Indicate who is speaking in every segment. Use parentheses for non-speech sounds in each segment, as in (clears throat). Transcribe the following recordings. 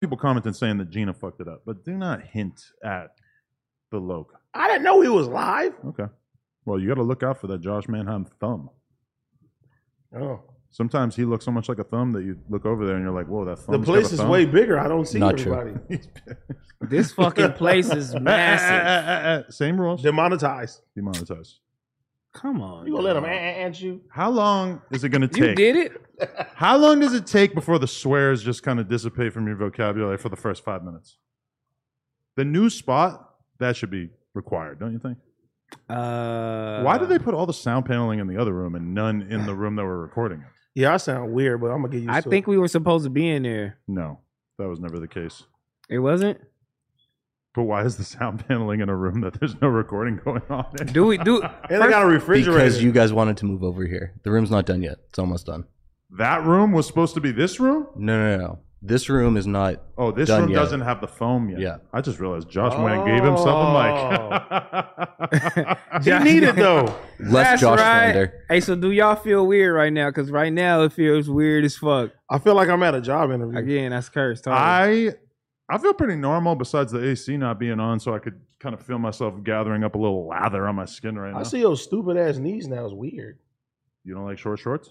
Speaker 1: people commenting saying that Gina fucked it up, but do not hint at the loke.
Speaker 2: I didn't know he was live.
Speaker 1: Okay. Well, you got to look out for that Josh Manheim thumb.
Speaker 2: Oh.
Speaker 1: Sometimes he looks so much like a thumb that you look over there and you're like, "Whoa, that thumb."
Speaker 2: The place
Speaker 1: (laughs)
Speaker 2: is way bigger. I don't see
Speaker 3: Not true.
Speaker 2: everybody.
Speaker 3: This fucking place is massive.
Speaker 1: (laughs) Same rules.
Speaker 2: Demonetized.
Speaker 1: Demonetized.
Speaker 3: Come on.
Speaker 2: You gonna let him
Speaker 3: dog.
Speaker 2: ant you?
Speaker 1: How long is it going to take?
Speaker 3: You did it?
Speaker 1: How long does it take before the swears just kind of dissipate from your vocabulary for the first five minutes? The new spot that should be required, don't you think?
Speaker 3: Uh,
Speaker 1: Why do they put all the sound paneling in the other room and none in the room that we're recording? in?
Speaker 2: Yeah, I sound weird, but I'm gonna get used
Speaker 3: I
Speaker 2: to
Speaker 3: think we were supposed to be in there.
Speaker 1: No, that was never the case.
Speaker 3: It wasn't.
Speaker 1: But why is the sound (laughs) paneling in a room that there's no recording going on? (laughs) In?
Speaker 3: Do we do?
Speaker 2: it. And I got a refrigerator.
Speaker 4: Because you guys wanted to move over here. The room's not done yet. It's almost done.
Speaker 1: That room was supposed to be this room.
Speaker 4: No, no, no. This room is not.
Speaker 1: Oh, this
Speaker 4: Done
Speaker 1: room
Speaker 4: yet.
Speaker 1: doesn't have the foam yet.
Speaker 4: Yeah.
Speaker 1: I just realized Josh went and
Speaker 2: Oh.
Speaker 1: gave himself a mic.
Speaker 2: (laughs)
Speaker 1: (laughs)
Speaker 2: he need it though.
Speaker 4: Less Josh
Speaker 3: right.
Speaker 4: Fender.
Speaker 3: Hey, so do y'all feel weird right now? Because right now it feels weird as fuck.
Speaker 2: I feel like I'm at a job interview.
Speaker 3: Again, that's cursed. totally.
Speaker 1: Mm. I I feel pretty normal besides the AC not being on, so I could kind of feel myself gathering up a little lather on my skin right now.
Speaker 2: I see your stupid ass knees now. It's weird.
Speaker 1: You don't like short shorts?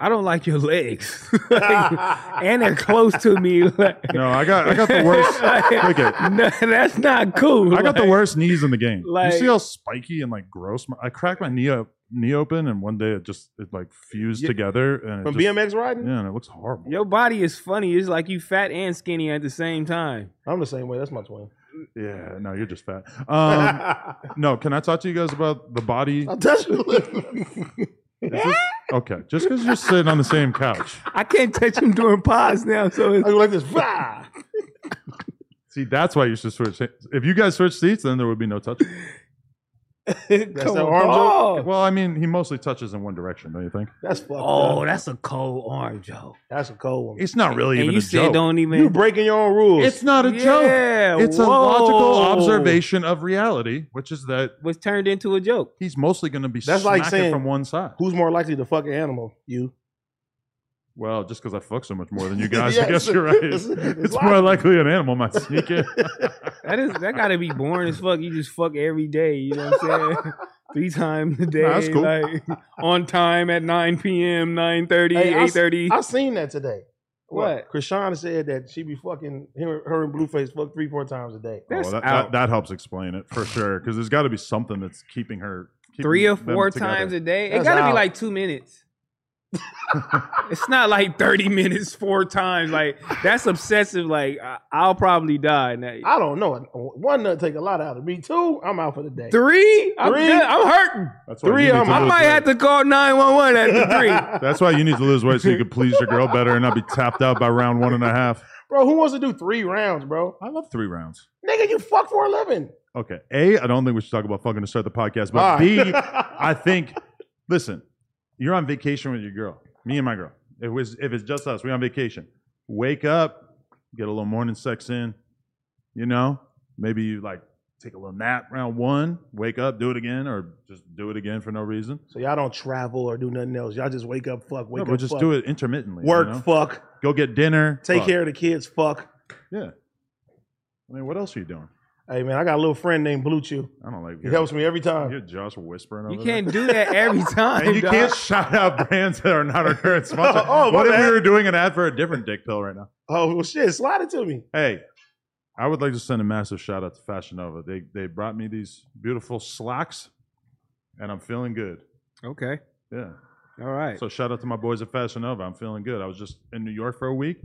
Speaker 3: I don't like
Speaker 1: (laughs)
Speaker 3: your legs, (laughs) and they're close to me. like-
Speaker 1: No, I got I got the
Speaker 2: (laughs)
Speaker 3: (laughs)
Speaker 1: worst. Look at-
Speaker 3: No, that's not cool.
Speaker 1: I got the worst knees in the game.
Speaker 3: like-
Speaker 1: you see how spiky and like gross? My, I cracked my knee up, knee open, and one day it just it like fused
Speaker 2: Yeah.
Speaker 1: together and it
Speaker 2: From
Speaker 1: just-
Speaker 2: BMX riding,
Speaker 1: Yeah, and it looks horrible.
Speaker 3: Your body is funny. It's like you fat and skinny at the same time.
Speaker 2: I'm the same way. That's my twin.
Speaker 1: Yeah, no, you're just fat.
Speaker 2: (laughs)
Speaker 3: (laughs)
Speaker 1: Um, no, can I talk to you guys about the body?
Speaker 3: Uh,
Speaker 2: I'll touch you.
Speaker 1: Is this- okay, just because you're sitting on the same couch.
Speaker 3: I can't touch him during pods
Speaker 1: (laughs)
Speaker 3: now, so
Speaker 2: I
Speaker 3: it's,
Speaker 2: go like this. Bah!
Speaker 1: See, that's why you should switch. If you guys switch seats, then there would be no touch.
Speaker 2: That's that arm joke?
Speaker 1: Well, I mean, he mostly touches in one direction, don't you think?
Speaker 2: That's fucked
Speaker 3: Oh,
Speaker 2: up.
Speaker 3: that's a cold arm joke.
Speaker 2: That's a cold one.
Speaker 1: It's not really
Speaker 3: and
Speaker 1: even
Speaker 3: you
Speaker 1: a
Speaker 3: said
Speaker 1: joke.
Speaker 3: don't even.
Speaker 2: You breaking your own rules.
Speaker 1: It's not a
Speaker 3: Yeah,
Speaker 1: joke. It's a
Speaker 3: whoa.
Speaker 1: logical observation of reality, which is that
Speaker 3: was turned into a joke.
Speaker 1: he's mostly going to be
Speaker 2: That's like
Speaker 1: smacking
Speaker 2: saying-
Speaker 1: from one side.
Speaker 2: Who's more likely to fuck an animal? You.
Speaker 1: Well, just because I fuck so much more than
Speaker 2: (laughs)
Speaker 1: you guys, I
Speaker 2: Yes.
Speaker 1: guess you're right. (laughs)
Speaker 2: It's-
Speaker 1: It's,
Speaker 2: it's
Speaker 1: more likely an animal might sneak
Speaker 3: (laughs)
Speaker 1: in.
Speaker 3: That is that gotta be boring as fuck. You just fuck every day. You know what I'm saying? (laughs) Three times a day,
Speaker 1: Nah, that's cool.
Speaker 3: like on time at 9 p.m., 9:30,
Speaker 2: Hey, I s-
Speaker 3: (laughs) 8:30.
Speaker 2: I seen that today.
Speaker 3: What?
Speaker 2: Krishana said that she be fucking her, her and Blueface fuck three, four times a day.
Speaker 1: Oh,
Speaker 3: That's
Speaker 1: that, that,
Speaker 3: out.
Speaker 1: that helps explain it for sure. Because there's got to be something that's keeping her keeping
Speaker 3: Three or
Speaker 1: them
Speaker 3: four
Speaker 1: together.
Speaker 3: times a day.
Speaker 2: That's
Speaker 3: it gotta
Speaker 2: out.
Speaker 3: be like two minutes. (laughs) it's not like 30 minutes four times. Like that's obsessive. Like I, I'll probably die. Now.
Speaker 2: I don't know. One nut take a lot out of me. Two, I'm out for the day.
Speaker 3: Three? I'm,
Speaker 2: Three?
Speaker 3: done. I'm hurting.
Speaker 1: That's why
Speaker 2: Three
Speaker 1: you need
Speaker 2: of
Speaker 1: to
Speaker 2: them.
Speaker 3: I
Speaker 1: lose
Speaker 3: might
Speaker 1: weight.
Speaker 3: have to call 911 (laughs) at the three.
Speaker 1: That's why you need to lose weight so you can please your girl better and not be tapped out by round one and a half.
Speaker 2: (laughs) Bro, who wants to do three rounds, bro?
Speaker 1: I love three rounds.
Speaker 2: Nigga, you fuck for a living.
Speaker 1: Okay. A, I don't think we should talk about fucking to start the podcast. But
Speaker 2: All (laughs)
Speaker 1: B,
Speaker 2: right.
Speaker 1: I think, listen, you're on vacation with your girl, me and my girl. If it was, if it's just us, we're on vacation. Wake up, get a little morning sex in, you know, maybe you like take a little nap round one, wake up, do it again, or just do it again for no reason.
Speaker 2: So y'all don't travel or do nothing else. Y'all just wake up, fuck, wake
Speaker 1: No,
Speaker 2: up,
Speaker 1: but just
Speaker 2: fuck.
Speaker 1: do it intermittently. you
Speaker 2: Work,
Speaker 1: know?
Speaker 2: fuck.
Speaker 1: Go get dinner.
Speaker 2: Take
Speaker 1: fuck.
Speaker 2: care of the kids, fuck.
Speaker 1: Yeah. I mean, what else are you doing?
Speaker 2: Hey man, I got a little friend named Blue Chew.
Speaker 1: I don't like
Speaker 2: He helps me every
Speaker 1: I
Speaker 2: time.
Speaker 1: hear Josh whispering over
Speaker 3: You can't do that (laughs) every
Speaker 1: there.
Speaker 2: (laughs)
Speaker 3: time.
Speaker 1: And you
Speaker 3: dog.
Speaker 1: can't shout out brands that are not our current sponsor.
Speaker 2: Oh, my
Speaker 1: what if
Speaker 2: bad.
Speaker 1: we were doing an ad for a different dick pill right now?
Speaker 2: Oh well, shit, slide it to me.
Speaker 1: Hey, I would like to send a massive shout out to Fashion Nova. They they brought me these beautiful slacks, and I'm feeling good.
Speaker 3: Okay.
Speaker 1: Yeah.
Speaker 3: All right.
Speaker 1: So shout out to my boys at Fashion Nova. I'm feeling good. I was just in New York for a week,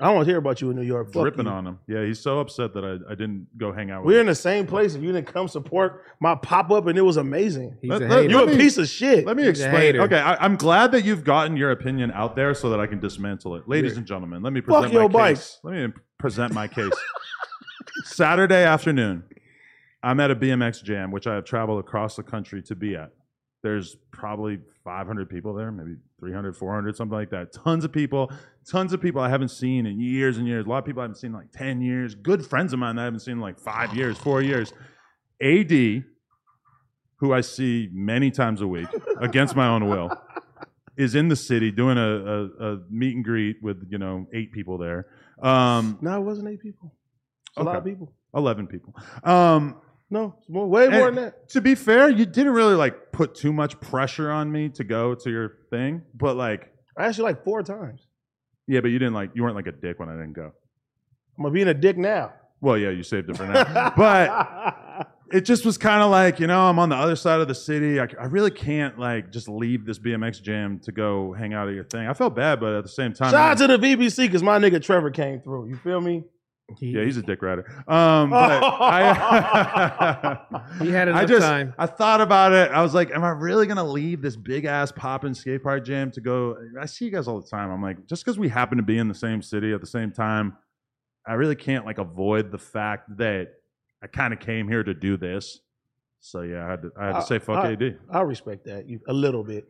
Speaker 2: I don't want to hear about you in New York. Fuck
Speaker 1: dripping
Speaker 2: you.
Speaker 1: on him. Yeah, he's so upset that I, I didn't go hang out with
Speaker 2: We're
Speaker 1: him.
Speaker 2: in the same place. If you didn't come support my pop up, and it was amazing.
Speaker 3: He's
Speaker 1: Let-
Speaker 3: a
Speaker 1: let-
Speaker 3: hater.
Speaker 2: You a
Speaker 3: (laughs)
Speaker 1: me-
Speaker 2: piece of shit.
Speaker 1: Let me
Speaker 3: He's a
Speaker 1: explain.
Speaker 3: hater.
Speaker 1: Okay, I, I'm glad that you've gotten your opinion out there so that I can dismantle it. Ladies
Speaker 3: Yeah.
Speaker 1: and gentlemen, let me present
Speaker 2: your
Speaker 1: my
Speaker 2: bike.
Speaker 1: case. Let me present my case. (laughs) Saturday afternoon, I'm at a BMX jam, which I have traveled across the country to be at. There's probably 500 people there, maybe 300, 400, something like that. Tons of people, tons of people I haven't seen in years and years. A lot of people I haven't seen in like 10 years. Good friends of mine that I haven't seen in like five years, four years. AD, who I see many times a week against my own will, is in the city doing a, a, a meet and greet with you know eight people there, um,
Speaker 2: No, it wasn't eight people. It's A lot of
Speaker 1: Okay.
Speaker 2: people.
Speaker 1: eleven people. Um,
Speaker 2: No, it's more, way more
Speaker 1: And-
Speaker 2: than that.
Speaker 1: to be fair, you didn't really like put too much pressure on me to go to your thing, but like
Speaker 2: I asked you like four times.
Speaker 1: yeah, but you didn't like you weren't like a dick when I didn't go.
Speaker 2: I'm gonna be in a dick (laughs) now.
Speaker 1: Well, yeah, you saved it for now, but. it just was kind of like you know i'm on the other side of the city I, I really can't like just leave this bmx jam to go hang out at your thing i felt bad but at the same time
Speaker 2: Shout out to the BBC because my nigga Trevor came through. You feel me?
Speaker 1: yeah he's a dick rider um but
Speaker 3: uh,
Speaker 2: (laughs)
Speaker 1: I,
Speaker 3: (laughs)
Speaker 1: (laughs)
Speaker 3: He had enough
Speaker 1: I just
Speaker 3: time.
Speaker 1: i thought about it i was like am i really gonna leave this big ass poppin' skate park jam to go i see you guys all the time i'm like just because we happen to be in the same city at the same time i really can't like avoid the fact that i kind of came here to do this so yeah i had to, I had to
Speaker 2: I-
Speaker 1: say fuck
Speaker 2: I-
Speaker 1: ad
Speaker 2: I respect that you, a little bit,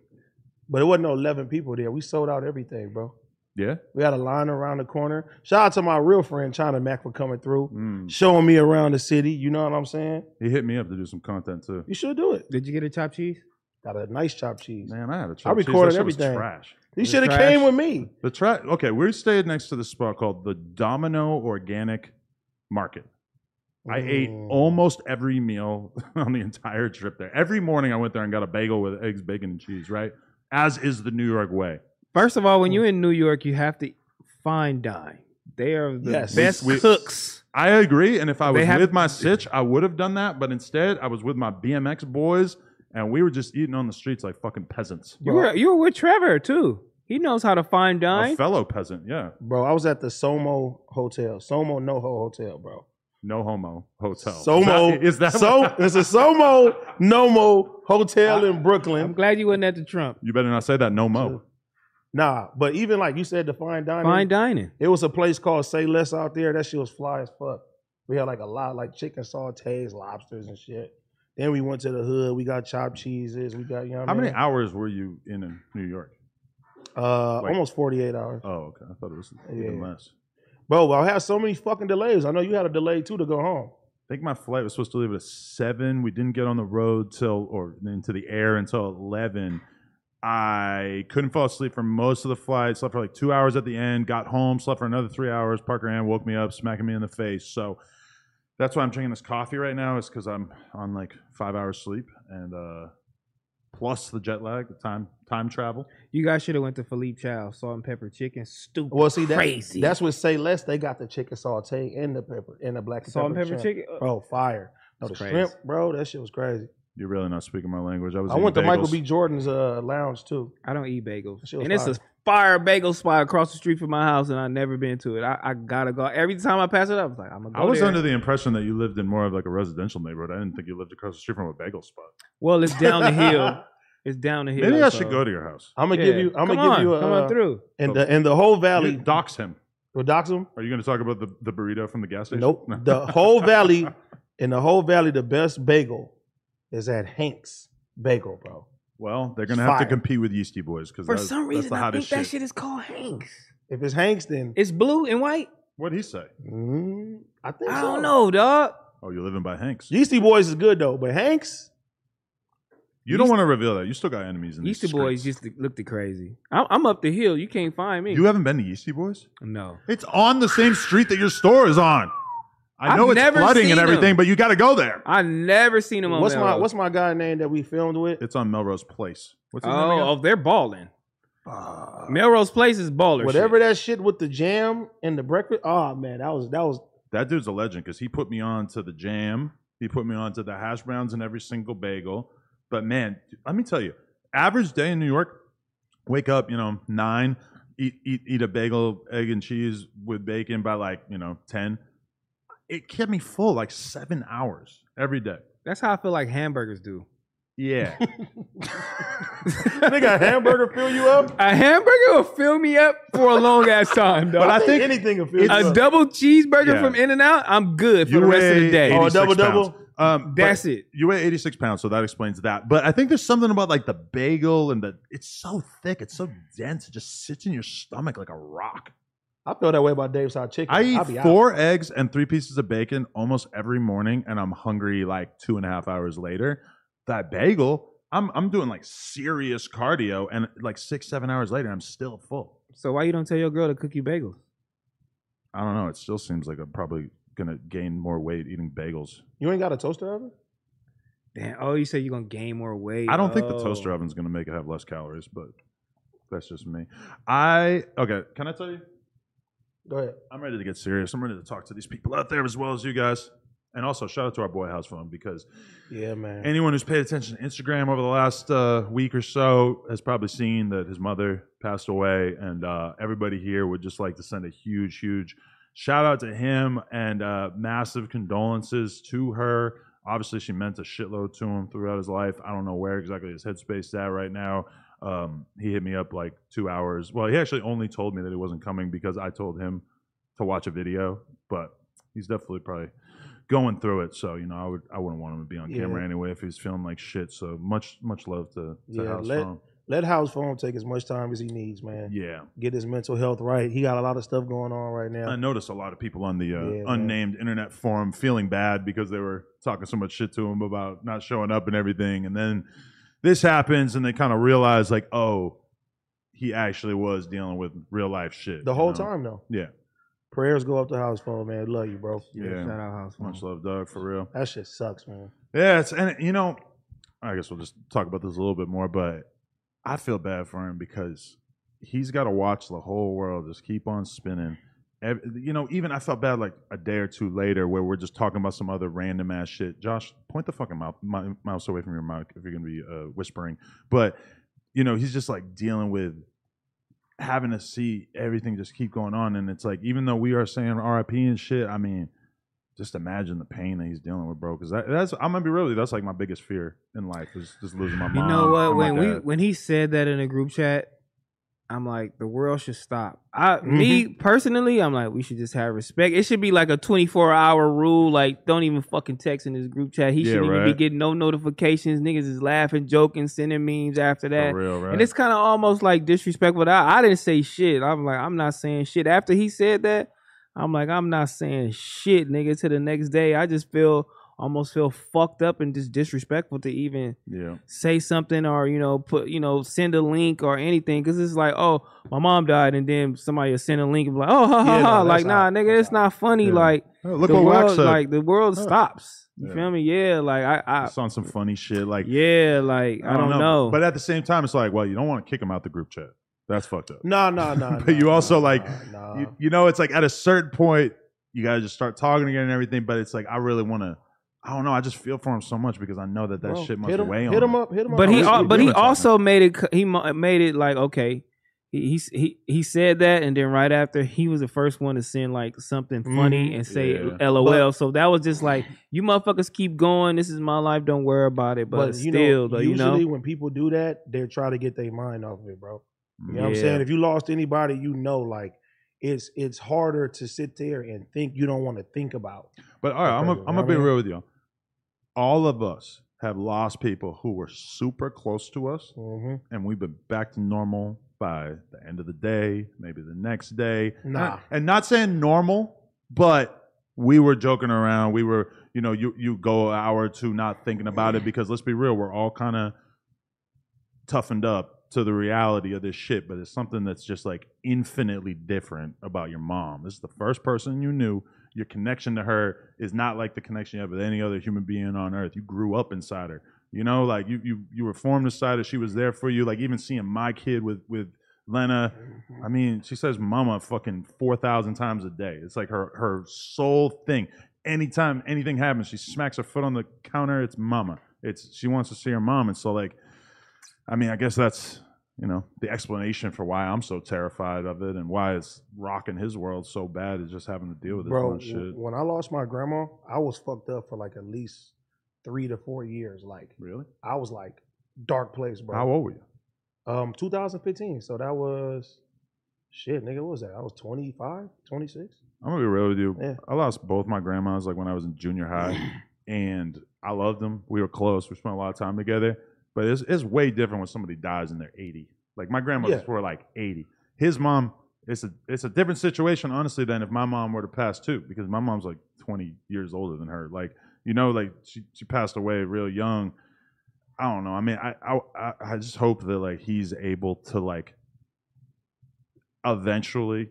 Speaker 2: but it wasn't no eleven people there. We sold out everything, bro.
Speaker 1: yeah
Speaker 2: We had a line around the corner. Shout out to my real friend China Mac for coming through,
Speaker 1: Mm.
Speaker 2: showing me around the city. You know what I'm saying?
Speaker 1: He hit me up to do some content too.
Speaker 2: You should do it.
Speaker 3: Did you get a chopped cheese?
Speaker 2: Got a nice chopped cheese.
Speaker 1: Man, I had a
Speaker 2: I
Speaker 1: chopped cheese. That
Speaker 2: recorded
Speaker 1: shit was
Speaker 2: everything.
Speaker 1: trash.
Speaker 2: You
Speaker 3: It's
Speaker 2: should have
Speaker 3: trash.
Speaker 2: came with me.
Speaker 1: The trash. Okay, we stayed next to this spot called the Domino Organic Market. I ate
Speaker 2: Mm.
Speaker 1: almost every meal (laughs) on the entire trip there. Every morning I went there and got a bagel with eggs, bacon, and cheese. Right, as is the New York way.
Speaker 3: First of all, when you're in New York, you have to find dine. They are the
Speaker 2: Yes.
Speaker 3: best
Speaker 1: We-
Speaker 3: cooks.
Speaker 1: I agree. And if I was
Speaker 3: They have-
Speaker 1: with my sitch, I would have done that. But instead, I was with my BMX boys, and we were just eating on the streets like fucking peasants.
Speaker 3: You were you were with Trevor too. He knows how to fine
Speaker 1: A
Speaker 3: dine.
Speaker 1: fellow peasant, yeah.
Speaker 2: Bro, I was at the Somo Hotel, Somo NoHo Hotel,
Speaker 1: (laughs)
Speaker 2: bro.
Speaker 1: No homo hotel. Is
Speaker 2: Somo
Speaker 1: that, is that
Speaker 2: so?
Speaker 1: what-
Speaker 2: it's a Somo Nomo Hotel in
Speaker 3: I'm
Speaker 2: Brooklyn.
Speaker 3: glad you wasn't at the Trump
Speaker 1: You better not say that. No mo.
Speaker 2: Nah, but even like you said, the fine dining.
Speaker 3: fine dining.
Speaker 2: It was a place called Say Less out there. That shit was fly as fuck. We had like a lot, like chicken sautés, lobsters and shit. Then we went to the hood. We got chopped cheeses. We got you know what
Speaker 1: How
Speaker 2: I
Speaker 1: many
Speaker 2: mean?
Speaker 1: hours were you in in New York?
Speaker 2: Uh,
Speaker 1: Wait.
Speaker 2: almost forty eight hours.
Speaker 1: Oh, okay. I thought it was
Speaker 2: Yeah.
Speaker 1: even less.
Speaker 2: Bro, I had so many fucking delays. I know you had a delay too to go home.
Speaker 1: I think my flight was supposed to leave at seven. We didn't get on the road till or into the air until eleven. I couldn't fall asleep for most of the flight. Slept for like two hours at the end. Got home, slept for another three hours. Parker Ann woke me up, smacking me in the face. So that's why I'm drinking this coffee right now. Is because I'm on like five hours sleep and uh, plus the jet lag, the time time travel.
Speaker 3: You guys should have went to Philippe Chow, salt and pepper chicken, stupid.
Speaker 2: Well, see that
Speaker 3: crazy.
Speaker 2: that's what Say Less. They got the chicken saute and the pepper and the black
Speaker 3: salt and pepper
Speaker 2: shrimp.
Speaker 3: chicken.
Speaker 2: Bro, fire. No, the
Speaker 3: That's crazy.
Speaker 2: shrimp, bro. That shit was crazy.
Speaker 1: You're really not speaking my language. I was.
Speaker 2: I
Speaker 1: eating
Speaker 2: went to Michael
Speaker 1: bagels.
Speaker 2: B. Jordan's uh, lounge too.
Speaker 3: I don't eat bagels,
Speaker 2: Shit was
Speaker 3: and it's a fire bagel spot across the street from my house, and I've never been to it. I, I gotta go. Every time I pass it up, I was like, I'm gonna go
Speaker 1: I was
Speaker 3: there.
Speaker 1: under the impression that you lived in more of like a residential neighborhood. I didn't think you lived across the street from a bagel spot.
Speaker 3: well, it's down
Speaker 1: (laughs)
Speaker 3: the hill. It's down the hill.
Speaker 1: Maybe I should go to your house.
Speaker 2: I'm gonna give you. I'm gonna give you. A, uh,
Speaker 3: come on through.
Speaker 2: And the and the whole
Speaker 1: You
Speaker 2: valley.
Speaker 1: dox him.
Speaker 2: Well, dox him?
Speaker 1: Are you going to talk about the, the burrito from the gas station?
Speaker 2: Nope.
Speaker 1: No.
Speaker 2: The
Speaker 1: (laughs)
Speaker 2: whole valley, in the whole valley, the best bagel is at Hank's Bagel, bro.
Speaker 1: well, they're going to have to
Speaker 2: Fire.
Speaker 1: compete with Yeasty Boys because
Speaker 3: For some reason,
Speaker 1: that's the
Speaker 3: I think
Speaker 1: hottest
Speaker 3: that
Speaker 1: shit.
Speaker 3: shit is called Hanks.
Speaker 2: If it's Hank's, then
Speaker 3: It's blue and white.
Speaker 1: What'd he say?
Speaker 2: mm, I think
Speaker 3: I
Speaker 2: so.
Speaker 3: don't know, dog.
Speaker 1: Oh, you're living by Hanks. You,
Speaker 2: Yeasty Boys is good though, but Hank's,
Speaker 1: don't
Speaker 3: Yeast-
Speaker 1: want to reveal that. You still got enemies in these
Speaker 3: Easter boys
Speaker 1: streets.
Speaker 3: just looked crazy. I'm, I'm up the hill. You can't find me.
Speaker 1: You haven't been to Yeasty Boys?
Speaker 3: no.
Speaker 1: It's on the same street that your store is on. I
Speaker 3: I've
Speaker 1: know it's
Speaker 3: never
Speaker 1: flooding
Speaker 3: seen
Speaker 1: and everything,
Speaker 3: them.
Speaker 1: but you got to go there.
Speaker 3: I never seen them on
Speaker 2: what's my
Speaker 3: Melrose.
Speaker 2: what's my guy name that we filmed with?
Speaker 1: It's on Melrose Place. What's his name again?
Speaker 3: oh, oh, they're balling.
Speaker 2: Uh,
Speaker 3: Melrose Place is baller.
Speaker 2: whatever
Speaker 3: shit.
Speaker 2: that shit with the jam and the breakfast. Oh man, that was that
Speaker 1: (laughs)
Speaker 2: was
Speaker 1: That dude's a legend because he put me on to the jam. He put me on to the hash browns and every single bagel. But man, let me tell you, average day in New York, wake up, you know, nine, eat eat eat a bagel, egg and cheese with bacon by like, you know, ten. It kept me full like seven hours every day.
Speaker 3: That's how I feel like hamburgers do. (laughs)
Speaker 1: Yeah.
Speaker 2: nigga a hamburger fill you up.
Speaker 3: A hamburger will fill me up for a long ass time, dog.
Speaker 1: But I think
Speaker 2: anything will fill you
Speaker 3: a
Speaker 2: up.
Speaker 3: double cheeseburger
Speaker 1: Yeah.
Speaker 3: from In and Out, I'm good for the rest of the day.
Speaker 2: Oh,
Speaker 1: 86
Speaker 2: double,
Speaker 1: pounds.
Speaker 2: double?
Speaker 1: Um, but-
Speaker 3: That's it.
Speaker 1: you weigh 86 pounds so that explains that but i think there's something about like the bagel and the it's so thick it's so dense it just sits in your stomach like a rock
Speaker 2: I feel that way about Dave's hot chicken.
Speaker 1: i
Speaker 2: I'll be
Speaker 1: eat
Speaker 2: out.
Speaker 1: four eggs and three pieces of bacon almost every morning and i'm hungry like two and a half hours later that bagel I'm I'm doing like serious cardio, and like six seven hours later, I'm still full.
Speaker 3: So why you don't tell your girl to cook you bagels?
Speaker 1: I don't know. It still seems like I'm probably gonna gain more weight eating bagels.
Speaker 2: You ain't got a toaster oven?
Speaker 3: Damn. Oh, you said you're gonna gain more weight.
Speaker 1: I don't think the
Speaker 3: Oh.
Speaker 1: toaster oven's gonna make it have less calories, but that's just me. I okay. Can I tell you?
Speaker 2: Go ahead.
Speaker 1: I'm ready to get serious. I'm ready to talk to these people out there as well as you guys. And also, shout out to our boy House Phone because
Speaker 2: Yeah, man.
Speaker 1: anyone who's paid attention to Instagram over the last uh, week or so has probably seen that his mother passed away. And uh, everybody here would just like to send a huge, huge shout out to him and uh, massive condolences to her. Obviously, she meant a shitload to him throughout his life. I don't know where exactly his headspace is at right now. Um, he hit me up like two hours. Well, he actually only told me that he wasn't coming because I told him to watch a video, but he's definitely probably going through it. So you know, I would I wouldn't want him to be on
Speaker 2: Yeah.
Speaker 1: camera anyway if he's feeling like shit. So much much love to, to
Speaker 2: Yeah,
Speaker 1: House
Speaker 2: let-
Speaker 1: Phone.
Speaker 2: Let House Phone take as much time as he needs, man.
Speaker 1: Yeah,
Speaker 2: Get his mental health right. He got a lot of stuff going on right now.
Speaker 1: I noticed a lot of people on the uh,
Speaker 2: Yeah, man.
Speaker 1: unnamed internet forum feeling bad because they were talking so much shit to him about not showing up and everything, and then this happens and they kind of realize like, oh, he actually was dealing with real life shit
Speaker 2: The
Speaker 1: you
Speaker 2: whole
Speaker 1: know?
Speaker 2: time though.
Speaker 1: Yeah.
Speaker 2: Prayers go up to House Phone, man. Love you, bro.
Speaker 1: Yeah.
Speaker 3: Shout out house phone.
Speaker 1: Much love, Doug, for real.
Speaker 2: That shit sucks, man.
Speaker 1: Yeah, it's and you know, I guess we'll just talk about this a little bit more, but I feel bad for him because he's got to watch the whole world just keep on spinning. Ev- You know, even I felt bad like a day or two later where we're just talking about some other random ass shit. Josh, point the fucking mouth, mi- mouse away from your mic if you're gonna be uh, whispering. But you know, he's just like dealing with having to see everything just keep going on, and it's like even though we are saying RIP and shit, I mean, just imagine the pain that he's dealing with, bro. Because that, that's I'm gonna be real with you. That's like my biggest fear in life is just losing my
Speaker 3: You
Speaker 1: mom.
Speaker 3: know what?
Speaker 1: and my
Speaker 3: When we
Speaker 1: dad.
Speaker 3: when he said that in a group chat, I'm like, the world should stop. I me
Speaker 1: Mm-hmm.
Speaker 3: personally, I'm like, we should just have respect. It should be like a 24 hour rule. Like, don't even fucking text in this group chat. He
Speaker 1: Yeah,
Speaker 3: shouldn't even be
Speaker 1: right.
Speaker 3: getting no notifications. Niggas is laughing, joking, sending memes after that.
Speaker 1: for real, right?
Speaker 3: And it's kind of almost like disrespectful. I, I didn't say shit. I'm like, I'm not saying shit. After he said that, I'm like, I'm not saying shit, nigga. To the next day, I just feel almost feel fucked up and just disrespectful to even
Speaker 1: yeah,
Speaker 3: say something or you know put you know send a link or anything because it's like oh my mom died and then somebody will send a link and be like oh ha ha
Speaker 2: Yeah, no,
Speaker 3: ha
Speaker 2: that's
Speaker 3: like nah
Speaker 2: not-
Speaker 3: nigga
Speaker 2: that's
Speaker 3: it's not funny
Speaker 1: Yeah.
Speaker 3: like
Speaker 1: Oh, look
Speaker 3: the
Speaker 1: what Wax
Speaker 3: world
Speaker 1: said.
Speaker 3: like the world
Speaker 1: Yeah.
Speaker 3: stops you
Speaker 1: Yeah.
Speaker 3: feel me yeah like I I
Speaker 1: it's on some funny shit. Like
Speaker 3: yeah like I don't, know,
Speaker 1: But at the same time, it's like, well, you don't want to kick him out the group chat. That's fucked up.
Speaker 2: No, no, no.
Speaker 1: (laughs) But you also, like,
Speaker 2: nah,
Speaker 1: You, you know, it's like at a certain point, you gotta just start talking again and everything. But it's like I really want to. I don't know. I just feel for him so much because I know that that
Speaker 2: Bro,
Speaker 1: shit must
Speaker 2: hit him,
Speaker 1: weigh on
Speaker 2: Hit him up. Hit him up.
Speaker 3: but he
Speaker 1: Obviously,
Speaker 3: al-
Speaker 1: we
Speaker 3: but
Speaker 1: do
Speaker 3: he
Speaker 1: in China.
Speaker 3: also made it co- he mo- made it like okay he he he he said that and then right after he was the first one to send like something funny
Speaker 2: Mhm.
Speaker 3: and say
Speaker 1: Yeah.
Speaker 3: lol so that was just like you motherfuckers keep going this is my life don't worry about it but, still though, you
Speaker 2: usually
Speaker 3: know
Speaker 2: when people do that, they try to get their mind off of it, bro.
Speaker 1: Mm-hmm.
Speaker 2: You know what I'm
Speaker 3: Yeah.
Speaker 2: saying? If you lost anybody, you know, like it's it's harder to sit there and think you don't want to think about.
Speaker 1: But all right, I'm
Speaker 2: Okay,
Speaker 1: gonna
Speaker 2: you
Speaker 1: I'm
Speaker 2: know
Speaker 1: gonna
Speaker 2: what
Speaker 1: be
Speaker 2: I mean?
Speaker 1: real with you. All of us have lost people who were super close to us,
Speaker 2: Mm-hmm.
Speaker 1: and we've been back to normal by the end of the day, maybe the next day.
Speaker 2: Nah.
Speaker 1: And, and not saying normal, but we were joking around. We were, you know, you you go an hour or two not thinking about it because let's be real, we're all kind of toughened up to the reality of this shit. But it's something that's just like infinitely different about your mom. This is the first person you knew. Your connection to her is not like the connection you have with any other human being on earth. You grew up inside her. You know, like you you you were formed inside her. She was there for you. Like even seeing my kid with with Lena.
Speaker 2: Mm-hmm.
Speaker 1: I mean, she says mama fucking 4,000 times a day. It's like her, her sole thing. Anytime anything happens, she smacks her foot on the counter. It's mama. It's she wants to see her mom. And so like, I mean, I guess that's, you know, the explanation for why I'm so terrified of it and why it's rocking his world so bad is just having to deal with this
Speaker 2: Bro,
Speaker 1: one shit.
Speaker 2: when I lost my grandma, I was fucked up for like at least three to four years. Like
Speaker 1: Really?
Speaker 2: I was like dark place, bro.
Speaker 1: How old were you?
Speaker 2: Um, 2015. So that was shit, nigga. What was that? I was 25, 26.
Speaker 1: I'm gonna be real with you.
Speaker 2: Yeah.
Speaker 1: I lost both my grandmas like when I was in junior
Speaker 2: (clears throat)
Speaker 1: high, and I loved them. We were close. We spent a lot of time together. But it's it's way different when somebody dies and they're 80. Like my grandmothers
Speaker 2: Yeah.
Speaker 1: were like 80. His mom, it's a it's a different situation honestly than if my mom were to pass too, because my mom's like 20 years older than her. Like you know, like she she passed away real young. I don't know. I mean, I I I- I just hope that like he's able to like eventually.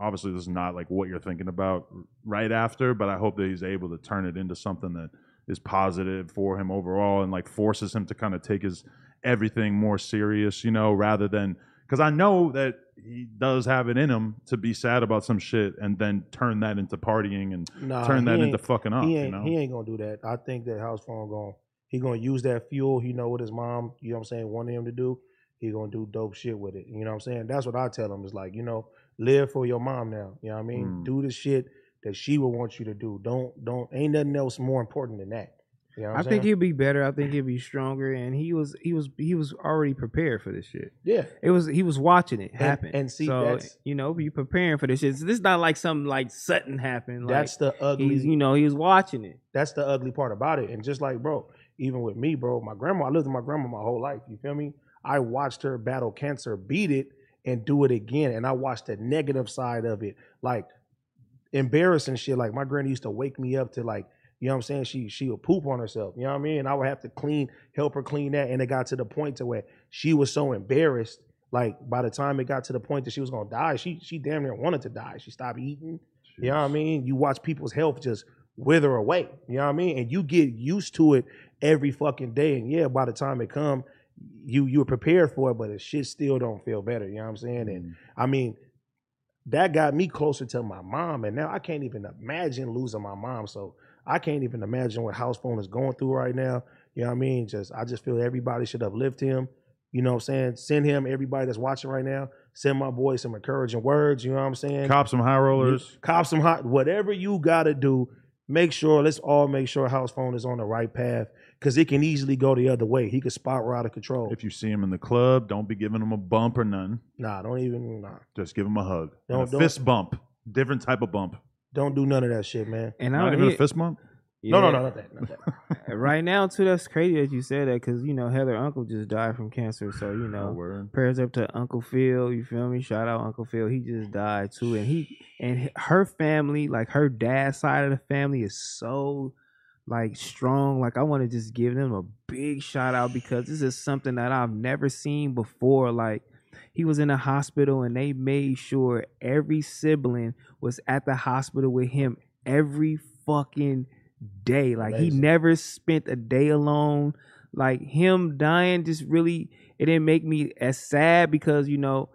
Speaker 1: Obviously, this is not like what you're thinking about right after, but I hope that he's able to turn it into something that is positive for him overall and like forces him to kind of take his everything more serious, you know, rather than because I know that he does have it in him to be sad about some shit and then turn that into partying and
Speaker 2: Nah,
Speaker 1: turn that
Speaker 2: Uh, he
Speaker 1: into
Speaker 2: ain't-
Speaker 1: fucking up,
Speaker 2: He
Speaker 1: you
Speaker 2: ain't,
Speaker 1: know.
Speaker 2: he ain't gonna do that. I think that house phone going he gonna use that fuel. He know what his mom, you know what I'm saying, wanted him to do. He gonna do dope shit with it. You know what I'm saying? That's what I tell him. It's like, you know, live for your mom now. You know what I mean?
Speaker 1: Mm.
Speaker 2: Do the shit that she would want you to do. Don't don't ain't nothing else more important than that. You know what
Speaker 3: I
Speaker 2: I'm
Speaker 3: think
Speaker 2: saying?
Speaker 3: he'd be better. I think he'd be stronger. And he was he was he was already prepared for this shit.
Speaker 2: yeah.
Speaker 3: It was he was watching it happen.
Speaker 2: and see,
Speaker 3: so,
Speaker 2: that's-
Speaker 3: you know, you preparing for this shit. So this is not like something like sudden happened. Like,
Speaker 2: that's the ugly
Speaker 3: he's you know he was watching it.
Speaker 2: That's the ugly part about it. And just like, bro, even with me, bro, my grandma, I lived with my grandma my whole life. You feel me? I watched her battle cancer, beat it, and do it again. And I watched the negative side of it. Like embarrassing shit. Like my granny used to wake me up to like, you know what I'm saying? She she would poop on herself. You know what I mean? And I would have to clean, help her clean that. And it got to the point to where she was so embarrassed. Like by the time it got to the point that she was gonna die, she she damn near wanted to die. She stopped eating. You know what I mean? You watch people's health just wither away. You know what I mean? And you get used to it every fucking day. And yeah, by the time it come, you you're prepared for it, but the shit still don't feel better. You know what I'm saying? And I mean, that got me closer to my mom, and now I can't even imagine losing my mom. So I can't even imagine what house phone is going through right now. You know what I mean? Just I just feel everybody should uplift him. You know what I'm saying? Send him, everybody that's watching right now, send my boy some encouraging words. You know what I'm saying?
Speaker 1: Cop some high rollers.
Speaker 2: Cop some hot, whatever you gotta do. Make sure let's all make sure house phone is on the right path because it can easily go the other way. He could spiral out of control.
Speaker 1: If you see him in the club, don't be giving him a bump or none.
Speaker 2: nah, don't even nah,
Speaker 1: Just give him a hug. And
Speaker 2: Don't-
Speaker 1: a
Speaker 2: don't-
Speaker 1: fist bump. Different type of bump.
Speaker 2: don't do none of that shit, man.
Speaker 3: And
Speaker 1: Not
Speaker 3: I
Speaker 1: even
Speaker 3: he-
Speaker 1: a fist bump.
Speaker 2: No, no,
Speaker 3: yeah.
Speaker 2: no, not that, not that.
Speaker 3: (laughs) right now too that's crazy that you said that because you know heather uncle just died from cancer so you
Speaker 2: Oh,
Speaker 3: know
Speaker 1: word.
Speaker 3: prayers up to uncle phil you feel me shout out uncle phil he just died too and he and her family like her dad's side of the family is so like strong like i want to just give them a big shout out because this is something that i've never seen before like he was in a hospital and they made sure every sibling was at the hospital with him every fucking day like he
Speaker 2: Amazing.
Speaker 3: never spent a day alone like him dying just really it didn't make me as sad because you know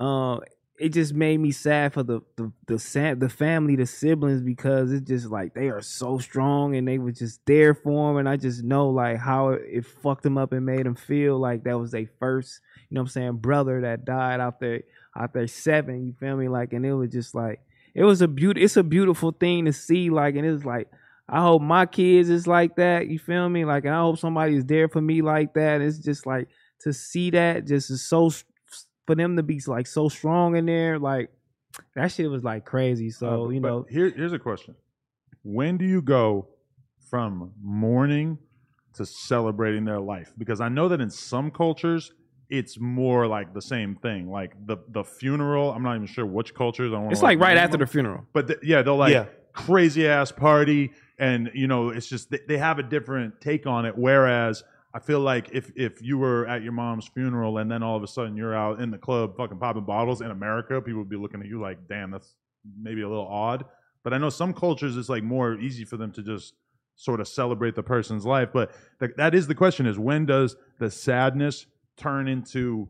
Speaker 3: uh, it just made me sad for the the the, sa- the family, the siblings, because it's just like they are so strong and they were just there for him, and I just know like how it, it fucked him up and made him feel like that was their first, you know, what I'm saying brother that died out there out there seven. You feel me? Like, and it was just like it was a beauty. It's a beautiful thing to see. Like, and it was like. I hope my kids is like that. You feel me? Like, and I hope somebody is there for me like that. It's just like to see that just is so s- for them to be like so strong in there like that shit was like crazy so you know
Speaker 1: Uh, Here, here's a question. When do you go from mourning to celebrating their life? Because I know that in some cultures, it's more like the same thing. Like the the funeral. I'm not even sure which cultures. I want.
Speaker 3: it's like right after the funeral
Speaker 1: But th- yeah, they'll like
Speaker 2: Yeah.
Speaker 1: crazy ass party, and you know, it's just they, they have a different take on it. Whereas I feel like if if you were at your mom's funeral and then all of a sudden you're out in the club fucking popping bottles in America, people would be looking at you like, damn, that's maybe a little odd. But I know some cultures it's like more easy for them to just sort of celebrate the person's life. But th- that is the question: is when does the sadness turn into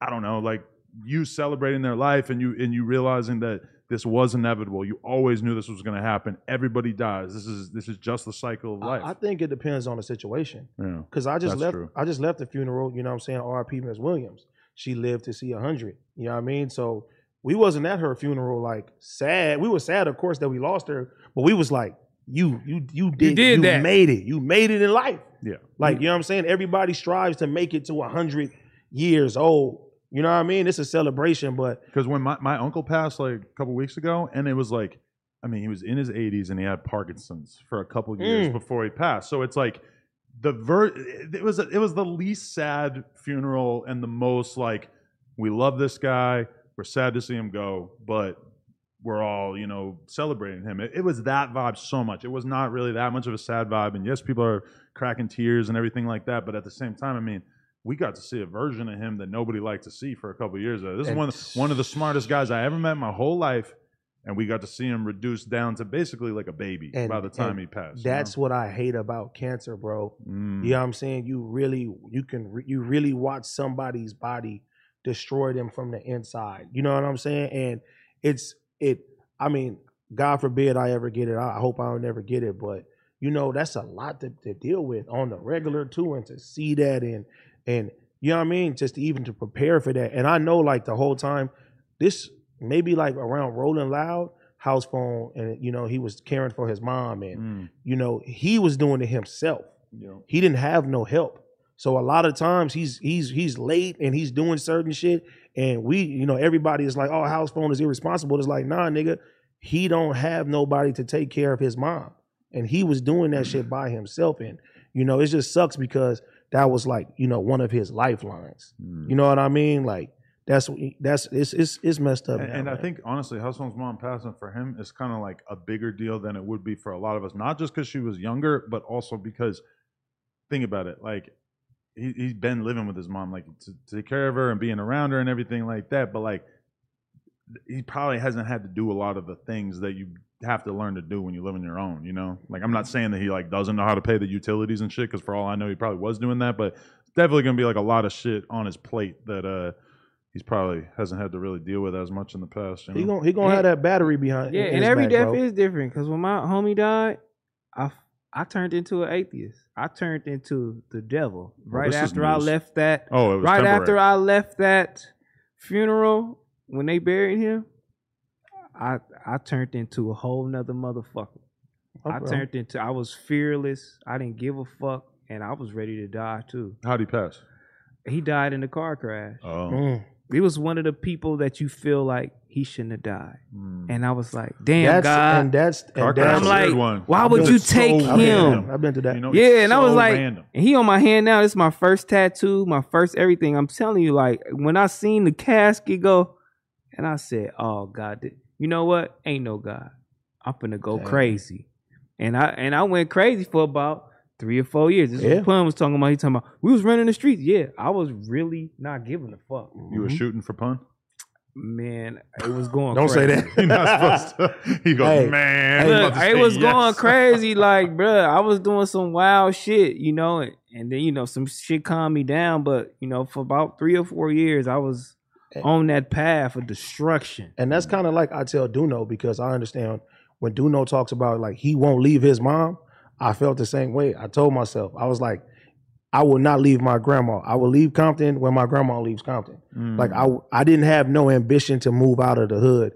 Speaker 1: I don't know, like you celebrating their life and you and you realizing that this was inevitable. You always knew this was going to happen. Everybody dies. This is this is just the cycle of life.
Speaker 2: I, I think it depends on the situation.
Speaker 1: yeah.
Speaker 2: Cause I just
Speaker 1: That's
Speaker 2: left.
Speaker 1: true.
Speaker 2: I just left the funeral. You know what I'm saying? R.P. Miss Williams. She lived to see hundred. You know what I mean? So we wasn't at her funeral like sad. We were sad, of course, that we lost her. But we was like, you, you, you did,
Speaker 3: did that.
Speaker 2: made it. You made it in life.
Speaker 1: Yeah.
Speaker 2: Like you know what I'm saying? Everybody strives to make it to hundred years old. You know what I mean? It's a celebration, but
Speaker 1: Because when my, my uncle passed like a couple weeks ago, and it was like, I mean, he was in his 80s and he had Parkinson's for a couple years
Speaker 2: Mm.
Speaker 1: before he passed. So it's like the ver- it was it was the least sad funeral and the most like we love this guy, we're sad to see him go, but were all you know celebrating him. It, it was that vibe so much. It was not really that much of a sad vibe. And yes, people are cracking tears and everything like that. But at the same time, I mean, we got to see a version of him that nobody liked to see for a couple of years. Uh, This is
Speaker 2: And-
Speaker 1: one of the- one of the smartest guys I ever met in my whole life. And we got to see him reduced down to basically like a baby
Speaker 2: And-
Speaker 1: by the time
Speaker 2: and
Speaker 1: he passed. you know?
Speaker 2: That's what I hate about cancer, bro.
Speaker 1: Mm.
Speaker 2: You know what I'm saying? You really you can re- you really watch somebody's body destroy them from the inside. You know what I'm saying? And it's it I mean, God forbid I ever get it. I I hope I don't ever get it, but you know, that's a lot to, to deal with on the regular too and to see that and and you know what I mean? Just even to prepare for that. And I know like the whole time this maybe like around Rolling Loud house phone and you know he was caring for his mom and
Speaker 1: Mm.
Speaker 2: you know he was doing it himself
Speaker 1: You know.
Speaker 2: he didn't have no help. So a lot of times he's he's he's late and he's doing certain shit, and we you know everybody is like, oh, house phone is irresponsible. It's like, nah, nigga, he don't have nobody to take care of his mom, and he was doing that shit by himself, and you know it just sucks because that was like you know one of his lifelines.
Speaker 1: Mm.
Speaker 2: You know what I mean? Like that's that's it's it's, it's messed up.
Speaker 1: And,
Speaker 2: now,
Speaker 1: and I
Speaker 2: man.
Speaker 1: think honestly, Hustle's mom passing for him is kind of like a bigger deal than it would be for a lot of us. Not just because she was younger, but also because think about it, like he, he's been living with his mom, like to, to take care of her and being around her and everything like that. But like he probably hasn't had to do a lot of the things that you have to learn to do when you live on your own. You know, like I'm not saying that he like doesn't know how to pay the utilities and shit, because for all I know, he probably was doing that. But definitely gonna be like a lot of shit on his plate that uh he's probably hasn't had to really deal with as much in the past. You know?
Speaker 2: he gonna he gonna have that battery behind.
Speaker 3: Yeah,
Speaker 2: in
Speaker 3: and
Speaker 2: his
Speaker 3: every
Speaker 2: back,
Speaker 3: death
Speaker 2: bro.
Speaker 3: is different. Cause when my homie died, I f- I turned into an atheist. I turned into the devil
Speaker 1: Well,
Speaker 3: right
Speaker 1: this is
Speaker 3: after I
Speaker 1: news.
Speaker 3: left that.
Speaker 1: oh, it was
Speaker 3: Right
Speaker 1: temporary.
Speaker 3: after I left that funeral when they buried him, I I turned into a whole nother motherfucker.
Speaker 2: Oh,
Speaker 3: I
Speaker 2: bro.
Speaker 3: turned into I was fearless. I didn't give a fuck, and I was ready to die too.
Speaker 1: How'd he pass?
Speaker 3: He died in a car crash.
Speaker 1: Oh.
Speaker 2: Mm.
Speaker 3: He was one of the people that you feel like he shouldn't have died.
Speaker 1: Mm.
Speaker 3: And I was like, damn
Speaker 2: That's
Speaker 3: God.
Speaker 2: and that's
Speaker 1: Car
Speaker 2: and
Speaker 1: crash
Speaker 2: that's
Speaker 3: I'm
Speaker 1: is a
Speaker 3: like,
Speaker 1: weird one.
Speaker 3: why
Speaker 1: I've
Speaker 3: would
Speaker 1: been
Speaker 2: you
Speaker 1: so
Speaker 3: take
Speaker 2: I've been,
Speaker 1: random.
Speaker 2: to that. I've been to that.
Speaker 1: You know,
Speaker 3: yeah,
Speaker 1: it's
Speaker 3: and I was
Speaker 1: so
Speaker 3: like,
Speaker 1: random.
Speaker 3: and he on my hand now. This is my first tattoo, my first everything. I'm telling you, like when I seen the casket go, and I said, "Oh God, th- you know what? Ain't no God. I'm finna go
Speaker 2: Yeah.
Speaker 3: crazy." And I and I went crazy for about three or four years. This is
Speaker 2: Yeah.
Speaker 3: what Pun was talking about. He talking about we was running the streets. Yeah, I was really not giving a fuck,
Speaker 1: you were shooting for pun.
Speaker 3: man. It was going.
Speaker 2: Don't say
Speaker 3: crazy.
Speaker 1: (laughs)
Speaker 2: that.
Speaker 3: (laughs)
Speaker 1: You're not supposed
Speaker 2: (laughs)
Speaker 1: to. He goes,
Speaker 2: Hey,
Speaker 1: man. I'm
Speaker 3: Look,
Speaker 1: about to
Speaker 3: it
Speaker 1: say
Speaker 3: was
Speaker 1: yes."
Speaker 2: (laughs)
Speaker 3: going crazy, like, bruh, I was doing some wild shit, you know, and, and then you know some shit calmed me down, but you know, for about three or four years, I was
Speaker 2: Eh.
Speaker 3: on that path of destruction.
Speaker 2: And that's kind of like I tell Duno because I understand when Duno talks about like he won't leave his mom. I felt the same way. I told myself I was like, I will not leave my grandma. I will leave Compton when my grandma leaves Compton.
Speaker 1: Mm.
Speaker 2: Like I, I didn't have no ambition to move out of the hood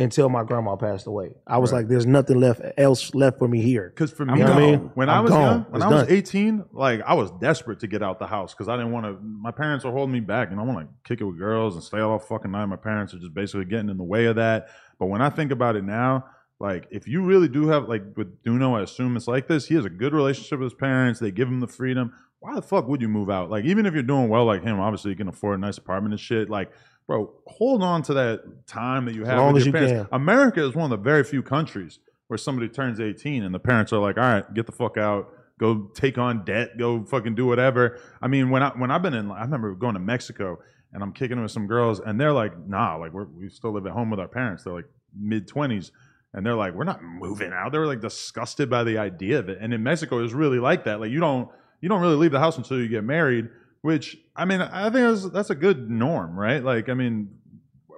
Speaker 2: until my grandma passed away. I was
Speaker 1: Right.
Speaker 2: like, there's nothing left else left for me here.
Speaker 1: Because for
Speaker 3: I'm
Speaker 1: me,
Speaker 3: gone.
Speaker 1: I mean, when i
Speaker 2: I'm
Speaker 1: was
Speaker 2: gone.
Speaker 1: young, when
Speaker 2: It's
Speaker 1: I was
Speaker 2: done.
Speaker 1: 18, like I was desperate to get out the house because I didn't want to. My parents were holding me back, and I want to kick it with girls and stay all fucking night. My parents are just basically getting in the way of that. But when I think about it now, like if you really do have like with Duno, I assume it's like this. He has a good relationship with his parents. They give him the freedom. Why the fuck would you move out? Like even if you're doing well, like him, obviously you can afford a nice apartment and shit. Like, bro, hold on to that time that you
Speaker 2: As
Speaker 1: have
Speaker 2: long
Speaker 1: with
Speaker 2: as
Speaker 1: your
Speaker 2: you
Speaker 1: parents. America is one of the very few countries where somebody turns 18 and the parents are like, all right, get the fuck out, go take on debt, go fucking do whatever. I mean, when I when I've been in, I remember going to Mexico and I'm kicking it with some girls and they're like, nah, like we're, we still live at home with our parents. They're like mid 20s and they're like, we're not moving out. They were like disgusted by the idea of it. And in Mexico, it's really like that. Like you don't you don't really leave the house until you get married. Which I mean, I think that's, that's a good norm, right? Like, I mean,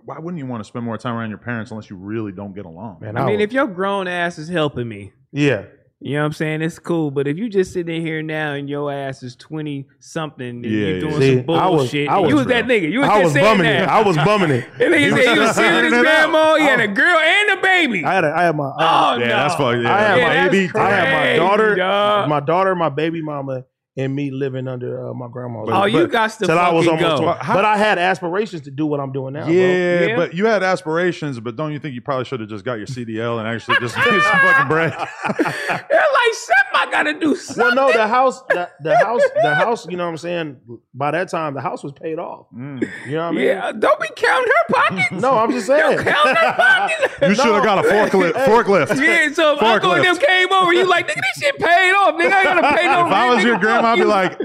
Speaker 1: why wouldn't you want to spend more time around your parents unless you really don't get along?
Speaker 2: Man,
Speaker 3: I mean,
Speaker 2: was-
Speaker 3: if your grown ass is helping me,
Speaker 2: yeah,
Speaker 3: you know what I'm saying? It's cool, but if you just sitting in here now and your ass is 20 something and
Speaker 1: Yeah,
Speaker 3: you're
Speaker 1: yeah.
Speaker 3: doing
Speaker 2: See,
Speaker 3: some
Speaker 2: I was-
Speaker 3: bullshit,
Speaker 2: I
Speaker 3: and you
Speaker 2: was-
Speaker 3: was that nigga. You was
Speaker 2: I
Speaker 3: just
Speaker 2: was
Speaker 3: saying
Speaker 2: bumming it.
Speaker 3: that.
Speaker 2: I was bumming it.
Speaker 3: (laughs) And
Speaker 1: He
Speaker 3: nigga
Speaker 1: was
Speaker 3: said you was sitting with
Speaker 1: figuring
Speaker 3: his
Speaker 1: it out.
Speaker 3: grandma, he had
Speaker 2: I-
Speaker 3: a girl and a baby.
Speaker 2: I had, a, I had my, I had-
Speaker 3: (laughs) oh,
Speaker 1: yeah,
Speaker 3: no.
Speaker 1: that's fucked. Yeah,
Speaker 2: I have
Speaker 1: that's
Speaker 2: my-
Speaker 1: fucked.
Speaker 3: Yeah, that's
Speaker 2: I had my
Speaker 3: crazy,
Speaker 2: daughter,
Speaker 3: dog.
Speaker 2: my daughter, my baby mama, and me living under uh, my grandma's.
Speaker 1: But-
Speaker 3: Oh, you
Speaker 1: but-
Speaker 3: got to
Speaker 2: till
Speaker 3: fucking
Speaker 2: I was
Speaker 3: go.
Speaker 2: almost. 12.
Speaker 1: How-
Speaker 2: but I had aspirations to do what I'm doing now. bro.
Speaker 1: Yeah,
Speaker 3: Yeah.
Speaker 1: but you had (laughs)
Speaker 2: (laughs)
Speaker 1: aspirations, but don't you think you probably should have just got your CDL and actually just made some fucking bread?
Speaker 3: They're like, something I gotta do something.
Speaker 2: Well, no, the house, the, the house,
Speaker 3: (laughs)
Speaker 2: the house. You know what I'm saying? By that time, the house was paid off.
Speaker 1: Mm.
Speaker 2: You know what I mean?
Speaker 3: yeah, don't be counting her pockets.
Speaker 2: No,
Speaker 3: (laughs)
Speaker 2: I'm just saying.
Speaker 3: Don't
Speaker 2: (laughs)
Speaker 3: count her pockets.
Speaker 1: You should have got a forklift. Forklift.
Speaker 3: Yeah, so if Uncle and them came over, you like, nigga, this shit paid off. Nigga, I ain't gotta pay no
Speaker 1: If I
Speaker 3: rent,
Speaker 1: was your
Speaker 3: nigga,
Speaker 1: grandma, I'd be
Speaker 3: fuck
Speaker 1: like,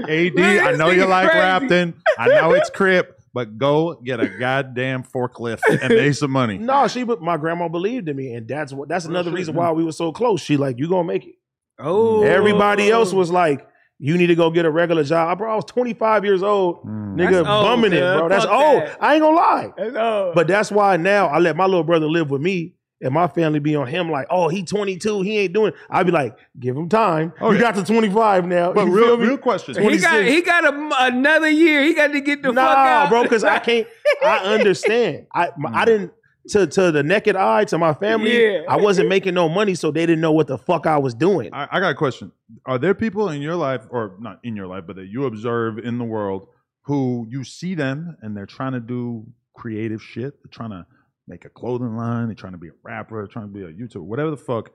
Speaker 1: AD,
Speaker 3: (laughs)
Speaker 1: I know you
Speaker 3: This nigga
Speaker 1: like
Speaker 3: crazy.
Speaker 1: Rapton. I know it's Crip, but go get a goddamn forklift and make some money.
Speaker 2: No, she. But my grandma believed in me, and that's what. That's
Speaker 1: Real
Speaker 2: another
Speaker 1: shit,
Speaker 2: reason
Speaker 1: man.
Speaker 2: why we were so close. She like, you gonna make it.
Speaker 3: you. Oh,
Speaker 2: Everybody else was like, you need to go get a regular job. I, bro, I was 25 years old,
Speaker 1: Mm.
Speaker 2: nigga,
Speaker 3: That's old,
Speaker 2: bumming it,
Speaker 3: dude.
Speaker 2: bro. That's
Speaker 3: Fuck
Speaker 2: old.
Speaker 3: that.
Speaker 2: I ain't gonna lie.
Speaker 3: Oh.
Speaker 2: But that's why now I let my little brother live with me. And my family be on him like, oh, he 22, he ain't doing. I'd be like, give him time.
Speaker 1: Oh,
Speaker 2: you
Speaker 1: yeah.
Speaker 2: got to 25 now.
Speaker 1: But
Speaker 2: you
Speaker 1: real,
Speaker 2: feel me?
Speaker 1: real question.
Speaker 3: he got
Speaker 2: 26.
Speaker 3: he got a m another year. He got to get the fuck
Speaker 2: nah,
Speaker 3: out,
Speaker 2: bro, because I can't.
Speaker 3: (laughs)
Speaker 2: I understand. I my-
Speaker 1: Mm.
Speaker 2: I didn't to to the naked eye to my family.
Speaker 3: Yeah.
Speaker 2: I wasn't making no money, so they didn't know what the fuck I was doing.
Speaker 1: I, I got a question. Are there people in your life, or not in your life, but that you observe in the world who you see them and they're trying to do creative shit? They're trying to make a clothing line, they're trying to be a rapper, they're trying to be a YouTuber, whatever the fuck.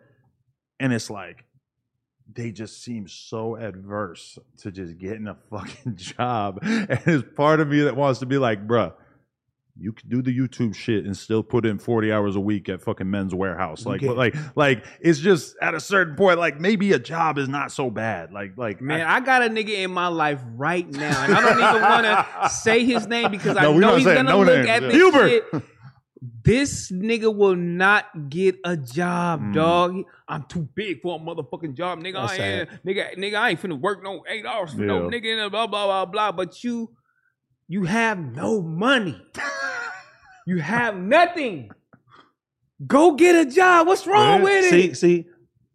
Speaker 1: And it's like, they just seem so adverse to just getting a (laughs) fucking job. And it's part of me that wants to be like, bruh, you could do the YouTube shit and still put in 40 hours a week at fucking men's warehouse.
Speaker 2: You
Speaker 1: Like,
Speaker 2: can.
Speaker 1: like, like it's just at a certain point, like maybe a job is not so bad. Like, like
Speaker 3: Man, I got a nigga in my life right now, and I don't
Speaker 1: (laughs)
Speaker 3: even want to say his name because
Speaker 1: No,
Speaker 3: I
Speaker 1: we
Speaker 3: know
Speaker 1: not
Speaker 3: he's
Speaker 1: saying
Speaker 3: gonna
Speaker 1: no
Speaker 3: look
Speaker 1: names,
Speaker 3: at
Speaker 1: yeah.
Speaker 3: me.
Speaker 1: Hubert.
Speaker 3: shit. This nigga will not get a job,
Speaker 1: Mm.
Speaker 3: dog. He- I'm too big for a motherfucking job, nigga. I ain't, nigga, nigga, I ain't finna work no eight hours for no
Speaker 1: Yeah.
Speaker 3: nigga and blah blah blah blah. But you, you have no money. you have nothing. Go get a job. What's wrong (laughs) with
Speaker 2: see,
Speaker 3: it?
Speaker 2: see,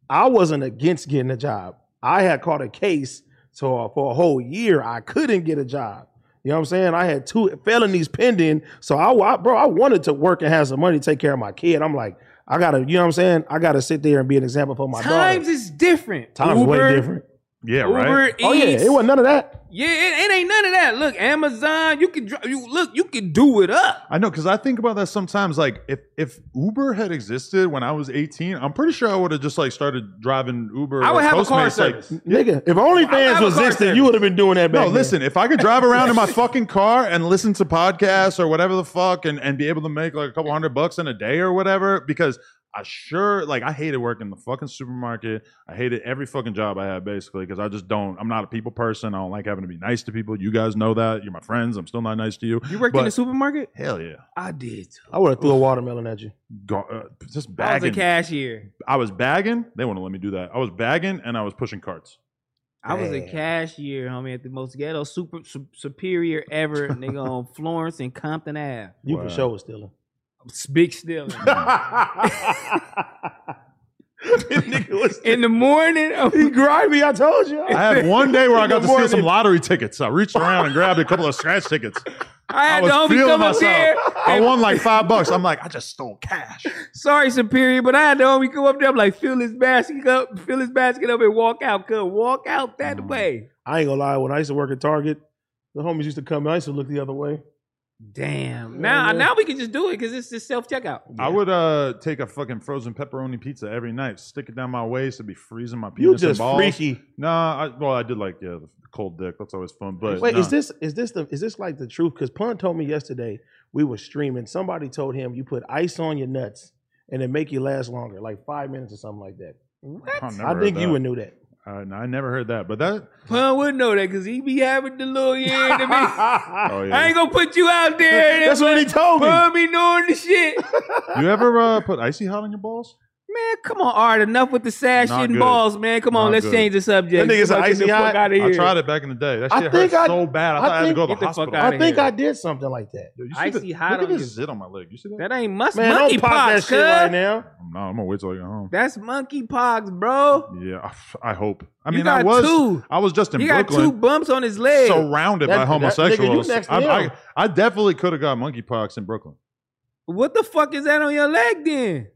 Speaker 2: I wasn't against getting a job. I had caught a case, so uh, for a whole year I couldn't get a job. You know what I'm saying? I had two felonies pending, so I, wa- bro, I wanted to work and have some money to take care of my kid. I'm like, I gotta, you know what I'm saying? I gotta sit there and be an example for my
Speaker 3: Times
Speaker 2: daughter.
Speaker 3: is different.
Speaker 2: Times
Speaker 3: Uber,
Speaker 2: way different.
Speaker 1: yeah,
Speaker 3: Uber
Speaker 1: right.
Speaker 3: Eats.
Speaker 2: Oh yeah, it wasn't none of that.
Speaker 3: Yeah, it, it ain't none of that. Look, Amazon, you can dri- you look, you can do it up.
Speaker 1: I know because I think about that sometimes. Like, if if Uber had existed when I was 18, I'm pretty sure I would have just like started driving Uber.
Speaker 3: I would
Speaker 1: or
Speaker 3: have a car
Speaker 1: Postmates, like,
Speaker 3: service.
Speaker 2: Nigga, if
Speaker 3: I have
Speaker 2: OnlyFans
Speaker 3: a
Speaker 2: was
Speaker 3: car
Speaker 2: existing,
Speaker 3: service.
Speaker 2: you would have been doing that back
Speaker 1: No,
Speaker 2: then.
Speaker 1: listen, if I could drive around in my fucking car and listen to podcasts or whatever the fuck and, and be able to make like a couple hundred bucks in a day or whatever, because I sure, like, I hated working in the fucking supermarket. I hated every fucking job I had basically because I just don't, I'm not a people person. I don't like having to be nice to people. You guys know that. You're my friends. I'm still not nice to you.
Speaker 3: You worked
Speaker 1: But-
Speaker 3: in the supermarket?
Speaker 1: Hell yeah.
Speaker 3: I did. Too.
Speaker 2: I would have threw a watermelon at you.
Speaker 1: Go, uh, just
Speaker 3: I was a
Speaker 1: bagging.
Speaker 3: cashier.
Speaker 1: I was bagging. They wouldn't let me do that. I was bagging and I was pushing carts.
Speaker 3: I was a
Speaker 2: Man.
Speaker 3: cashier, homie, at the most ghetto super su- superior
Speaker 1: (laughs)
Speaker 3: ever, nigga, on Florence and Compton Ave.
Speaker 2: You
Speaker 1: Wow.
Speaker 2: for sure
Speaker 1: (laughs)
Speaker 2: was (laughs) stealing.
Speaker 3: It's Big still.
Speaker 2: Nigga was
Speaker 3: In the morning, (laughs)
Speaker 2: He
Speaker 3: I'm-
Speaker 2: grimy, I told you.
Speaker 1: (laughs) I had one day
Speaker 3: (laughs)
Speaker 1: where I got to
Speaker 2: Good
Speaker 1: steal some
Speaker 2: morning.
Speaker 1: lottery tickets. I reached around and grabbed a couple of scratch tickets.
Speaker 3: I
Speaker 1: I
Speaker 3: had
Speaker 1: was
Speaker 3: the homie
Speaker 1: feeling
Speaker 3: come up
Speaker 1: myself.
Speaker 3: there.
Speaker 1: I won like five bucks. I'm (laughs) like, I just stole cash.
Speaker 3: Sorry, superior, but I had the homie come up there. I'm like, fill his basket up, fill his basket up, and walk out. Cause walk out that
Speaker 1: Mm.
Speaker 3: way.
Speaker 2: I ain't gonna lie, when I used to work at Target, the homies used to come, I used to look the other way.
Speaker 3: Damn.
Speaker 2: Yeah,
Speaker 3: Now,
Speaker 2: yeah.
Speaker 3: now we can just do it because it's just self checkout.
Speaker 1: I would uh take a fucking frozen pepperoni pizza every night, stick it down my waist, it'd be freezing my
Speaker 2: You
Speaker 1: penis and
Speaker 2: just
Speaker 1: balls.
Speaker 2: freaky.
Speaker 1: Nah, I, well, I did like yeah, the cold dick. That's always fun. But
Speaker 2: Wait,
Speaker 1: nah.
Speaker 2: is this is this the is this like the truth? Because Pun told me yesterday we were streaming. Somebody told him you put ice on your nuts and it make you last longer, like five minutes or something like that.
Speaker 1: I've never
Speaker 2: I think
Speaker 1: heard
Speaker 2: you
Speaker 1: that.
Speaker 2: would knew that.
Speaker 1: Uh, no, I never heard that, but that.
Speaker 3: Pun would know that because he be having the little
Speaker 2: (laughs)
Speaker 3: yeah in the mix.
Speaker 1: Oh
Speaker 3: I
Speaker 1: yeah.
Speaker 3: ain't gonna put you out there.
Speaker 2: That's what he told me.
Speaker 3: Pun be knowing the shit.
Speaker 1: You ever uh, put icy hot on your balls?
Speaker 3: Man, come on, Art. Enough with the sash
Speaker 1: Not
Speaker 3: shit
Speaker 1: good.
Speaker 3: and balls, man. Come on,
Speaker 1: Not
Speaker 3: let's
Speaker 1: good.
Speaker 3: change the subject.
Speaker 2: That nigga said
Speaker 3: Get
Speaker 2: icy
Speaker 3: the fuck
Speaker 2: hot.
Speaker 3: out of here.
Speaker 1: I tried it back in the day. That
Speaker 2: I
Speaker 1: shit hurt
Speaker 2: think I-
Speaker 1: so bad. I
Speaker 2: I
Speaker 1: thought I, had to
Speaker 2: think-
Speaker 1: go to the
Speaker 3: Get the fuck
Speaker 1: hospital.
Speaker 3: outta
Speaker 2: I think
Speaker 3: here.
Speaker 2: I did something like that.
Speaker 1: Yo, you see
Speaker 3: Icy
Speaker 1: the-
Speaker 3: hot
Speaker 1: Look
Speaker 3: on
Speaker 1: at this
Speaker 3: you.
Speaker 1: zit on my leg. You see that?
Speaker 3: That ain't mus-
Speaker 2: Man,
Speaker 3: monkey
Speaker 2: don't pop that
Speaker 3: pox,
Speaker 2: shit right
Speaker 3: cuz.
Speaker 2: now.
Speaker 1: No, I'm gonna wait till I get home.
Speaker 3: That's monkey pox, bro.
Speaker 1: Yeah, I hope. I
Speaker 3: You
Speaker 1: mean, I
Speaker 3: got
Speaker 1: was.
Speaker 3: two.
Speaker 1: I was just in
Speaker 3: He got
Speaker 1: Brooklyn.
Speaker 3: two bumps on his leg.
Speaker 1: surrounded by
Speaker 2: That- that- nigga, you
Speaker 1: homosexuals.
Speaker 2: next to
Speaker 1: I, I,
Speaker 2: him.
Speaker 1: I definitely could have got monkeypox in Brooklyn.
Speaker 3: what the fuck is that on your leg then?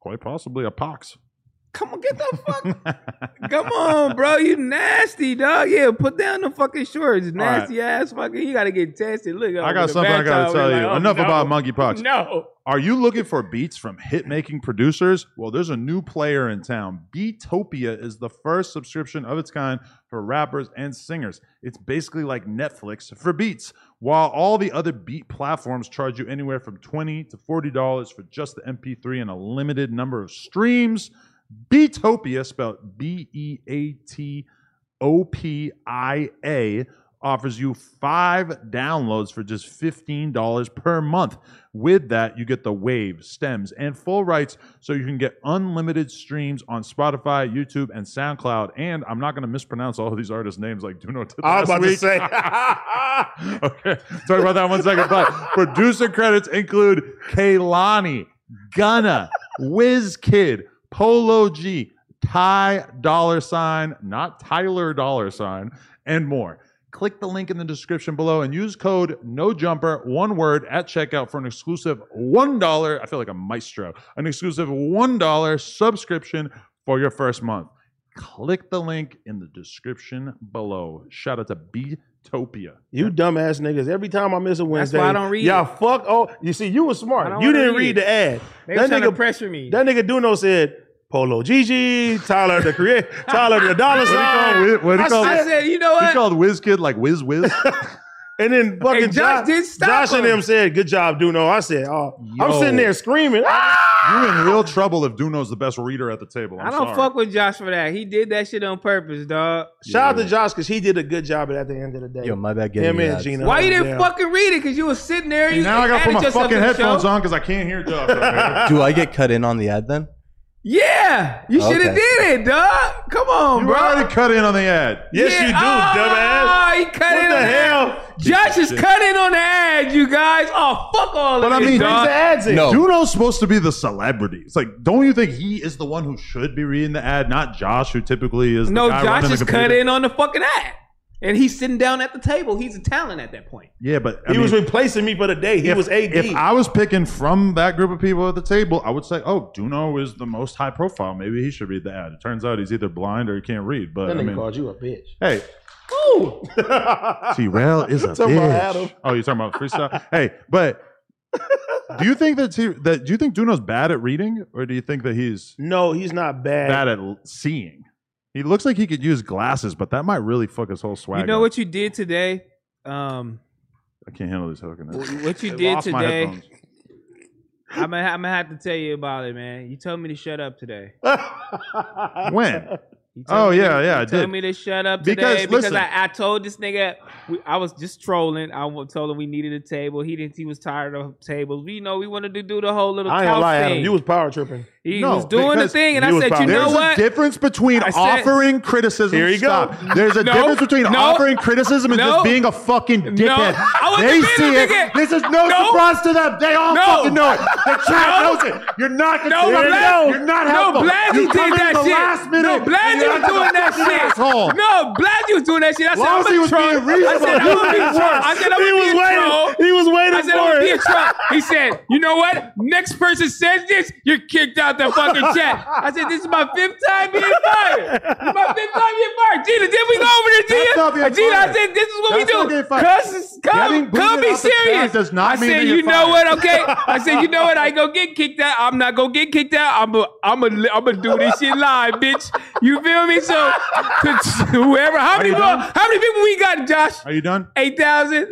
Speaker 1: Quite possibly a pox. (laughs)
Speaker 3: Come on, get the fuck. Come on, bro. You nasty, dog. Yeah, put down the fucking shorts. Nasty ass fucking. You gotta get tested. Look,
Speaker 1: I got something I got to tell you.
Speaker 3: oh,
Speaker 2: oh,
Speaker 1: Enough about monkeypox.
Speaker 3: No.
Speaker 1: Are you looking for beats from hit making producers? Well, there's a new player in town. Beatopia is the first subscription of its kind for rappers and singers. It's basically like Netflix for beats. While all the other beat platforms charge you anywhere from $20 to $40 for just the MP3 and a limited number of streams, Beatopia, spelled B E A T O P I A, offers you five downloads for just $15 per month. With that, you get the wave, stems, and full rights so you can get unlimited streams on Spotify, YouTube, and SoundCloud. And I'm not going to mispronounce all of these artists' names like Duno did
Speaker 2: I was
Speaker 1: last
Speaker 2: about to
Speaker 1: week.
Speaker 2: say.
Speaker 1: (laughs)
Speaker 2: (laughs)
Speaker 1: okay, talk about that one second. But producer credits include Kaylani, Gunna, Whiz Kid, Polo G, Ty Dollar Sign, not Tyler Dollar Sign, and more. Click the link in the description below and use code NOJUMPER, one word, at checkout for an exclusive $1. I feel like a maestro. An exclusive $1 subscription for your first month. Click the link in the description below. Shout out to Beatopia.
Speaker 2: You dumbass niggas. Every time I miss a Wednesday,
Speaker 3: why I don't read
Speaker 2: Y'all fuck. Oh, you see, you were
Speaker 3: I
Speaker 2: smart.
Speaker 3: don't
Speaker 2: You
Speaker 3: wanna
Speaker 2: didn't read
Speaker 3: read
Speaker 2: the ad.
Speaker 3: They
Speaker 2: That
Speaker 3: trying to
Speaker 2: nigga,
Speaker 3: pressure me.
Speaker 2: that nigga Duno said Polo Gigi, Tyler the
Speaker 3: (laughs)
Speaker 2: create, Tyler the dollar sign.
Speaker 1: What do you call- what do you
Speaker 2: I
Speaker 1: call-
Speaker 2: said-
Speaker 3: I said, you know
Speaker 1: He
Speaker 3: what?
Speaker 1: called WizKid like Wiz Wiz. (laughs)
Speaker 2: And then fucking
Speaker 3: And Josh
Speaker 2: Josh,
Speaker 3: did stop
Speaker 2: Josh and
Speaker 3: him.
Speaker 2: them said, "Good job, Duno." I said, "Oh, I'm
Speaker 1: Yo.
Speaker 2: sitting there screaming." "Ah!"
Speaker 1: You're in real trouble if Duno's the best reader at the table. I'm
Speaker 3: I don't
Speaker 1: sorry.
Speaker 3: fuck with Josh for that. He did that shit on purpose, dog.
Speaker 2: Shout out
Speaker 1: Yeah.
Speaker 2: to Josh because he did a good job. At the end of the day,
Speaker 4: Yo, my bad.
Speaker 2: him
Speaker 4: Getting
Speaker 2: and
Speaker 4: ads.
Speaker 2: Gina.
Speaker 3: Why you didn't
Speaker 2: Yeah.
Speaker 3: fucking read it? Cause you was sitting there.
Speaker 1: See,
Speaker 3: you
Speaker 1: now I got to put
Speaker 3: added
Speaker 1: my
Speaker 3: yourself
Speaker 1: fucking
Speaker 3: to the
Speaker 1: headphones
Speaker 3: show.
Speaker 1: on because I can't hear Josh.
Speaker 3: (laughs)
Speaker 1: Right
Speaker 4: Do I get cut in on the ad then?
Speaker 3: Yeah, you should have
Speaker 4: Okay.
Speaker 3: did it, dog. Come on,
Speaker 1: you
Speaker 3: bro.
Speaker 1: already cut in on the ad.
Speaker 2: Yes, you do, dumbass.
Speaker 3: Oh, he cut
Speaker 2: What
Speaker 3: in
Speaker 2: the
Speaker 3: on
Speaker 2: hell?
Speaker 3: Ad. Josh is cutting on the ad, you guys. Oh, fuck all
Speaker 1: But
Speaker 3: of
Speaker 1: I
Speaker 3: this,
Speaker 1: mean,
Speaker 2: Where's
Speaker 3: dog.
Speaker 2: the ads at?
Speaker 4: No.
Speaker 1: Duno's supposed to be the celebrity. It's like, don't you think he is the one who should be reading the ad, not Josh, who typically is
Speaker 3: No,
Speaker 1: the guy
Speaker 3: Josh
Speaker 1: running
Speaker 3: is
Speaker 1: the
Speaker 3: cut
Speaker 1: computer?
Speaker 3: in on the fucking ad, and he's sitting down at the table. He's a talent at that point.
Speaker 1: Yeah, but I
Speaker 2: He was
Speaker 1: mean,
Speaker 2: replacing me for the day. He
Speaker 1: if,
Speaker 2: was AD.
Speaker 1: If I was picking from that group of people at the table, I would say, oh, Duno is the most high profile. Maybe he should read the ad. It turns out he's either blind or he can't read. But
Speaker 2: that
Speaker 1: I
Speaker 2: nigga
Speaker 1: mean,
Speaker 2: called you a bitch.
Speaker 1: hey, (laughs)
Speaker 2: Ooh. (laughs)
Speaker 1: T-Rail is a
Speaker 2: Talking about Adam.
Speaker 1: bitch. Oh, you're talking about freestyle. hey, but
Speaker 2: (laughs)
Speaker 1: do you think that T- that do you think Duno's bad at reading, or do you think that he's
Speaker 2: no, he's not bad.
Speaker 1: bad at l- seeing? He looks like he could use glasses, but that might really fuck his whole swag.
Speaker 3: You know
Speaker 1: up.
Speaker 3: what you did today? Um,
Speaker 1: I can't handle this hooking.
Speaker 3: what
Speaker 1: I
Speaker 3: you did
Speaker 1: lost my
Speaker 3: today? (laughs)
Speaker 1: headphones.
Speaker 3: I'm gonna, I'm gonna have to tell you about it, man. You told me to shut up today. (laughs)
Speaker 1: When?
Speaker 3: You told
Speaker 1: Oh
Speaker 3: me-
Speaker 1: yeah, yeah, I
Speaker 3: you told
Speaker 1: did.
Speaker 3: me to shut up today
Speaker 1: Because,
Speaker 3: because,
Speaker 1: listen.
Speaker 3: I, I told this nigga we, I was just trolling. I wa- told him we needed a table. He didn't. He was tired of tables. We know we wanted to do the whole little
Speaker 2: I ain't
Speaker 3: couch
Speaker 2: gonna lie,
Speaker 3: thing.
Speaker 2: Adam. You was power tripping.
Speaker 3: he
Speaker 1: No,
Speaker 3: was doing the
Speaker 1: because
Speaker 3: thing, and
Speaker 2: you
Speaker 3: I
Speaker 2: was
Speaker 3: said, you
Speaker 2: probably-
Speaker 3: know
Speaker 1: There's a
Speaker 3: what?
Speaker 1: difference between
Speaker 3: I said-
Speaker 1: offering criticism.
Speaker 2: Here you go.
Speaker 1: Stop. There's a
Speaker 3: No,
Speaker 1: difference between
Speaker 3: no,
Speaker 1: offering criticism and
Speaker 3: no,
Speaker 1: just being a fucking dickhead.
Speaker 3: I wasn't
Speaker 1: they
Speaker 3: being a
Speaker 1: see it.
Speaker 3: dickhead.
Speaker 1: This is no,
Speaker 3: No.
Speaker 1: surprise to them. They all
Speaker 3: No.
Speaker 1: fucking know it.
Speaker 3: (laughs)
Speaker 1: The chat
Speaker 3: No.
Speaker 1: knows it. You're not. The
Speaker 3: No,
Speaker 1: you're,
Speaker 3: Blas-
Speaker 1: you're not
Speaker 3: no,
Speaker 1: helpful.
Speaker 3: Blas-
Speaker 1: you
Speaker 3: you did
Speaker 1: come in
Speaker 3: that
Speaker 1: the
Speaker 3: shit.
Speaker 1: last minute.
Speaker 3: No, Blas,
Speaker 1: and
Speaker 3: you
Speaker 1: you're
Speaker 3: was doing
Speaker 1: acting
Speaker 3: that
Speaker 1: like an
Speaker 3: shit.
Speaker 1: Asshole.
Speaker 3: No, Glad you was doing that shit. I said,
Speaker 1: Long as he
Speaker 3: I'm a
Speaker 1: was
Speaker 3: troll.
Speaker 1: being
Speaker 3: I said, I'm gonna be
Speaker 1: reasonable.
Speaker 3: a troll. I said, I'm
Speaker 2: He
Speaker 3: gonna be
Speaker 2: was
Speaker 3: a troll.
Speaker 2: waiting. He was waiting
Speaker 3: I said, I'm
Speaker 2: for
Speaker 3: gonna be
Speaker 2: it.
Speaker 3: a troll. He said, you know what? Next person says this, you're kicked out the fucking chat. I said, this is my fifth time being fired. This is my fifth time being fired. Gina, did we go over there, Gina?
Speaker 1: That's not being
Speaker 3: Gina, I
Speaker 1: fired.
Speaker 3: said, this is what
Speaker 1: That's not
Speaker 3: we do.
Speaker 1: being fired.
Speaker 3: Cuss,
Speaker 1: Getting
Speaker 3: come,
Speaker 1: booted
Speaker 3: come be
Speaker 1: off the chat
Speaker 3: serious.
Speaker 1: does not
Speaker 3: I
Speaker 1: mean
Speaker 3: said,
Speaker 1: that
Speaker 3: you
Speaker 1: you're
Speaker 3: know
Speaker 1: fired.
Speaker 3: what? Okay. I said, you know what? I ain't gonna get kicked out. I'm not gonna get kicked out. I'm gonna I'm gonna I'm gonna do this shit live, bitch. You feel me? So to, to whoever, how many
Speaker 1: you
Speaker 3: people,
Speaker 1: done?
Speaker 3: how many people we got, Josh?
Speaker 1: Are you done?
Speaker 3: Eight thousand.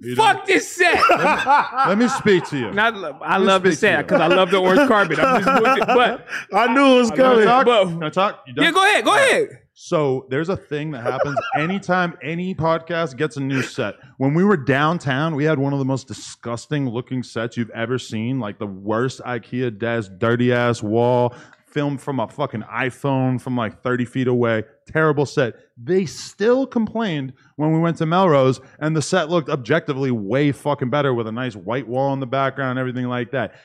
Speaker 1: You
Speaker 3: Fuck this set.
Speaker 1: Let me speak to you.
Speaker 3: Not, I love
Speaker 1: speak
Speaker 3: this
Speaker 1: to you.
Speaker 3: set because I love the orange carpet. I'm just moving,
Speaker 2: (laughs)
Speaker 3: but
Speaker 2: I knew it was
Speaker 1: Can I
Speaker 2: coming.
Speaker 1: talk?
Speaker 3: Bro.
Speaker 1: Can I talk? You done?
Speaker 3: yeah, go ahead, go ahead.
Speaker 1: So there's a thing that happens anytime any podcast gets a new set. When we were downtown, we had one of the most disgusting looking sets you've ever seen, like the worst IKEA desk, dirty ass wall, filmed from a fucking iPhone from like 30 feet away. Terrible set. They still complained when we went to Melrose, and the set looked objectively way fucking better with a nice white wall in the background and everything like that.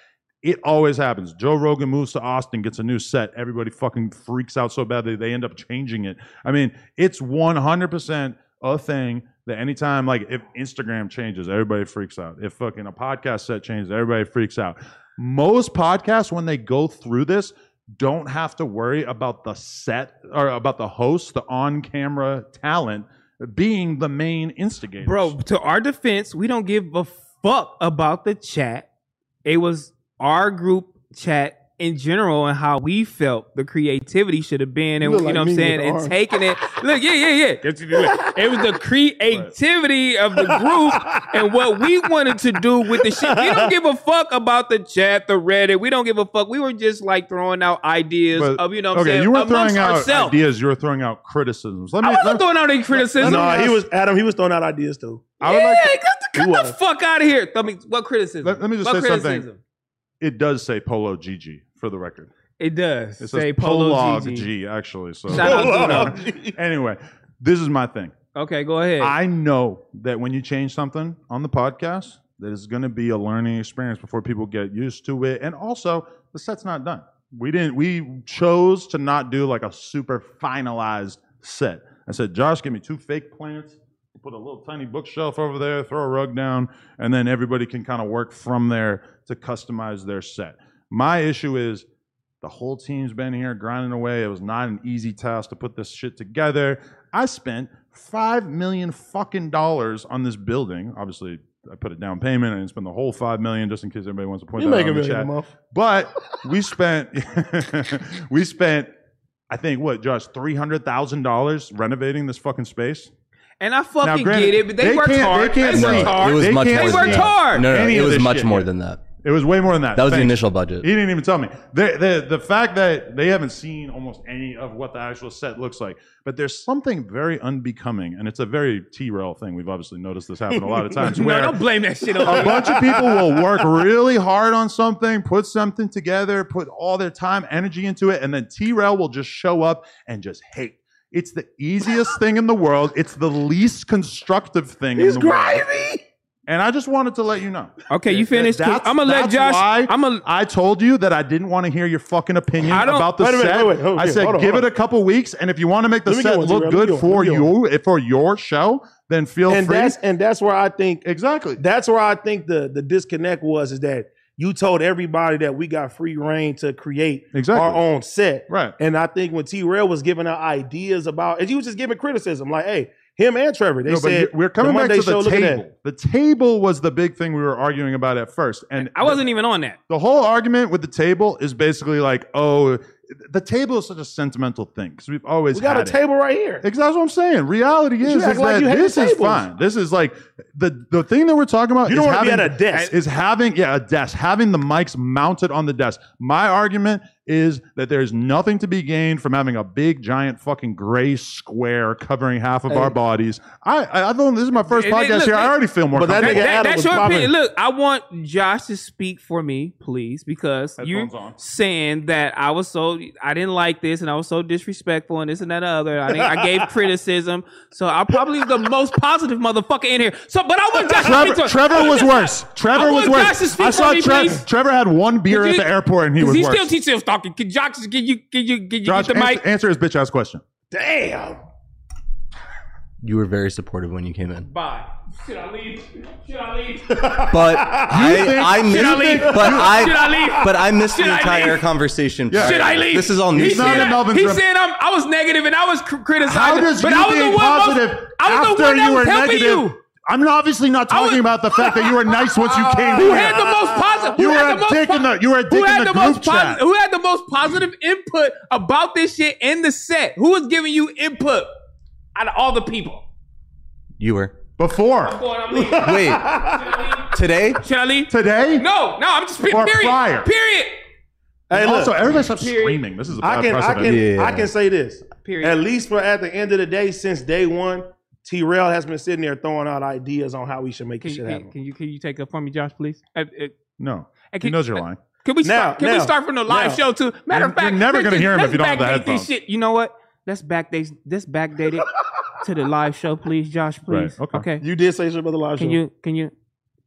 Speaker 1: It always happens. Joe Rogan moves to Austin, gets a new set. Everybody fucking freaks out so badly they end up changing it. I mean, it's 100% a thing that anytime, like, if Instagram changes, everybody freaks out. If fucking a podcast set changes, everybody freaks out. Most podcasts, when they go through this, don't have to worry about the set or about the host, the on-camera talent being the main instigator.
Speaker 3: Bro, (laughs) to our defense, we don't give a fuck about the chat. It was our group chat in general and how we felt the creativity should have been and
Speaker 2: You
Speaker 3: you,
Speaker 2: look like
Speaker 3: know what
Speaker 2: me
Speaker 3: I'm saying
Speaker 2: with the
Speaker 3: and
Speaker 2: arm. (laughs)
Speaker 3: taking it. Look, yeah, yeah, yeah. It was the creativity of the group
Speaker 1: (laughs)
Speaker 3: and what we wanted to do with the shit. We don't give a fuck about the chat, the Reddit. We don't give a fuck. We were just like throwing out ideas
Speaker 1: But-
Speaker 3: of you know what
Speaker 1: okay,
Speaker 3: I'm saying
Speaker 1: you weren't
Speaker 3: amongst
Speaker 1: throwing out
Speaker 3: ourselves.
Speaker 1: ideas; you were throwing out criticisms. Let me.
Speaker 3: I
Speaker 1: let,
Speaker 3: wasn't throwing out any criticism.
Speaker 2: no,
Speaker 1: me
Speaker 2: he
Speaker 1: ask-
Speaker 2: was Adam. He was throwing out ideas too.
Speaker 1: I would like.
Speaker 3: yeah, cut the,
Speaker 2: You
Speaker 3: cut the
Speaker 2: are-
Speaker 3: fuck out of here. I mean, what criticism?
Speaker 1: Let- let me just
Speaker 3: what
Speaker 1: say something. It does say Polo GG for the record.
Speaker 3: It does.
Speaker 1: It
Speaker 3: say
Speaker 1: says
Speaker 3: Polo
Speaker 1: Polog
Speaker 3: GG.
Speaker 1: G actually. So
Speaker 3: Shout
Speaker 1: (laughs)
Speaker 3: out
Speaker 1: anyway, this is my thing.
Speaker 3: Okay, go ahead.
Speaker 1: I know that when you change something on the podcast, that it's going to be a learning experience before people get used to it. And also, the set's not done. We didn't. We chose to not do like a super finalized set. I said, Josh, give me two fake plants. Put a little tiny bookshelf over there. Throw a rug down, and then everybody can kind of work from there to customize their set. My issue is the whole team's been here grinding away. It was not an easy task to put this shit together. I spent five million fucking dollars on this building. Obviously, I put a down payment. I didn't spend the whole five million just in case anybody wants to point
Speaker 2: (laughs) You
Speaker 1: that
Speaker 2: make
Speaker 1: out
Speaker 2: a
Speaker 1: in the
Speaker 2: million
Speaker 1: chat.
Speaker 2: a month.
Speaker 1: But we spent (laughs) we spent I think what Josh three hundred thousand dollars renovating this fucking space.
Speaker 3: and I fucking
Speaker 1: Now, granted,
Speaker 3: get it, but they,
Speaker 1: they
Speaker 3: worked
Speaker 1: can't-
Speaker 3: hard.
Speaker 1: they can't
Speaker 3: They
Speaker 1: see.
Speaker 3: worked hard.
Speaker 4: it was
Speaker 1: They
Speaker 4: much
Speaker 1: can't
Speaker 4: more.
Speaker 3: They
Speaker 4: than
Speaker 3: worked
Speaker 4: that.
Speaker 3: hard.
Speaker 4: No, no,
Speaker 1: Any
Speaker 4: it
Speaker 1: of
Speaker 4: was
Speaker 1: this
Speaker 4: much
Speaker 1: shit,
Speaker 4: more
Speaker 1: yeah.
Speaker 4: than that.
Speaker 1: It was way more than that.
Speaker 4: That was the
Speaker 1: Thanks.
Speaker 4: initial budget.
Speaker 1: He didn't even tell me. The, the, the fact that they haven't seen almost any of what the actual set looks like, but there's something very unbecoming, and it's a very T Rail thing. We've obviously noticed this happen a lot of times
Speaker 3: (laughs) No,
Speaker 1: where
Speaker 3: don't blame that shit
Speaker 1: a
Speaker 3: on me.
Speaker 1: bunch of people will work really hard on something, put something together, put all their time, energy into it, and then T Rail will just show up and just hate. It's the easiest thing in the world. It's the least constructive thing
Speaker 2: He's
Speaker 1: in the world.
Speaker 2: crazy.
Speaker 1: And I just wanted to let you know.
Speaker 3: Okay, you
Speaker 1: That-
Speaker 3: finished.
Speaker 1: that's-
Speaker 3: I'm gonna let
Speaker 1: that's
Speaker 3: Josh.
Speaker 1: why-
Speaker 3: I'm gonna.
Speaker 1: I told you that I didn't want to hear your fucking opinion
Speaker 3: I don't-
Speaker 1: about the
Speaker 2: Wait a minute,
Speaker 1: set.
Speaker 2: wait, wait, hold-
Speaker 1: I
Speaker 2: yeah,
Speaker 1: said
Speaker 2: hold on,
Speaker 1: give
Speaker 2: hold
Speaker 1: it a couple weeks, and if you want to make the
Speaker 2: Let me get
Speaker 1: set
Speaker 2: one,
Speaker 1: look
Speaker 2: T-Rail, let me
Speaker 1: good
Speaker 2: get one,
Speaker 1: for
Speaker 2: let me get
Speaker 1: you for your show, then feel
Speaker 2: And
Speaker 1: free.
Speaker 2: that's and that's where I think
Speaker 1: exactly.
Speaker 2: that's where I think the the disconnect was is that you told everybody that we got free reign to create
Speaker 1: Exactly.
Speaker 2: our own set.
Speaker 1: right.
Speaker 2: And I think when T Rail was giving out ideas about, and you was just giving criticism, like, hey, him and Trevor, they
Speaker 1: No, but
Speaker 2: said
Speaker 1: you- we're coming
Speaker 2: the
Speaker 1: back
Speaker 2: Monday
Speaker 1: to the
Speaker 2: show, look at that.
Speaker 1: table. The table was the big thing we were arguing about at first, and
Speaker 3: I wasn't even on that.
Speaker 1: The whole argument with the table is basically like, oh, the table is such a sentimental thing because we've always
Speaker 2: we got a
Speaker 1: had it.
Speaker 2: table right here.
Speaker 1: Exactly that's what I'm saying. Reality is,
Speaker 2: act
Speaker 1: is
Speaker 2: like
Speaker 1: that
Speaker 2: you hate
Speaker 1: this
Speaker 2: the
Speaker 1: is
Speaker 2: tables.
Speaker 1: fine. This is like the the thing that we're talking about.
Speaker 2: You
Speaker 1: is
Speaker 2: don't wanna be
Speaker 1: having-
Speaker 2: at a desk.
Speaker 1: Is having yeah a desk, having the mics mounted on the desk. My argument is that there's nothing to be gained from having a big giant fucking gray square covering half of
Speaker 2: Hey.
Speaker 1: our bodies. I I, I don't. This is my first
Speaker 3: Hey, hey,
Speaker 1: podcast
Speaker 3: look,
Speaker 1: here.
Speaker 3: hey.
Speaker 1: I already feel more.
Speaker 2: But that
Speaker 3: That-
Speaker 1: comfortable.
Speaker 2: nigga
Speaker 3: that-
Speaker 2: Adam
Speaker 3: that's
Speaker 2: was
Speaker 3: your
Speaker 2: popping.
Speaker 3: opinion. Look, I want Josh to speak for me, please, because you
Speaker 1: Headphones on.
Speaker 3: saying that I was so I didn't like this and I was so disrespectful and this and that and other. I, think
Speaker 1: (laughs)
Speaker 3: I gave criticism, so I'm probably the most positive motherfucker in here. So, but I want Josh. to
Speaker 1: Trevor,
Speaker 3: speak to
Speaker 1: Trevor was worse.
Speaker 3: I
Speaker 1: Trevor was
Speaker 3: want Josh to
Speaker 1: worse.
Speaker 3: speak
Speaker 1: I
Speaker 3: for
Speaker 1: saw
Speaker 3: me,
Speaker 1: Trevor.
Speaker 3: please.
Speaker 1: Trevor had one beer
Speaker 3: Could
Speaker 1: at
Speaker 3: you-
Speaker 1: the airport and he was
Speaker 3: he
Speaker 1: worse.
Speaker 3: still teach still talking. Can Josh just get you? Can you? Can you
Speaker 1: Josh,
Speaker 3: get the
Speaker 1: ans-
Speaker 3: mic?
Speaker 1: answer his bitch ass question.
Speaker 2: Damn.
Speaker 4: You were very supportive when you came
Speaker 3: (laughs)
Speaker 4: in.
Speaker 3: Bye. Should I leave? Should I leave?
Speaker 4: But I, I missed,
Speaker 3: Should I leave?
Speaker 4: but I,
Speaker 3: Should I leave?
Speaker 4: but I missed
Speaker 3: Should
Speaker 4: the
Speaker 3: I
Speaker 4: entire
Speaker 3: leave?
Speaker 4: conversation.
Speaker 1: Yeah.
Speaker 3: Should I leave?
Speaker 4: This is all
Speaker 3: He
Speaker 4: new.
Speaker 1: not
Speaker 3: said,
Speaker 1: a Melvin
Speaker 3: he
Speaker 1: Drum-
Speaker 3: said I'm, I was negative and I was cr- criticizing.
Speaker 1: How does
Speaker 3: but
Speaker 1: you
Speaker 3: I was
Speaker 1: being
Speaker 3: the one
Speaker 1: positive
Speaker 3: Most, I was
Speaker 1: after
Speaker 3: the one that
Speaker 1: you
Speaker 3: was
Speaker 1: were
Speaker 3: helping
Speaker 1: negative?
Speaker 3: you.
Speaker 1: I'm obviously not talking
Speaker 3: was-
Speaker 1: about the fact that you were nice once you came
Speaker 3: Who
Speaker 1: here.
Speaker 3: had the most positive?
Speaker 1: You
Speaker 3: who
Speaker 1: were
Speaker 3: had
Speaker 1: a
Speaker 3: the most
Speaker 1: dick in the- you were a dick
Speaker 3: who
Speaker 1: in
Speaker 3: had
Speaker 1: the
Speaker 3: most
Speaker 1: group
Speaker 3: posi-
Speaker 1: chat.
Speaker 3: Who had the most positive input about this shit in the set? Who was giving you input out of all the people?
Speaker 4: You were.
Speaker 1: Before
Speaker 3: Boy,
Speaker 1: (laughs)
Speaker 3: I'm leaving. Should
Speaker 4: Wait,
Speaker 3: I
Speaker 4: today?
Speaker 3: leave? Should I leave?
Speaker 1: today.
Speaker 3: No, no, I'm just pe-
Speaker 1: Or
Speaker 3: period.
Speaker 1: prior.
Speaker 3: Period.
Speaker 2: Hey, look,
Speaker 1: also, everybody stop screaming. This is a bad
Speaker 2: I can I
Speaker 1: precedent.
Speaker 2: can
Speaker 4: Yeah.
Speaker 2: I can say this.
Speaker 3: Period.
Speaker 2: At least for at the end of the day, since day one, T Rail has been sitting there throwing out ideas on how we should make
Speaker 3: Can
Speaker 2: this
Speaker 3: you,
Speaker 2: shit
Speaker 3: can,
Speaker 2: happen.
Speaker 3: can you can you take up for me, Josh, please? Uh, uh,
Speaker 1: no,
Speaker 3: uh,
Speaker 1: he
Speaker 3: can,
Speaker 1: knows you're lying.
Speaker 3: Can we
Speaker 2: Now,
Speaker 3: start? Can we
Speaker 2: now,
Speaker 3: start from the live
Speaker 2: now.
Speaker 3: show too? Matter of
Speaker 1: You're-
Speaker 3: fact,
Speaker 1: you're never
Speaker 3: let's
Speaker 1: gonna
Speaker 3: just-
Speaker 1: hear him if you
Speaker 3: let's
Speaker 1: don't have the
Speaker 3: backdate this
Speaker 1: headphones.
Speaker 3: shit. You know what? Let's backdate. Let's backdate it to the live show, please, Josh. Please.
Speaker 1: Right, okay.
Speaker 2: You did say something about the live
Speaker 3: Can
Speaker 2: show.
Speaker 3: you? Can you?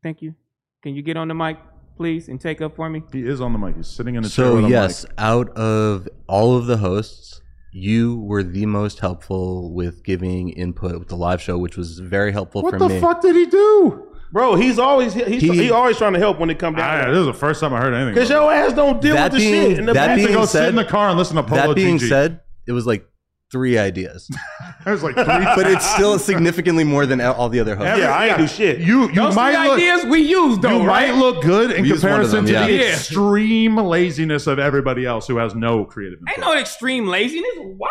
Speaker 3: Thank you. Can you get on the mic, please, and take up for me?
Speaker 1: He is on the mic. He's sitting in a chair.
Speaker 4: So
Speaker 1: with a mic.
Speaker 4: yes, out of all of the hosts, you were the most helpful with giving input with the live show, which was very helpful
Speaker 1: What
Speaker 4: for
Speaker 1: the
Speaker 4: me.
Speaker 1: fuck did he do?
Speaker 2: bro. He's always he, he's,
Speaker 4: He-
Speaker 2: he always trying to help when it come
Speaker 1: I,
Speaker 2: down.
Speaker 1: this is the first time I heard anything.
Speaker 2: Because
Speaker 1: about
Speaker 2: your ass don't deal
Speaker 4: That
Speaker 2: with the
Speaker 4: being-
Speaker 2: shit. And the
Speaker 4: that
Speaker 1: it. I
Speaker 2: back-
Speaker 1: had to go
Speaker 4: being
Speaker 1: sit in
Speaker 4: said-
Speaker 1: the car and listen to Polo
Speaker 4: that being
Speaker 1: GG.
Speaker 4: said, it was like three ideas,
Speaker 1: there's like three
Speaker 4: (laughs) but it's
Speaker 2: (laughs)
Speaker 4: still significantly more than all the other hosts.
Speaker 1: Every-
Speaker 2: yeah, I
Speaker 1: yeah.
Speaker 2: ain't do shit.
Speaker 1: You you
Speaker 5: Those
Speaker 1: might
Speaker 5: three
Speaker 1: look,
Speaker 5: ideas we used though,
Speaker 1: you
Speaker 5: right?
Speaker 1: might look good in
Speaker 4: We used one of
Speaker 1: comparison
Speaker 4: them,
Speaker 1: to
Speaker 5: yeah.
Speaker 1: the
Speaker 5: Yeah.
Speaker 1: extreme laziness of everybody else who has no creative.
Speaker 5: Ain't
Speaker 1: input.
Speaker 5: no extreme laziness. Wow.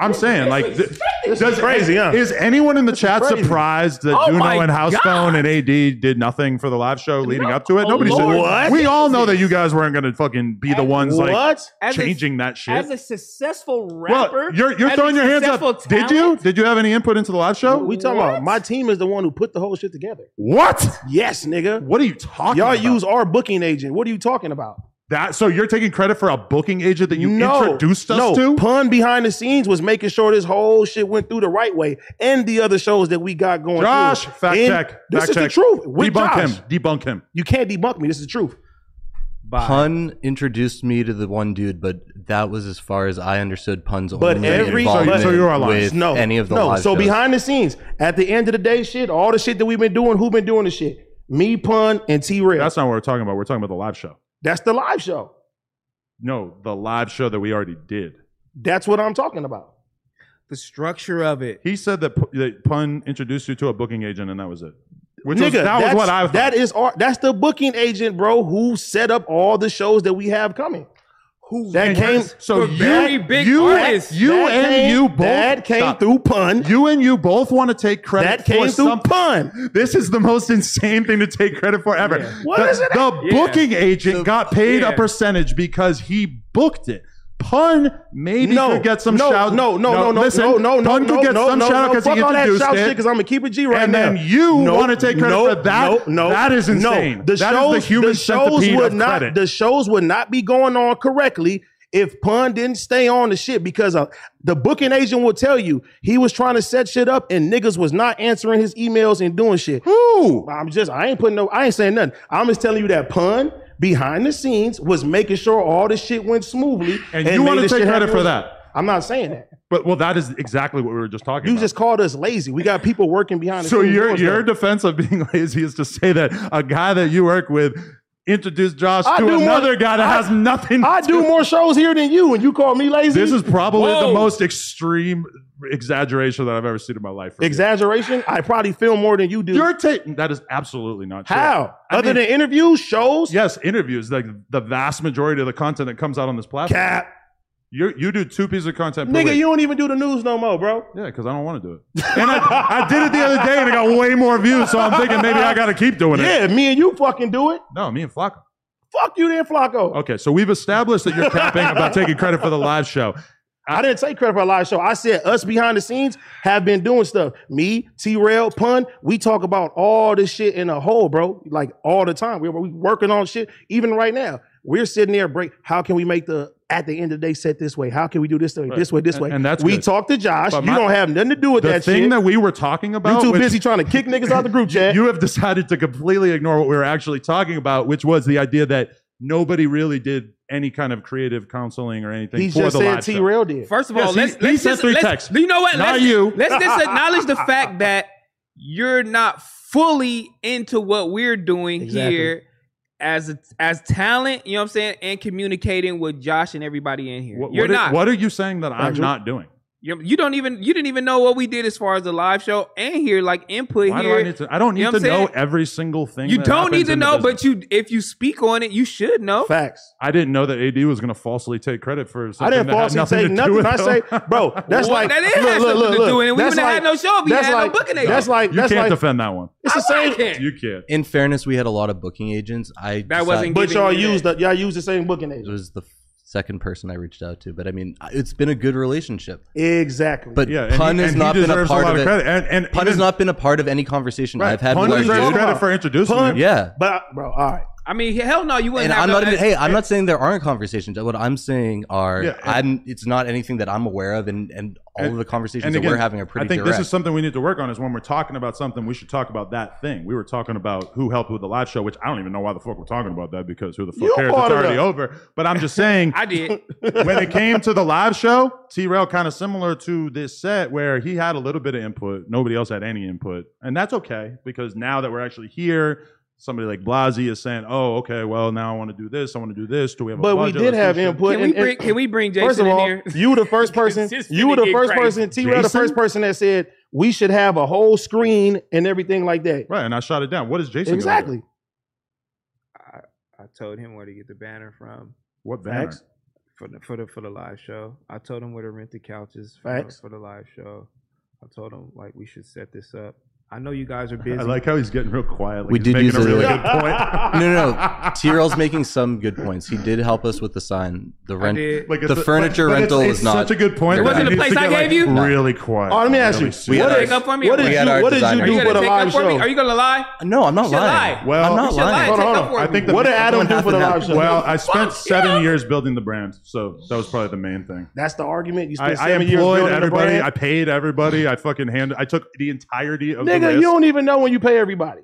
Speaker 1: I'm saying like.
Speaker 5: This
Speaker 1: th-
Speaker 5: is crazy.
Speaker 1: does-
Speaker 2: crazy, huh?
Speaker 1: (laughs) Is anyone in the chat
Speaker 2: crazy.
Speaker 1: surprised that
Speaker 5: Oh
Speaker 1: Juno
Speaker 5: my
Speaker 1: and House
Speaker 5: God.
Speaker 1: Phone and AD did nothing for the live show leading
Speaker 5: No.
Speaker 1: up to it?
Speaker 5: Oh,
Speaker 1: Nobody said
Speaker 5: Lord.
Speaker 2: What?
Speaker 1: We all know that you guys weren't going to fucking be the ones
Speaker 2: what?
Speaker 1: like
Speaker 3: As a-
Speaker 1: changing that shit.
Speaker 5: as a successful
Speaker 1: well,
Speaker 5: rapper,
Speaker 1: you're you're
Speaker 5: as a
Speaker 1: throwing your hands up.
Speaker 5: successful
Speaker 1: Did you?
Speaker 5: talent-
Speaker 1: Did you have any input into the live show?
Speaker 2: we talking
Speaker 5: What?
Speaker 2: about my team is the one who put the whole shit together.
Speaker 1: What?
Speaker 2: Yes, nigga.
Speaker 1: What are you talking?
Speaker 2: Y'all
Speaker 1: about?
Speaker 2: use our booking agent. What are you talking about?
Speaker 1: that. So you're taking credit for a booking agent that you
Speaker 2: no,
Speaker 1: introduced us
Speaker 2: no.
Speaker 1: to?
Speaker 2: Pun behind the scenes was making sure this whole shit went through the right way and the other shows that we got going.
Speaker 1: Josh,
Speaker 2: through.
Speaker 1: fact
Speaker 2: And
Speaker 1: check.
Speaker 2: This
Speaker 1: fact
Speaker 2: is the
Speaker 1: check.
Speaker 2: truth. With
Speaker 1: Debunk
Speaker 2: Josh,
Speaker 1: him. Debunk him.
Speaker 2: You can't debunk me. This is the truth.
Speaker 4: Pun introduced me to the one dude, but that was as far as I understood Pun's
Speaker 2: But
Speaker 4: only
Speaker 2: every-
Speaker 4: involvement
Speaker 2: so
Speaker 1: you're lying.
Speaker 4: with
Speaker 2: no,
Speaker 4: any of the
Speaker 2: no.
Speaker 4: live
Speaker 2: so
Speaker 4: shows.
Speaker 2: behind the scenes, at the end of the day, shit, all the shit that we've been doing, who been doing the shit? Me, Pun, and T Rail.
Speaker 1: That's
Speaker 2: That's,
Speaker 1: not what we're talking about. We're talking about the live show.
Speaker 2: the live show.
Speaker 1: No, the live show that we already did.
Speaker 2: That's what I'm talking about.
Speaker 3: The structure of it.
Speaker 1: He said that, P- that Pun introduced you to a booking agent, and that was it. Which was,
Speaker 2: Nigga,
Speaker 1: that was
Speaker 2: that's-
Speaker 1: what I thought.
Speaker 2: That is our. That's the booking agent, bro, who set up all the shows that we have coming.
Speaker 5: Who
Speaker 2: That came.
Speaker 1: so
Speaker 5: for
Speaker 1: you,
Speaker 5: very big
Speaker 1: you,
Speaker 5: artists.
Speaker 1: you
Speaker 2: That
Speaker 1: and
Speaker 2: came-
Speaker 1: you both
Speaker 2: That came
Speaker 1: Stop.
Speaker 2: through Pun.
Speaker 1: You and you both want to take credit
Speaker 2: That came
Speaker 1: for
Speaker 2: through
Speaker 1: something.
Speaker 2: Pun.
Speaker 1: This is the most insane thing to take credit for ever.
Speaker 2: What
Speaker 1: the
Speaker 2: is it?
Speaker 1: the
Speaker 5: Yeah.
Speaker 1: booking agent got paid a
Speaker 5: yeah.
Speaker 1: percentage because he booked it. Pun maybe
Speaker 2: no,
Speaker 1: could get some
Speaker 2: no,
Speaker 1: shout.
Speaker 2: No, no, no, no,
Speaker 1: listen,
Speaker 2: no, no, no,
Speaker 1: Pun
Speaker 2: no,
Speaker 1: could get
Speaker 2: no,
Speaker 1: some
Speaker 2: no,
Speaker 1: shout
Speaker 2: no.
Speaker 1: because
Speaker 2: Fuck
Speaker 1: he
Speaker 2: all that
Speaker 1: introduced
Speaker 2: shout
Speaker 1: it.
Speaker 2: shit because I'm a keep it G right
Speaker 1: and
Speaker 2: now.
Speaker 1: then you
Speaker 2: Nope,
Speaker 1: want to take credit
Speaker 2: nope,
Speaker 1: for that?
Speaker 2: nope, nope,
Speaker 1: that is
Speaker 2: no.
Speaker 1: insane.
Speaker 2: The
Speaker 1: That is
Speaker 2: shows,
Speaker 1: the human
Speaker 2: shows
Speaker 1: centipede
Speaker 2: would
Speaker 1: of
Speaker 2: not,
Speaker 1: credit.
Speaker 2: The shows would not be going on correctly if Pun didn't stay on the shit because uh, the booking agent will tell you he was trying to set shit up and niggas was not answering his emails and doing shit.
Speaker 1: Who?
Speaker 2: I'm just, I ain't putting no, I ain't saying nothing. I'm just telling you that pun behind the scenes was making sure all this shit went smoothly.
Speaker 1: And you
Speaker 2: made
Speaker 1: wanna
Speaker 2: the
Speaker 1: take
Speaker 2: shit
Speaker 1: credit
Speaker 2: happen.
Speaker 1: for that.
Speaker 2: I'm not saying that.
Speaker 1: But well, that is exactly what we were just talking
Speaker 2: You
Speaker 1: about.
Speaker 2: just called us lazy. We got people working behind the
Speaker 1: so
Speaker 2: scenes.
Speaker 1: your
Speaker 2: doing
Speaker 1: your
Speaker 2: stuff.
Speaker 1: defense of being (laughs) lazy is to say that a guy that you work with introduced Josh
Speaker 2: I do
Speaker 1: to
Speaker 2: more-
Speaker 1: another guy that has nothing.
Speaker 2: I do more shows here than you, and you call me lazy.
Speaker 1: This is probably the
Speaker 5: Whoa.
Speaker 1: most extreme exaggeration that I've ever seen in my life. from you.
Speaker 2: exaggeration. I probably film more than you do.
Speaker 1: You're taking that is absolutely not true.
Speaker 2: How?
Speaker 1: I
Speaker 2: Other
Speaker 1: mean-
Speaker 2: than interviews, shows,
Speaker 1: Yes, interviews. Like the vast majority of the content that comes out on this platform.
Speaker 2: cap.
Speaker 1: You you do two pieces of content. per
Speaker 2: Nigga,
Speaker 1: week.
Speaker 2: you don't even do the news no more, bro.
Speaker 1: Yeah, because I don't want to do
Speaker 2: (laughs)
Speaker 1: it. And I, I did it the other day and it got way more views, so I'm thinking maybe I got to keep doing it.
Speaker 2: Yeah, me and you fucking do it.
Speaker 1: No, me and Flacco.
Speaker 2: Fuck you then, Flacco.
Speaker 1: Okay, so we've established that you're capping about taking credit for the live show.
Speaker 2: I didn't take credit for a live show. I said us behind the scenes have been doing stuff. Me, T Rail, Pun, we talk about all this shit in a hole, bro. Like all the time. We're, we working on shit. Even right now, we're sitting there, break. How can we make the, at the end of the day, set this way? How can we do this way, this way, this
Speaker 1: And-
Speaker 2: way?
Speaker 1: and that's
Speaker 2: we
Speaker 1: good.
Speaker 2: talk to Josh.
Speaker 1: But
Speaker 2: you
Speaker 1: my-
Speaker 2: don't have nothing to do with
Speaker 1: The
Speaker 2: that
Speaker 1: thing
Speaker 2: shit.
Speaker 1: that we were talking
Speaker 2: you
Speaker 1: about,
Speaker 2: too
Speaker 1: which-
Speaker 2: busy trying to kick niggas out the group
Speaker 1: (laughs)
Speaker 2: chat.
Speaker 1: you have decided to completely ignore what we were actually talking about, which was the idea that nobody really did any kind of creative counseling or anything
Speaker 2: he
Speaker 1: for
Speaker 2: just
Speaker 1: the
Speaker 2: said
Speaker 1: live
Speaker 2: T
Speaker 1: show.
Speaker 2: Rail did.
Speaker 5: First of
Speaker 1: Yes,
Speaker 5: all,
Speaker 1: he-
Speaker 5: let's,
Speaker 1: he
Speaker 5: let's
Speaker 1: said
Speaker 5: just,
Speaker 1: three
Speaker 5: let's,
Speaker 1: texts.
Speaker 5: You know what?
Speaker 1: Not
Speaker 5: let's,
Speaker 1: you.
Speaker 5: Let's just
Speaker 1: (laughs)
Speaker 5: acknowledge the fact that you're not fully into what we're doing
Speaker 2: Exactly.
Speaker 5: here as a, as talent. You know what I'm saying? And communicating with Josh and everybody in here.
Speaker 1: What,
Speaker 5: you're
Speaker 1: what are-
Speaker 5: not.
Speaker 1: what are you saying that I'm
Speaker 2: Andrew?
Speaker 1: not doing?
Speaker 5: You're, you don't even. You didn't even know what we did as far as the live show and here, like input
Speaker 1: Why do
Speaker 5: here.
Speaker 1: I need to? I don't need
Speaker 5: You know
Speaker 1: to
Speaker 5: what I'm
Speaker 1: know
Speaker 5: saying?
Speaker 1: every single thing.
Speaker 5: you
Speaker 1: that
Speaker 5: don't
Speaker 1: happens
Speaker 5: need to
Speaker 1: in the
Speaker 5: know,
Speaker 1: business.
Speaker 5: but you if you speak on it, you should know.
Speaker 2: Facts.
Speaker 1: I didn't know that AD was going to falsely take credit for
Speaker 2: I
Speaker 1: something
Speaker 2: didn't
Speaker 1: that had
Speaker 2: falsely
Speaker 1: nothing
Speaker 2: say
Speaker 1: to do
Speaker 2: nothing.
Speaker 1: with
Speaker 2: I say,
Speaker 1: them.
Speaker 2: bro,
Speaker 1: (laughs)
Speaker 2: that's
Speaker 5: Well,
Speaker 2: like
Speaker 5: that did
Speaker 2: look, look,
Speaker 5: have something to
Speaker 2: look,
Speaker 5: do, and we
Speaker 2: that's
Speaker 5: wouldn't have
Speaker 2: like-
Speaker 5: had no show if we
Speaker 2: that's
Speaker 5: had no
Speaker 2: like-
Speaker 5: booking agent.
Speaker 2: That's like
Speaker 1: you
Speaker 2: that's
Speaker 1: can't
Speaker 2: like
Speaker 1: defend that one.
Speaker 2: it's the
Speaker 5: I
Speaker 2: same.
Speaker 5: like it.
Speaker 1: You can't.
Speaker 4: in fairness, we had a lot of booking agents. I
Speaker 5: That
Speaker 4: decided-
Speaker 2: (laughs)
Speaker 5: wasn't
Speaker 2: But
Speaker 5: giving
Speaker 2: y'all
Speaker 5: you
Speaker 2: use
Speaker 5: that.
Speaker 2: the y'all use the same booking
Speaker 4: It
Speaker 2: agent.
Speaker 4: was the f- second person I reached out to, but I mean, I- it's been a good relationship.
Speaker 2: Exactly.
Speaker 4: But
Speaker 1: Yeah, and
Speaker 4: pun
Speaker 1: he,
Speaker 4: has
Speaker 1: and
Speaker 4: not
Speaker 1: he
Speaker 4: been a
Speaker 1: deserves
Speaker 4: part
Speaker 1: lot
Speaker 4: of
Speaker 1: of,
Speaker 4: it.
Speaker 1: credit. And, and
Speaker 4: Pun
Speaker 1: even-
Speaker 4: has not been a part of any conversation
Speaker 1: Right.
Speaker 4: I've had
Speaker 1: Pun
Speaker 4: with our
Speaker 1: deserves
Speaker 4: agent.
Speaker 1: credit for introducing
Speaker 2: Pun-
Speaker 1: me.
Speaker 4: Yeah,
Speaker 2: but bro, all right.
Speaker 5: I mean, hell no, you
Speaker 4: and
Speaker 5: wouldn't. have
Speaker 4: I'm
Speaker 5: no-
Speaker 4: not even, hey, I'm not saying there aren't conversations. What I'm saying are,
Speaker 1: Yeah, and-
Speaker 4: I'm. It's not anything that I'm aware of, and and all
Speaker 1: And-
Speaker 4: of the conversations
Speaker 1: and
Speaker 4: that
Speaker 1: again,
Speaker 4: we're having are pretty.
Speaker 1: I think
Speaker 4: direct.
Speaker 1: this is something we need to work on. Is when we're talking about something, we should talk about that thing. We were talking about who helped with the live show, which I don't even know why the fuck we're talking about that because who the fuck
Speaker 2: You
Speaker 1: cares?
Speaker 2: brought
Speaker 1: It's
Speaker 2: it
Speaker 1: already
Speaker 2: up.
Speaker 1: over. But I'm just saying, (laughs)
Speaker 5: I did.
Speaker 1: when it came to the live show, T Rail kind of similar to this set where he had a little bit of input. Nobody else had any input. And that's okay because now that we're actually here, somebody like Blasey is saying, oh, okay, well, now I want to do this. I want to do this. Do we have a
Speaker 2: But we
Speaker 1: budget?
Speaker 2: did
Speaker 1: Let's do
Speaker 2: have
Speaker 1: shit."
Speaker 2: input.
Speaker 5: Can we
Speaker 2: and- and-
Speaker 5: bring? Can we bring Jason
Speaker 2: First of
Speaker 5: in
Speaker 2: all,
Speaker 5: here?
Speaker 2: you were the
Speaker 5: (laughs)
Speaker 2: first person.
Speaker 5: This is
Speaker 2: you were
Speaker 5: gonna
Speaker 2: the
Speaker 5: get
Speaker 2: first
Speaker 5: crazy.
Speaker 2: person. T. Rail, the
Speaker 1: Jason?
Speaker 2: first person that said we should have a whole screen and everything like that.
Speaker 1: Right. And I shot it down. What is Jason? gonna do?
Speaker 2: Exactly.
Speaker 5: I told him where to get the banner from
Speaker 1: What banner?
Speaker 2: Facts.
Speaker 5: for the for the for the live show. I told him where to rent the couches for,
Speaker 2: Facts.
Speaker 5: for the live show. I told him like we should set this up. I know you guys are busy.
Speaker 1: I like how he's getting real quiet. Like
Speaker 4: We
Speaker 1: he's
Speaker 4: did
Speaker 1: making
Speaker 4: use
Speaker 1: a
Speaker 4: it.
Speaker 1: really good point.
Speaker 4: (laughs) no,
Speaker 1: (laughs)
Speaker 4: no, no. T-Rail's making some good points. He did help us with the sign, the
Speaker 5: I
Speaker 4: rent.
Speaker 5: did.
Speaker 1: Like
Speaker 4: The furniture rental
Speaker 1: it's, it's
Speaker 4: is not-
Speaker 1: Such a good point.
Speaker 4: It
Speaker 1: that
Speaker 4: wasn't
Speaker 1: he
Speaker 5: the
Speaker 1: needs to
Speaker 5: place I
Speaker 1: get,
Speaker 5: gave
Speaker 1: like,
Speaker 4: you?
Speaker 1: Really quiet.
Speaker 2: Oh, let me ask you.
Speaker 1: Really
Speaker 4: We
Speaker 1: serious.
Speaker 2: What
Speaker 4: had
Speaker 2: did,
Speaker 5: our-
Speaker 2: what did
Speaker 5: we
Speaker 4: had
Speaker 2: you,
Speaker 4: our
Speaker 2: what did you
Speaker 4: designer.
Speaker 5: Are
Speaker 2: do
Speaker 5: you
Speaker 4: We're
Speaker 2: for
Speaker 5: gonna
Speaker 2: the
Speaker 5: take
Speaker 2: live
Speaker 5: up for me?
Speaker 2: show?
Speaker 5: Are you gonna lie?
Speaker 4: No, I'm not
Speaker 5: should
Speaker 4: lying.
Speaker 5: lie.
Speaker 1: Well-
Speaker 4: I'm
Speaker 1: We
Speaker 4: not
Speaker 5: should lie.
Speaker 4: lying.
Speaker 2: Hold on,
Speaker 5: take
Speaker 2: hold
Speaker 5: up for
Speaker 2: on. I
Speaker 5: it.
Speaker 2: think the,
Speaker 4: What
Speaker 2: what did
Speaker 4: happened
Speaker 2: Adam do for the live
Speaker 4: happened
Speaker 2: show?
Speaker 1: Well, I spent
Speaker 5: Fuck
Speaker 1: seven
Speaker 5: yeah.
Speaker 1: years building the brand, so that was probably the main thing.
Speaker 2: that's the argument. You
Speaker 1: I,
Speaker 2: spent
Speaker 1: I
Speaker 2: seven years
Speaker 1: employed
Speaker 2: building the
Speaker 1: everybody.
Speaker 2: brand?
Speaker 1: I paid everybody. I fucking hand. I took the entirety of the
Speaker 2: Nigga,
Speaker 1: risk.
Speaker 2: you don't even know when you pay everybody.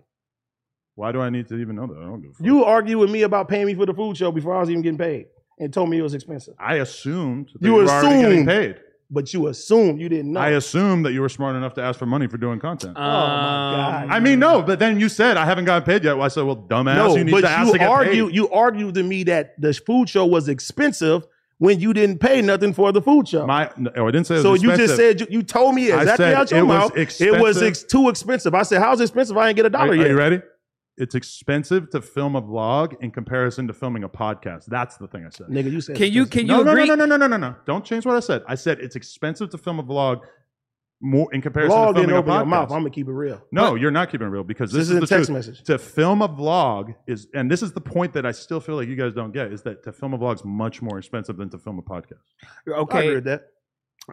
Speaker 1: Why do I need to even know that? I don't give a fuck.
Speaker 2: You argue with me about paying me for the food show before I was even getting paid, and told me it was expensive.
Speaker 1: I assumed that
Speaker 2: You
Speaker 1: you, were already getting
Speaker 2: assumed.
Speaker 1: paid.
Speaker 2: But you assumed you didn't know. Oh
Speaker 1: I assumed that you were smart enough to ask for money for doing
Speaker 5: Um,
Speaker 1: content.
Speaker 2: Um, God.
Speaker 1: I mean, no, but then you said I haven't gotten paid yet. Well, I said, well, dumbass,
Speaker 2: no,
Speaker 1: you need
Speaker 2: but
Speaker 1: to ask
Speaker 2: you
Speaker 1: to get
Speaker 2: argue.
Speaker 1: paid.
Speaker 2: You argued to me that the food show was expensive when you didn't pay nothing for the food show.
Speaker 1: My, no, oh, I didn't say. It was
Speaker 2: so you just
Speaker 1: expensive.
Speaker 2: said you, you told me
Speaker 1: I
Speaker 2: exactly
Speaker 1: said
Speaker 2: out your
Speaker 1: it was
Speaker 2: mouth. It was
Speaker 1: expensive.
Speaker 2: ex- too expensive. I said, "How's it expensive? I ain't get a
Speaker 1: Are,
Speaker 2: dollar
Speaker 1: are
Speaker 2: yet."
Speaker 1: you ready? It's expensive to film a vlog in comparison to filming a podcast. That's the thing I said.
Speaker 2: Nigga, you said
Speaker 5: Can you
Speaker 2: expensive.
Speaker 5: can
Speaker 1: no,
Speaker 5: you
Speaker 1: no,
Speaker 5: agree?
Speaker 1: no, no, no, no, no, no. Don't change what I said. I said it's expensive to film a vlog more in comparison
Speaker 2: Vlog
Speaker 1: to
Speaker 2: didn't
Speaker 1: filming
Speaker 2: open
Speaker 1: a podcast.
Speaker 2: your mouth. I'm gonna keep it real.
Speaker 1: no, you're not keeping it real because
Speaker 2: This
Speaker 1: this,
Speaker 2: is a
Speaker 1: the
Speaker 2: text
Speaker 1: truth.
Speaker 2: message.
Speaker 1: To film a vlog is, and this is the point that I still feel like you guys don't get, is that to film a vlog is much more expensive than to film a podcast.
Speaker 2: I agree
Speaker 5: Okay,
Speaker 2: with that.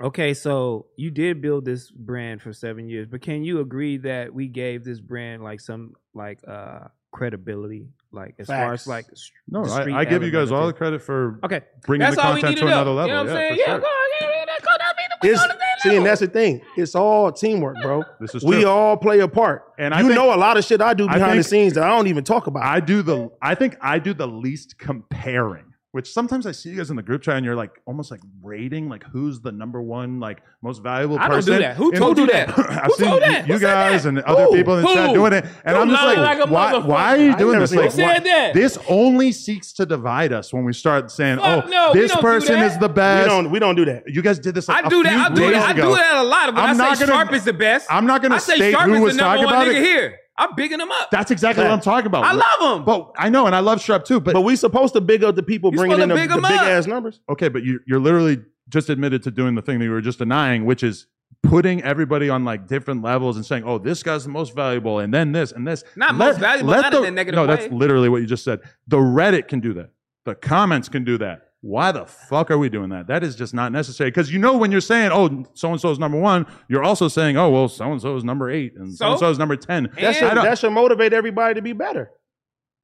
Speaker 5: okay. So you did build this brand for seven years, but can you agree that we gave this brand like some like uh credibility, like as far
Speaker 2: Facts.
Speaker 5: as like s-
Speaker 1: No,
Speaker 5: The
Speaker 1: I,
Speaker 5: street
Speaker 1: I give you guys
Speaker 5: element of
Speaker 1: all the
Speaker 5: it.
Speaker 1: credit for
Speaker 5: okay,
Speaker 1: bringing
Speaker 5: that's
Speaker 1: the
Speaker 5: all we
Speaker 1: content
Speaker 5: need
Speaker 1: to
Speaker 5: to know.
Speaker 1: another
Speaker 5: You
Speaker 1: level.
Speaker 5: know what I'm
Speaker 1: yeah,
Speaker 5: saying?
Speaker 1: for
Speaker 5: Yeah,
Speaker 1: sure.
Speaker 5: go on, yeah, that's cool, that'll be the- we
Speaker 2: It's,
Speaker 5: on to that
Speaker 2: see, and
Speaker 5: level.
Speaker 2: that's the thing. It's all teamwork, bro.
Speaker 1: This is true.
Speaker 2: We all play a part.
Speaker 1: and I
Speaker 2: You
Speaker 1: think-
Speaker 2: know a lot of shit I do
Speaker 1: I
Speaker 2: behind the
Speaker 1: think-
Speaker 2: scenes that I don't even talk about.
Speaker 1: I do the I think I do the least comparing, which sometimes I see you guys in the group chat and you're like almost like rating like who's the number one like most valuable
Speaker 5: I don't do
Speaker 1: person.
Speaker 5: that. Who
Speaker 1: And-
Speaker 5: told you
Speaker 1: (laughs)
Speaker 5: that?
Speaker 1: I've
Speaker 5: Who
Speaker 1: seen
Speaker 5: told that?
Speaker 1: you
Speaker 5: Who said
Speaker 1: guys
Speaker 5: that?
Speaker 1: and other
Speaker 5: Who?
Speaker 1: people in the chat
Speaker 5: Who?
Speaker 1: doing it, and
Speaker 5: You
Speaker 1: I'm just
Speaker 5: lying
Speaker 1: like,
Speaker 5: like a
Speaker 1: why,
Speaker 5: motherfucker.
Speaker 1: why are you
Speaker 2: I
Speaker 1: doing
Speaker 2: never
Speaker 1: this?
Speaker 2: seen
Speaker 1: Like,
Speaker 2: that.
Speaker 5: Who
Speaker 1: why-
Speaker 5: said that?
Speaker 1: this only seeks to divide us when we start saying,
Speaker 5: Fuck
Speaker 1: oh,
Speaker 5: no, we
Speaker 1: this
Speaker 5: don't do
Speaker 1: person
Speaker 5: that.
Speaker 1: is the
Speaker 2: we
Speaker 1: best.
Speaker 2: don't. We don't do that.
Speaker 1: you guys did this. Like
Speaker 5: I do
Speaker 1: a few
Speaker 5: that. I do
Speaker 1: days
Speaker 5: that. I
Speaker 1: ago.
Speaker 5: do that a lot. When
Speaker 1: I'm
Speaker 5: i
Speaker 1: not
Speaker 5: say
Speaker 1: gonna-
Speaker 5: sharp is the best,
Speaker 1: I'm not going
Speaker 5: I
Speaker 1: to
Speaker 5: say
Speaker 1: state
Speaker 5: sharp
Speaker 1: who
Speaker 5: is
Speaker 1: was
Speaker 5: the number
Speaker 1: talking
Speaker 5: one
Speaker 1: about
Speaker 5: nigga
Speaker 1: it.
Speaker 5: here. I'm bigging him up.
Speaker 1: That's exactly what I'm talking about.
Speaker 5: I love him.
Speaker 1: But I know, and I love Shrub too. But
Speaker 2: But we supposed to big up the people
Speaker 5: You
Speaker 2: bringing in
Speaker 5: supposed
Speaker 2: the,
Speaker 5: to
Speaker 2: big,
Speaker 5: big 'em up.
Speaker 2: ass numbers.
Speaker 1: okay, but you, you're literally just admitted to doing the thing that you were just denying, which is putting everybody on like different levels and saying, "Oh, this guy's the most valuable," and then this and this.
Speaker 5: Not most valuable, not in a negative
Speaker 1: No, that's
Speaker 5: way.
Speaker 1: literally what you just said. The Reddit can do that. The comments can do that. Why the fuck are we doing that? That is just not necessary. Because you know when you're saying, "Oh, so and so is number one," you're also saying, "Oh, well, so and so is number eight, and
Speaker 5: So?
Speaker 1: so and so is number ten.
Speaker 2: That
Speaker 5: And-
Speaker 2: should,
Speaker 1: I don't-
Speaker 2: that should motivate everybody to be better.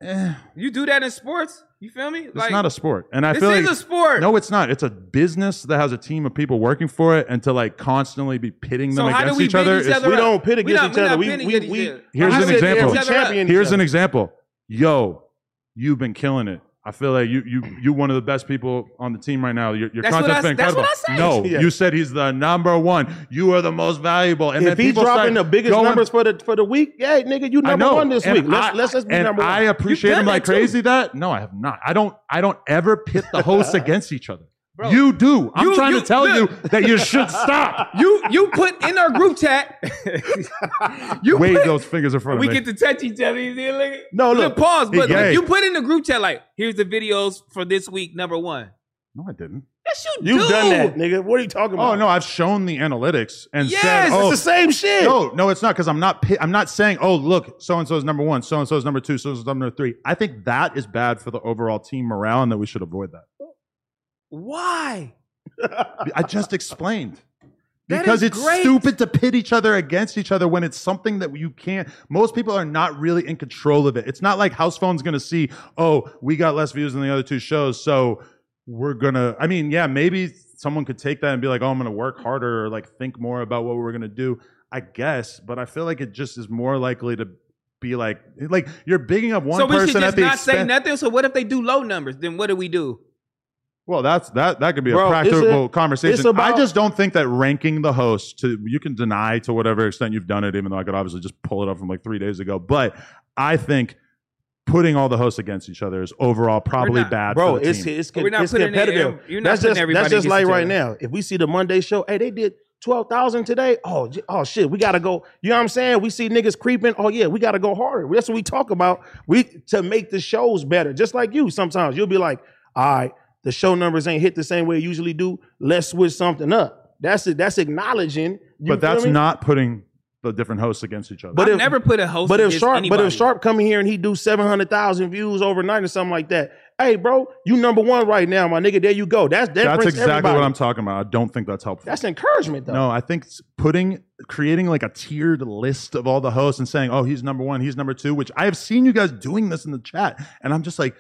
Speaker 1: Eh,
Speaker 5: You do that in sports. You feel me?
Speaker 1: it's not a sport, and I
Speaker 5: this
Speaker 1: feel
Speaker 5: is
Speaker 1: like
Speaker 5: a sport.
Speaker 1: No, it's not. It's a business that has a team of people working for it, and to like constantly be pitting them
Speaker 5: So how do
Speaker 1: against
Speaker 5: we
Speaker 1: each
Speaker 5: beat
Speaker 1: other.
Speaker 5: each
Speaker 1: is-
Speaker 5: other
Speaker 2: We
Speaker 5: Right.
Speaker 2: don't pit
Speaker 5: We
Speaker 2: against
Speaker 5: not-
Speaker 2: each
Speaker 5: we
Speaker 2: other.
Speaker 5: not
Speaker 2: We,
Speaker 5: pitting
Speaker 2: we,
Speaker 5: against
Speaker 2: we,
Speaker 5: each other.
Speaker 1: Here's
Speaker 2: I
Speaker 1: an
Speaker 2: sit there,
Speaker 1: example.
Speaker 2: we
Speaker 5: Each other up.
Speaker 2: champion each
Speaker 1: Here's an
Speaker 2: other.
Speaker 1: example. Yo, you've been killing it. I feel like you you you one of the best people on the team right now. Your, your
Speaker 5: That's what
Speaker 1: content's
Speaker 5: I-
Speaker 1: been
Speaker 5: that's
Speaker 1: incredible.
Speaker 5: what I
Speaker 1: No,
Speaker 5: said.
Speaker 2: Yeah.
Speaker 1: you said he's the number one. You are the most valuable. And
Speaker 2: If
Speaker 1: then
Speaker 2: he's
Speaker 1: people
Speaker 2: dropping
Speaker 1: start
Speaker 2: the biggest
Speaker 1: going-
Speaker 2: numbers for the for the week, yeah, nigga, you
Speaker 1: I
Speaker 2: number
Speaker 1: know.
Speaker 2: one this
Speaker 1: And
Speaker 2: week. Let's
Speaker 1: I-
Speaker 2: let's let's be
Speaker 1: and
Speaker 2: number one.
Speaker 1: I appreciate
Speaker 5: done
Speaker 1: him like
Speaker 5: that too.
Speaker 1: crazy that. No, I have not. I don't. I don't ever pit
Speaker 2: (laughs)
Speaker 1: the hosts against each other. you do. I'm
Speaker 5: you-
Speaker 1: trying
Speaker 5: you-
Speaker 1: to tell
Speaker 5: look.
Speaker 1: you that you should
Speaker 5: (laughs)
Speaker 1: stop.
Speaker 5: you you put in our group chat.
Speaker 2: (laughs)
Speaker 5: you
Speaker 1: Wave
Speaker 5: put,
Speaker 1: those fingers in front
Speaker 5: we
Speaker 1: of me.
Speaker 5: get to touch each other. You see, look,
Speaker 2: no,
Speaker 5: look,
Speaker 2: look,
Speaker 5: pause. But
Speaker 1: Yeah.
Speaker 5: like, you put in the group chat like, here's the videos for this week, number one.
Speaker 1: no, I didn't.
Speaker 5: Yes, you
Speaker 2: you've
Speaker 5: do.
Speaker 2: done that, nigga. What are you talking about?
Speaker 1: Oh no, I've shown the analytics and
Speaker 5: Yes,
Speaker 1: said,
Speaker 5: it's
Speaker 1: "Oh,
Speaker 2: it's the same shit.
Speaker 1: no, no, it's not." Because I'm not. pi- I'm not saying, "Oh, look, so and so is number one, so and so is number two, so and so is number three. I think that is bad for the overall team morale, and that we should avoid that.
Speaker 5: Why?
Speaker 1: I just explained.
Speaker 3: That
Speaker 1: because
Speaker 3: is
Speaker 1: it's
Speaker 3: great.
Speaker 1: stupid to pit each other against each other when it's something that you can't. Most people are not really in control of it. It's not like House Phone's going to see, oh, we got less views than the other two shows, so we're going to. I mean, yeah, maybe someone could take that and be like, oh, I'm going to work harder or like think more about what we're going to do. I guess, but I feel like it just is more likely to be like like you're bigging up one
Speaker 3: so we
Speaker 1: person
Speaker 3: should
Speaker 1: at
Speaker 3: just
Speaker 1: the
Speaker 3: not say
Speaker 1: expense-
Speaker 3: nothing. So what if they do low numbers? Then what do we do?
Speaker 1: Well, that's that. That could be a
Speaker 2: Bro, it's
Speaker 1: practical
Speaker 2: a-
Speaker 1: conversation.
Speaker 2: it's about-
Speaker 1: I just don't think that ranking the host to you can deny to whatever extent you've done it. Even though I could obviously just pull it up from like three days ago, but I think putting all the hosts against each other is overall probably
Speaker 3: not-
Speaker 1: bad.
Speaker 2: Bro,
Speaker 1: for the
Speaker 2: it's
Speaker 1: team.
Speaker 2: it's,
Speaker 3: But we're not
Speaker 2: it's
Speaker 3: putting it-
Speaker 2: competitive.
Speaker 3: you're not
Speaker 2: that's
Speaker 3: putting
Speaker 2: just
Speaker 3: everybody
Speaker 2: that's just
Speaker 3: against
Speaker 2: like
Speaker 3: each
Speaker 2: right
Speaker 3: other.
Speaker 2: now. If we see the Monday show, hey, they did twelve thousand today. Oh, j- oh shit, we gotta go. You know what I'm saying? We see niggas creeping. Oh yeah, we gotta go harder. That's what we talk about. We to make the shows better. Just like you, sometimes you'll be like, all right, the show numbers ain't hit the same way it usually do. Let's switch something up. That's it. That's acknowledging. You feel
Speaker 1: but that's
Speaker 2: me?
Speaker 1: not putting the different hosts against each other.
Speaker 2: But
Speaker 3: I've
Speaker 2: if-
Speaker 3: never put a host.
Speaker 2: But if
Speaker 3: against
Speaker 2: Sharp,
Speaker 3: anybody.
Speaker 2: but if Sharp come in here and he do seven hundred thousand views overnight or something like that, hey, bro, you number one right now, my nigga. There you go. That's that
Speaker 1: that's
Speaker 2: brings
Speaker 1: exactly
Speaker 2: everybody.
Speaker 1: what I'm talking about. I don't think that's helpful.
Speaker 2: That's encouragement, though.
Speaker 1: No, I think s- putting creating like a tiered list of all the hosts and saying, "Oh, he's number 1, he's number 2," which I have seen you guys doing this in the chat and I'm just like,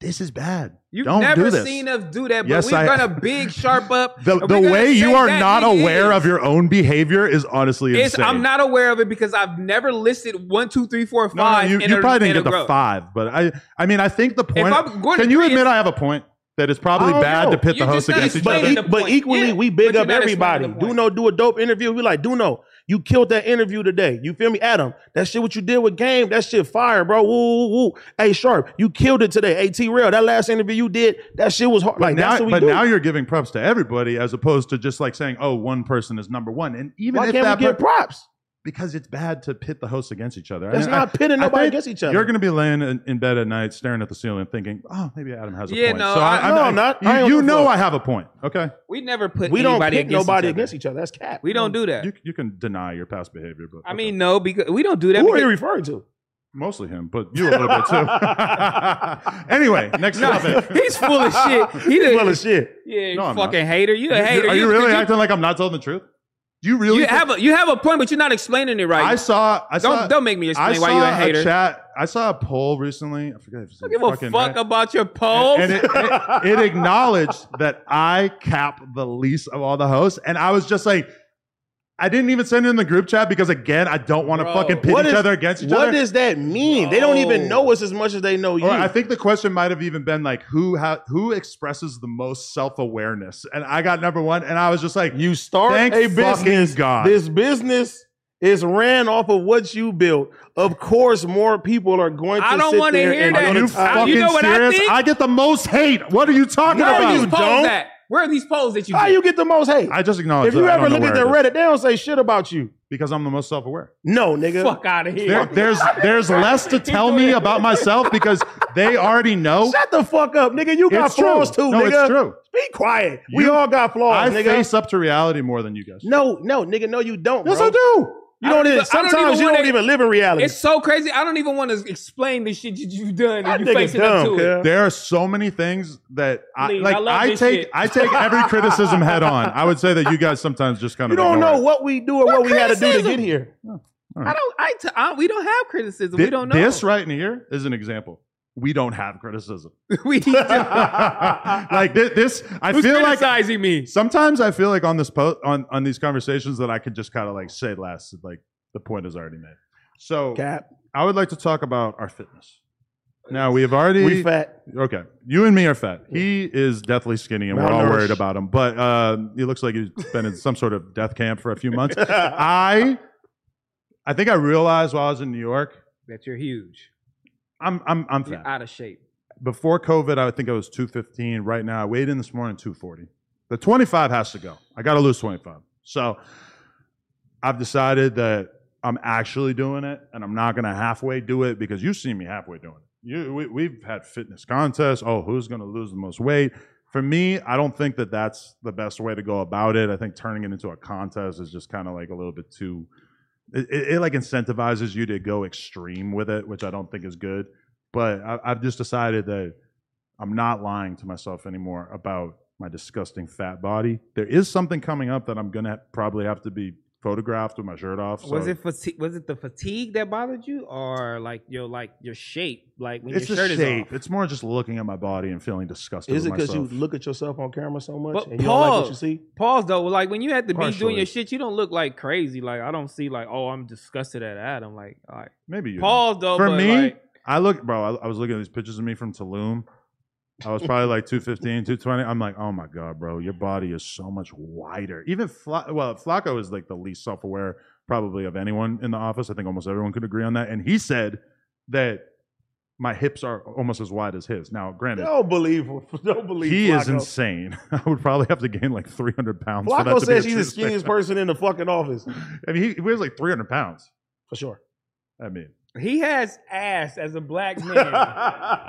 Speaker 1: this is bad.
Speaker 3: You've
Speaker 1: don't
Speaker 3: never
Speaker 1: do this.
Speaker 3: seen us do that, but
Speaker 1: Yes,
Speaker 3: we're
Speaker 1: I- (laughs)
Speaker 3: gonna big sharp up.
Speaker 1: the
Speaker 3: and
Speaker 1: the
Speaker 3: we're gonna
Speaker 1: way you
Speaker 3: say
Speaker 1: are
Speaker 3: that
Speaker 1: not
Speaker 3: nigga
Speaker 1: aware
Speaker 3: is.
Speaker 1: of your own behavior is honestly
Speaker 3: It's,
Speaker 1: insane.
Speaker 3: I'm not aware of it because I've never listed one, two, three, four,
Speaker 1: No, no,
Speaker 3: five.
Speaker 1: you,
Speaker 3: in
Speaker 1: you
Speaker 3: a-
Speaker 1: probably
Speaker 3: in
Speaker 1: didn't get
Speaker 3: a
Speaker 1: the
Speaker 3: row.
Speaker 1: five, but I I mean I think the point.
Speaker 3: I'm going to
Speaker 1: Can you
Speaker 3: three,
Speaker 1: admit
Speaker 3: it's-
Speaker 1: I have a point that it's
Speaker 2: I
Speaker 1: probably
Speaker 2: don't
Speaker 1: bad
Speaker 2: know.
Speaker 1: to pit the
Speaker 3: You're
Speaker 1: hosts
Speaker 3: just not
Speaker 1: against each other?
Speaker 2: but,
Speaker 3: explaining
Speaker 2: e-
Speaker 3: the
Speaker 2: but
Speaker 3: point.
Speaker 2: equally,
Speaker 3: Yeah,
Speaker 2: we
Speaker 3: but
Speaker 2: big
Speaker 3: you're
Speaker 2: up
Speaker 3: not explaining
Speaker 2: everybody.
Speaker 3: the point.
Speaker 2: Duno do a dope interview. We like Duno, you killed that interview today. You feel me, Adam? That shit, what you did with game, that shit fire, bro. Woo, woo, woo. Hey, Sharp, you killed it today. Hey, T Real, that last interview you did, that shit was hard.
Speaker 1: But
Speaker 2: like
Speaker 1: now,
Speaker 2: that's what we
Speaker 1: but
Speaker 2: do.
Speaker 1: now you're giving props to everybody as opposed to just like saying, "Oh, one person is number one." And even
Speaker 2: Why
Speaker 1: if
Speaker 2: can't
Speaker 1: that
Speaker 2: we
Speaker 1: per-
Speaker 2: get props?
Speaker 1: because it's bad to pit the hosts against each other.
Speaker 2: That's
Speaker 1: And I-
Speaker 2: not pitting
Speaker 1: I
Speaker 2: nobody
Speaker 1: think
Speaker 2: against each other.
Speaker 1: You're going to be laying in, in bed at night, staring at the ceiling, thinking, "Oh, maybe Adam has a
Speaker 3: Yeah,
Speaker 1: point."
Speaker 3: no,
Speaker 1: so
Speaker 3: I-
Speaker 2: no, I'm not.
Speaker 1: You,
Speaker 2: I ain't
Speaker 1: you
Speaker 2: on the
Speaker 1: know
Speaker 2: floor.
Speaker 1: I have a point. Okay,
Speaker 3: We never put
Speaker 2: we don't
Speaker 3: anybody
Speaker 2: pick
Speaker 3: against
Speaker 2: nobody
Speaker 3: each other.
Speaker 2: against each other. That's cat.
Speaker 3: We don't do that.
Speaker 1: you you can deny your past behavior, but
Speaker 3: I
Speaker 1: okay.
Speaker 3: mean, no, because we don't do that.
Speaker 2: Who are
Speaker 3: Because,
Speaker 2: you
Speaker 3: (laughs)
Speaker 2: referring to?
Speaker 1: mostly him, but you a little bit too. (laughs) anyway, next topic.
Speaker 3: (laughs) he's full of shit. He did,
Speaker 2: Well, as shit.
Speaker 3: yeah,
Speaker 1: No, I'm
Speaker 3: fucking hater. You a
Speaker 1: You-
Speaker 3: hater.
Speaker 1: Are you really
Speaker 3: you,
Speaker 1: acting like I'm not telling the truth? Do you really?
Speaker 3: you
Speaker 1: think-
Speaker 3: have a you have a point, but you're not explaining it right.
Speaker 1: I saw. I saw.
Speaker 3: don't don't make me
Speaker 1: I
Speaker 3: explain
Speaker 1: saw
Speaker 3: why you a hater.
Speaker 1: chat. I saw a poll recently. I forget if it's
Speaker 3: I don't give a
Speaker 1: fucking
Speaker 3: fuck about your polls.
Speaker 1: and it, it, it acknowledged that I cap the least of all the hosts, and I was just like, I didn't even send it in the group chat because again, I don't want to
Speaker 3: Bro.
Speaker 1: fucking pit
Speaker 2: What
Speaker 1: each
Speaker 2: is-
Speaker 1: other against each
Speaker 2: What
Speaker 1: other.
Speaker 2: does that mean? They don't even
Speaker 3: No.
Speaker 2: know us as much as they know you.
Speaker 1: or I think the question might have even been like, who ha- who expresses the most self awareness? And I got number one, and I was just like,
Speaker 2: you start
Speaker 1: thank
Speaker 2: a
Speaker 1: fucking
Speaker 2: business.
Speaker 1: God.
Speaker 2: This business is ran off of what you built. Of course, more people are going to.
Speaker 3: I don't
Speaker 2: want
Speaker 3: wanna
Speaker 2: to
Speaker 3: hear
Speaker 2: and
Speaker 3: that.
Speaker 1: are
Speaker 2: gonna
Speaker 1: you
Speaker 2: tie-
Speaker 1: fucking
Speaker 3: You know what I
Speaker 1: serious?
Speaker 3: think?
Speaker 1: get the most hate. What are you talking
Speaker 3: where are
Speaker 1: about?
Speaker 3: these
Speaker 2: You
Speaker 3: polls
Speaker 2: don't?
Speaker 3: at? Where are these polls that you?
Speaker 2: How
Speaker 3: did?
Speaker 2: you get the most hate?
Speaker 1: I just acknowledge.
Speaker 2: if you ever look at their Reddit, they don't say shit about you.
Speaker 1: because I'm the most self aware.
Speaker 2: No, nigga.
Speaker 3: fuck out of
Speaker 1: There,
Speaker 3: here?
Speaker 1: there's there's less to tell me about myself because they already know.
Speaker 2: Shut the fuck up, nigga. You got
Speaker 1: It's true.
Speaker 2: flaws too,
Speaker 1: no,
Speaker 2: nigga.
Speaker 1: it's true.
Speaker 2: Be quiet. we
Speaker 1: You-
Speaker 2: all got
Speaker 1: I
Speaker 2: flaws, nigga.
Speaker 1: face up to reality more than you guys.
Speaker 2: No, no, nigga, no, you don't.
Speaker 1: yes,
Speaker 2: bro.
Speaker 1: I do.
Speaker 2: You
Speaker 3: I
Speaker 2: don't,
Speaker 3: don't
Speaker 2: even.
Speaker 3: even- I don't
Speaker 2: Sometimes
Speaker 3: even
Speaker 2: you
Speaker 3: wanna-
Speaker 2: don't even live in reality.
Speaker 3: It's so crazy. I don't even want to explain the shit you, you've done
Speaker 2: That
Speaker 3: and you
Speaker 2: nigga
Speaker 3: facing
Speaker 2: dumb,
Speaker 3: up to it.
Speaker 2: cuz.
Speaker 1: There are so many things that I
Speaker 3: Please,
Speaker 1: like.
Speaker 3: I love
Speaker 1: I,
Speaker 3: this
Speaker 1: take
Speaker 3: shit.
Speaker 1: I take every criticism head on. I would say that you guys sometimes just kind of
Speaker 2: You don't
Speaker 1: ignore
Speaker 2: know
Speaker 1: it.
Speaker 2: what we do or what, we had to do to
Speaker 3: criticism?
Speaker 2: get here.
Speaker 3: I don't. I, t- I we don't have criticism.
Speaker 1: Thi-
Speaker 3: we don't know.
Speaker 1: This right in here is an example. We don't have criticism. (laughs)
Speaker 3: (laughs) we
Speaker 1: like this, this I
Speaker 3: Who's
Speaker 1: feel like
Speaker 3: criticizing me?
Speaker 1: sometimes I feel like on this po- on on these conversations that I could just kind of like say less. Like the point is already made. So
Speaker 2: Cap,
Speaker 1: I would like to talk about our fitness. Now we have already
Speaker 2: we fat.
Speaker 1: Okay, you and me are fat. He is deathly skinny, and we're all
Speaker 2: Malnourished.
Speaker 1: worried about him. But uh, he looks like he's been in some sort of death camp for a few months. I, I think I realized while I was in New York,
Speaker 3: That you're huge.
Speaker 1: I'm I'm I'm
Speaker 3: You're
Speaker 1: fat.
Speaker 3: out of shape.
Speaker 1: Before COVID, I think I was 215. Right now, I weighed in this morning 240. The 25 has to go. I got to lose 25. So, I've decided that I'm actually doing it, and I'm not going to halfway do it because you've seen me halfway doing it. You, we, we've had fitness contests. Oh, who's going to lose the most weight? For me, I don't think that that's the best way to go about it. I think turning it into a contest is just kind of like a little bit too. It, it, it like incentivizes you to go extreme with it, which I don't think is good. But I, I've just decided that I'm not lying to myself anymore about my disgusting fat body. There is something coming up that I'm gonna ha- probably have to be photographed with my shirt off. So
Speaker 3: Was it fatigue? Was it the fatigue that bothered you, or like your like your shape? Like when
Speaker 1: It's
Speaker 3: your
Speaker 1: the
Speaker 3: shirt
Speaker 1: shape.
Speaker 3: is off.
Speaker 1: It's more just looking at my body and feeling disgusted.
Speaker 2: Is it
Speaker 1: with
Speaker 2: because you
Speaker 1: myself.
Speaker 2: look at yourself on camera so much
Speaker 3: But
Speaker 2: and you don't like what
Speaker 3: Paul-
Speaker 2: you see?
Speaker 3: Pause though. Like when you at the beach
Speaker 1: Partially.
Speaker 3: doing your shit, you don't look like crazy. Like I don't see like oh I'm disgusted at Adam. Like all right.
Speaker 1: Maybe you.
Speaker 3: Pause though.
Speaker 1: For
Speaker 3: but,
Speaker 1: me,
Speaker 3: like,
Speaker 1: I look, bro. I, I was looking at these pictures of me from Tulum. I was probably like 215, 220. I'm like, oh my god, bro, your body is so much wider. Even Fla- well, Flacco is like the least self-aware probably of anyone in the office. I think almost everyone could agree on that. And he said that my hips are almost as wide as his. Now, granted,
Speaker 2: Don't believe him. (laughs) Don't believe
Speaker 1: he is
Speaker 2: Flacco.
Speaker 1: insane. (laughs) I would probably have to gain like 300 pounds. for that
Speaker 2: Flacco
Speaker 1: to be a
Speaker 2: says he's
Speaker 1: true
Speaker 2: the skinniest
Speaker 1: statement. (laughs)
Speaker 2: person in the fucking office.
Speaker 1: I mean, he, he weighs like 300 pounds. (laughs)
Speaker 2: For sure.
Speaker 1: I mean,
Speaker 3: he has ass as a black
Speaker 1: (laughs)
Speaker 2: (laughs)
Speaker 3: man.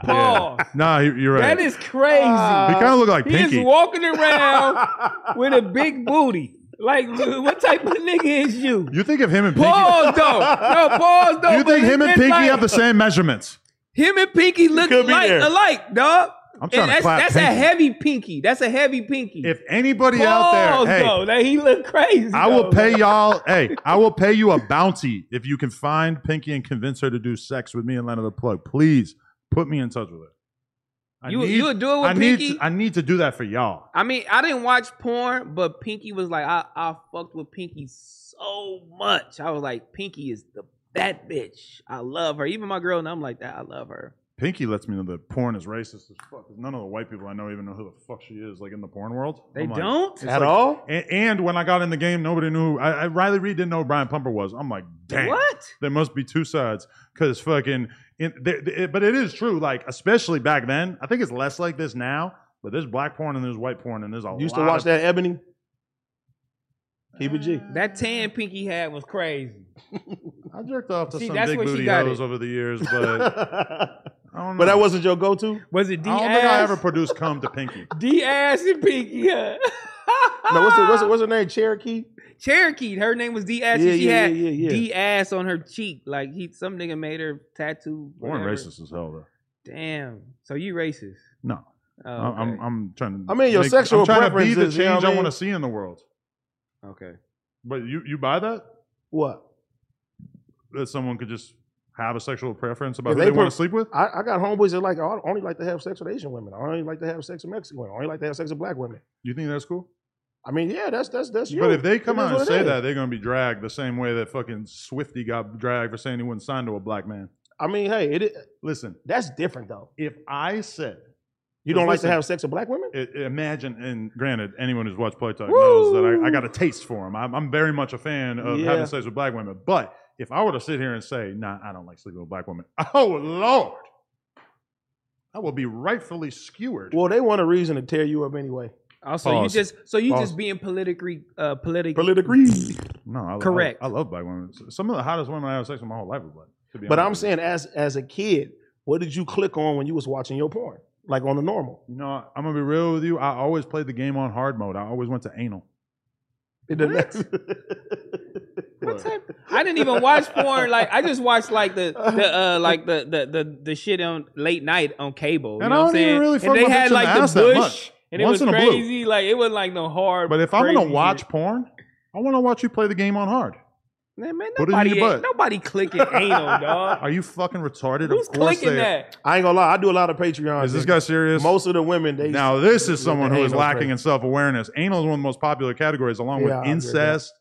Speaker 3: Pause.
Speaker 1: nah, you- you're right.
Speaker 3: That is
Speaker 1: he
Speaker 3: crazy.
Speaker 1: kind of look like
Speaker 3: he
Speaker 1: Pinky.
Speaker 3: is
Speaker 1: (laughs)
Speaker 3: walking around with a big booty. Like what type of nigga is you?
Speaker 1: You think of him and Pinky.
Speaker 3: Pause
Speaker 1: (laughs)
Speaker 3: though. No, pause though.
Speaker 1: you
Speaker 3: but
Speaker 1: think him and
Speaker 3: it's
Speaker 1: Pinky
Speaker 3: like-
Speaker 1: have the same measurements?
Speaker 3: Him and Pinky look
Speaker 2: could be
Speaker 3: like
Speaker 2: there.
Speaker 3: alike, dog.
Speaker 1: I'm trying
Speaker 3: And
Speaker 1: to
Speaker 3: that's
Speaker 1: clap.
Speaker 3: that's a
Speaker 1: Pinky.
Speaker 3: heavy pinky. That's a heavy pinky.
Speaker 1: if anybody out
Speaker 3: Balls,
Speaker 1: there, hey,
Speaker 3: though. Like, he look crazy.
Speaker 1: I will
Speaker 3: though.
Speaker 1: pay y'all. hey, I will pay you a bounty if you can find Pinky and convince her to do sex with me and Lena the Plug. Please put me in touch with her. I
Speaker 3: You,
Speaker 1: need,
Speaker 3: you would do it with
Speaker 1: I need
Speaker 3: pinky.
Speaker 1: to, I need to do that for y'all.
Speaker 3: I mean, I didn't watch porn, but Pinky was like, I, I fucked with Pinky so much. I was like, Pinky is the that bitch. I love her. Even my girl, and I'm like that. I love her.
Speaker 1: Pinky lets me know that porn is racist as fuck. 'cause None of the white people I know even know who the fuck she is. Like in the porn world,
Speaker 3: They
Speaker 1: I'm like-
Speaker 3: don't.
Speaker 2: At all?
Speaker 1: And, and when I got in the game, nobody knew. I, I, Riley Reed didn't know who Brian Pumper was. I'm like, damn.
Speaker 3: What?
Speaker 1: There must be two sides because fucking. In, there, there- but it is true. Like especially back then, I think it's less like this now. But there's black porn and there's white porn and there's a
Speaker 2: You used
Speaker 1: lot
Speaker 2: to watch
Speaker 1: of,
Speaker 2: that Ebony? Keep it G.
Speaker 3: That tan Pinky had was crazy.
Speaker 1: I jerked off to
Speaker 3: See,
Speaker 1: some
Speaker 3: that's
Speaker 1: big
Speaker 3: when she
Speaker 1: booty
Speaker 3: got
Speaker 1: hoes
Speaker 3: it.
Speaker 1: over the years, but
Speaker 2: (laughs) but
Speaker 1: I don't know.
Speaker 2: that wasn't your go-to?
Speaker 3: Was it D
Speaker 1: I
Speaker 3: ass?
Speaker 1: don't think I ever produced cum to Pinky.
Speaker 3: D ass and
Speaker 1: (laughs)
Speaker 3: Pinky. huh?
Speaker 2: No, what's her, what's her, what's her name? Cherokee?
Speaker 3: (laughs) Cherokee. Her name was D ass.
Speaker 2: Yeah,
Speaker 3: and she
Speaker 2: yeah,
Speaker 3: had
Speaker 2: yeah, yeah, yeah.
Speaker 3: D ass on her cheek. Like he, some nigga made her tattoo.
Speaker 1: Porn
Speaker 3: whatever.
Speaker 1: racist as hell though.
Speaker 3: Damn. So you racist?
Speaker 1: No,
Speaker 3: Oh,
Speaker 1: I'm- I'm,
Speaker 3: okay.
Speaker 1: I'm trying to.
Speaker 2: I mean, your sexual
Speaker 1: I'm trying to be the
Speaker 2: preferences,
Speaker 1: change
Speaker 2: you know what I
Speaker 1: I
Speaker 2: mean?
Speaker 1: want to see in the world.
Speaker 3: okay.
Speaker 1: But you, you buy that?
Speaker 2: What?
Speaker 1: that someone could just have a sexual preference about
Speaker 2: Yeah,
Speaker 1: who
Speaker 2: they
Speaker 1: they, want
Speaker 2: put-
Speaker 1: to sleep with?
Speaker 2: I, I got homeboys that like, I only like to have sex with Asian women. I only like to have sex with Mexican women. I only like to have sex with black women.
Speaker 1: You think that's cool?
Speaker 2: I mean, yeah, that's that's that's you.
Speaker 1: but if they come
Speaker 2: It is
Speaker 1: out and
Speaker 2: what it
Speaker 1: say
Speaker 2: is.
Speaker 1: that, they're going to be dragged the same way that fucking Swifty got dragged for saying he wouldn't sign to a black man.
Speaker 2: I mean, hey, it, i-
Speaker 1: Listen,
Speaker 2: that's different though.
Speaker 1: if I said,
Speaker 2: You don't like
Speaker 1: Listen.
Speaker 2: to have sex with black women?
Speaker 1: i- imagine, and granted, anyone who's watched Play Talk knows that I, I got a taste for him. I'm, I'm very much a fan of
Speaker 2: Yeah.
Speaker 1: having sex with black women. But if I were to sit here and say, nah, I don't like sleeping with black women, (laughs) oh, Lord, I will be rightfully skewered.
Speaker 2: Well, they want a reason to tear you up anyway.
Speaker 3: Also,
Speaker 1: Pause.
Speaker 3: you just Oh, so you
Speaker 1: Pause.
Speaker 3: just being politically uh politic
Speaker 2: Politically.
Speaker 1: No, I, I-
Speaker 3: Correct.
Speaker 1: I, love black women. S- Some of the hottest women I had sex with my whole life were black. to be
Speaker 2: But
Speaker 1: honest
Speaker 2: I'm
Speaker 1: with
Speaker 2: saying, as as a kid, what did you click on when you was watching your porn? Like on the normal,
Speaker 1: you You know, I'm gonna be real with you. I always played the game on hard mode. I always went to anal.
Speaker 2: it doesn't-
Speaker 3: What type- I didn't even watch porn. Like I just watched like the the uh like the the the, the shit on late night on cable. You
Speaker 1: And
Speaker 3: know
Speaker 1: I
Speaker 3: what I'm
Speaker 1: don't even
Speaker 3: saying?
Speaker 1: really fuck
Speaker 3: and they
Speaker 1: my bitch
Speaker 3: had
Speaker 1: in the
Speaker 3: like
Speaker 1: ass
Speaker 3: the
Speaker 1: that
Speaker 3: bush,
Speaker 1: much.
Speaker 3: and it
Speaker 1: Once
Speaker 3: was
Speaker 1: in a blue.
Speaker 3: crazy. Like it wasn't like no hard.
Speaker 1: But if I'm gonna
Speaker 3: crazy
Speaker 1: watch
Speaker 3: shit.
Speaker 1: porn, I want to watch you play the game on hard.
Speaker 3: man, man
Speaker 1: put it in
Speaker 3: nobody
Speaker 1: your
Speaker 3: ain't-
Speaker 1: butt. (laughs)
Speaker 3: nobody clicking anal, dog.
Speaker 1: Are you fucking retarded?
Speaker 3: Who's
Speaker 1: of course
Speaker 3: clicking
Speaker 1: they.
Speaker 3: that?
Speaker 2: (laughs) I ain't gonna lie, I do a lot of Patreon.
Speaker 1: Is this guy serious?
Speaker 2: Most of the women, they
Speaker 1: now this is someone who is
Speaker 2: Anal
Speaker 1: lacking
Speaker 2: crazy.
Speaker 1: in self awareness. Anal is one of the most popular categories, along
Speaker 2: Yeah, I
Speaker 1: with
Speaker 2: agree with that.
Speaker 1: incest.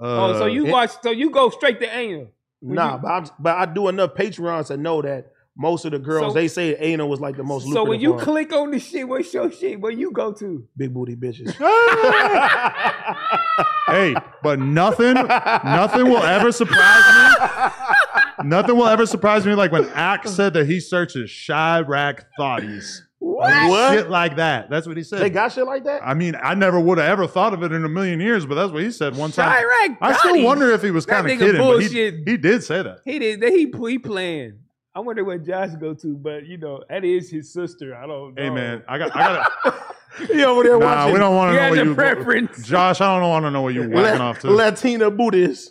Speaker 1: Uh,
Speaker 3: oh, so you
Speaker 2: it-
Speaker 3: watch? So you go straight to anal?
Speaker 2: nah, but I'm, but I do enough Patreons to know that most of the girls
Speaker 3: So-
Speaker 2: they say anal was like the most.
Speaker 3: So when
Speaker 2: lucrative
Speaker 3: you
Speaker 2: one.
Speaker 3: click on this shit, what's your shit? Where you go to?
Speaker 2: big booty
Speaker 1: (laughs)
Speaker 2: bitches.
Speaker 1: hey, but nothing, nothing will ever surprise me. Nothing will ever surprise me like when Axe said that he searches Chirac thotties.
Speaker 2: What?
Speaker 1: Shit like that. That's what he said.
Speaker 2: They got shit like that.
Speaker 1: I mean, I never would have ever thought of it in a million years, but that's what he said one time.
Speaker 3: Chirac
Speaker 1: I still
Speaker 3: Thotties.
Speaker 1: wonder if he was
Speaker 3: That
Speaker 1: kind of
Speaker 3: nigga
Speaker 1: kidding, but he,
Speaker 3: bullshit.
Speaker 1: he did say that.
Speaker 3: He did. He he playing. I wonder where Josh go to, but you know that is his sister. I don't. know.
Speaker 1: Hey man, I got, I got.
Speaker 2: You over there
Speaker 1: nah, we
Speaker 2: watching
Speaker 1: don't want
Speaker 3: He
Speaker 1: to know
Speaker 3: has
Speaker 1: what
Speaker 3: a
Speaker 1: you.
Speaker 3: preference.
Speaker 1: Josh, I don't want to know what you're whacking off to.
Speaker 2: Latina booties.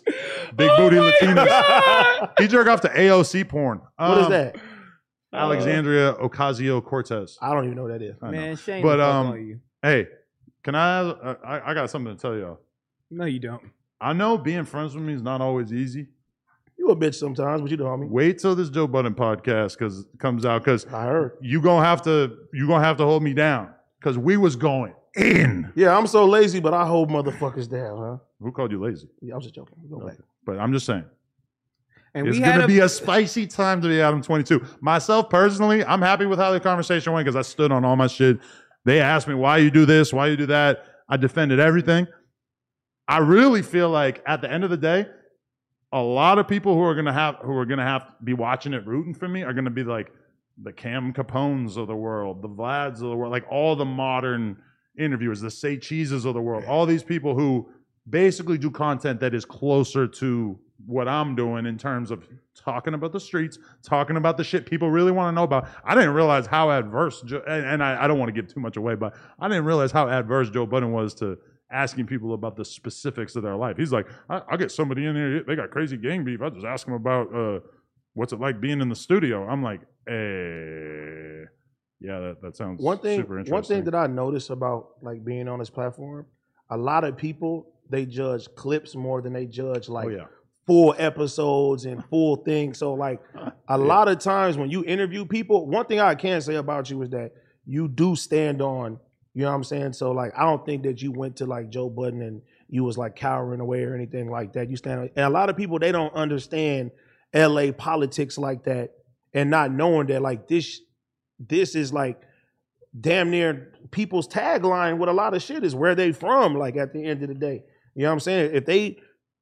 Speaker 1: Big
Speaker 2: Oh
Speaker 1: booty Latinas. He jerk off to AOC porn.
Speaker 2: What is
Speaker 1: Um,
Speaker 2: that?
Speaker 1: Alexandria Ocasio Cortez.
Speaker 2: I don't even know what that is.
Speaker 3: Man, shame.
Speaker 1: But,
Speaker 3: the fuck
Speaker 1: um,
Speaker 3: on you.
Speaker 1: Hey, Can I, uh, I? I got something to tell y'all.
Speaker 3: No, you don't.
Speaker 1: I know being friends with me is not always easy.
Speaker 2: You a bitch sometimes, but you the homie.
Speaker 1: Wait till this Joe Budden podcast cause, comes out because
Speaker 2: I heard.
Speaker 1: you gonna have to you gonna have to hold me down because we was going in.
Speaker 2: Yeah, I'm so lazy, but I hold motherfuckers down, huh?
Speaker 1: Who called you lazy?
Speaker 2: Yeah, I'm just joking. Go back.
Speaker 1: But I'm just saying,
Speaker 5: And
Speaker 1: it's
Speaker 5: we had
Speaker 1: gonna
Speaker 5: a,
Speaker 1: be a spicy time to be Adam 22. Myself personally, I'm happy with how the conversation went because I stood on all my shit. They asked me why you do this, why you do that. I defended everything. I really feel like at the end of the day, a lot of people who are gonna have who are gonna have be watching it rooting for me are gonna be like the Cam Capones of the world, the Vlads of the world, like all the modern interviewers, the Say Cheeses of the world, all these people who basically do content that is closer to what I'm doing in terms of talking about the streets, talking about the shit people really want to know about. I didn't realize how adverse, Joe, and, and I, I don't want to give too much away, but I didn't realize how adverse Joe Budden was to asking people about the specifics of their life. He's like, I, I'll get somebody in here, they got crazy gang beef. I'll just ask them about uh, what's it like being in the studio. I'm like, eh. Yeah, that, that sounds
Speaker 2: One thing,
Speaker 1: super interesting.
Speaker 2: one thing that I notice about like being on this platform, a lot of people they judge clips more than they judge like
Speaker 1: oh, yeah.
Speaker 2: full episodes and full things.
Speaker 1: (laughs)
Speaker 2: So like a lot of times when you interview people, one thing I can say about you is that you do stand on, you know what I'm saying? So like I don't think that you went to like Joe Budden and you was like cowering away or anything like that. You stand on and a lot of people they don't understand LA politics like that and not knowing that like this this is like damn near people's tagline with a lot of shit is where they from like at the end of the day. You know what I'm saying? If they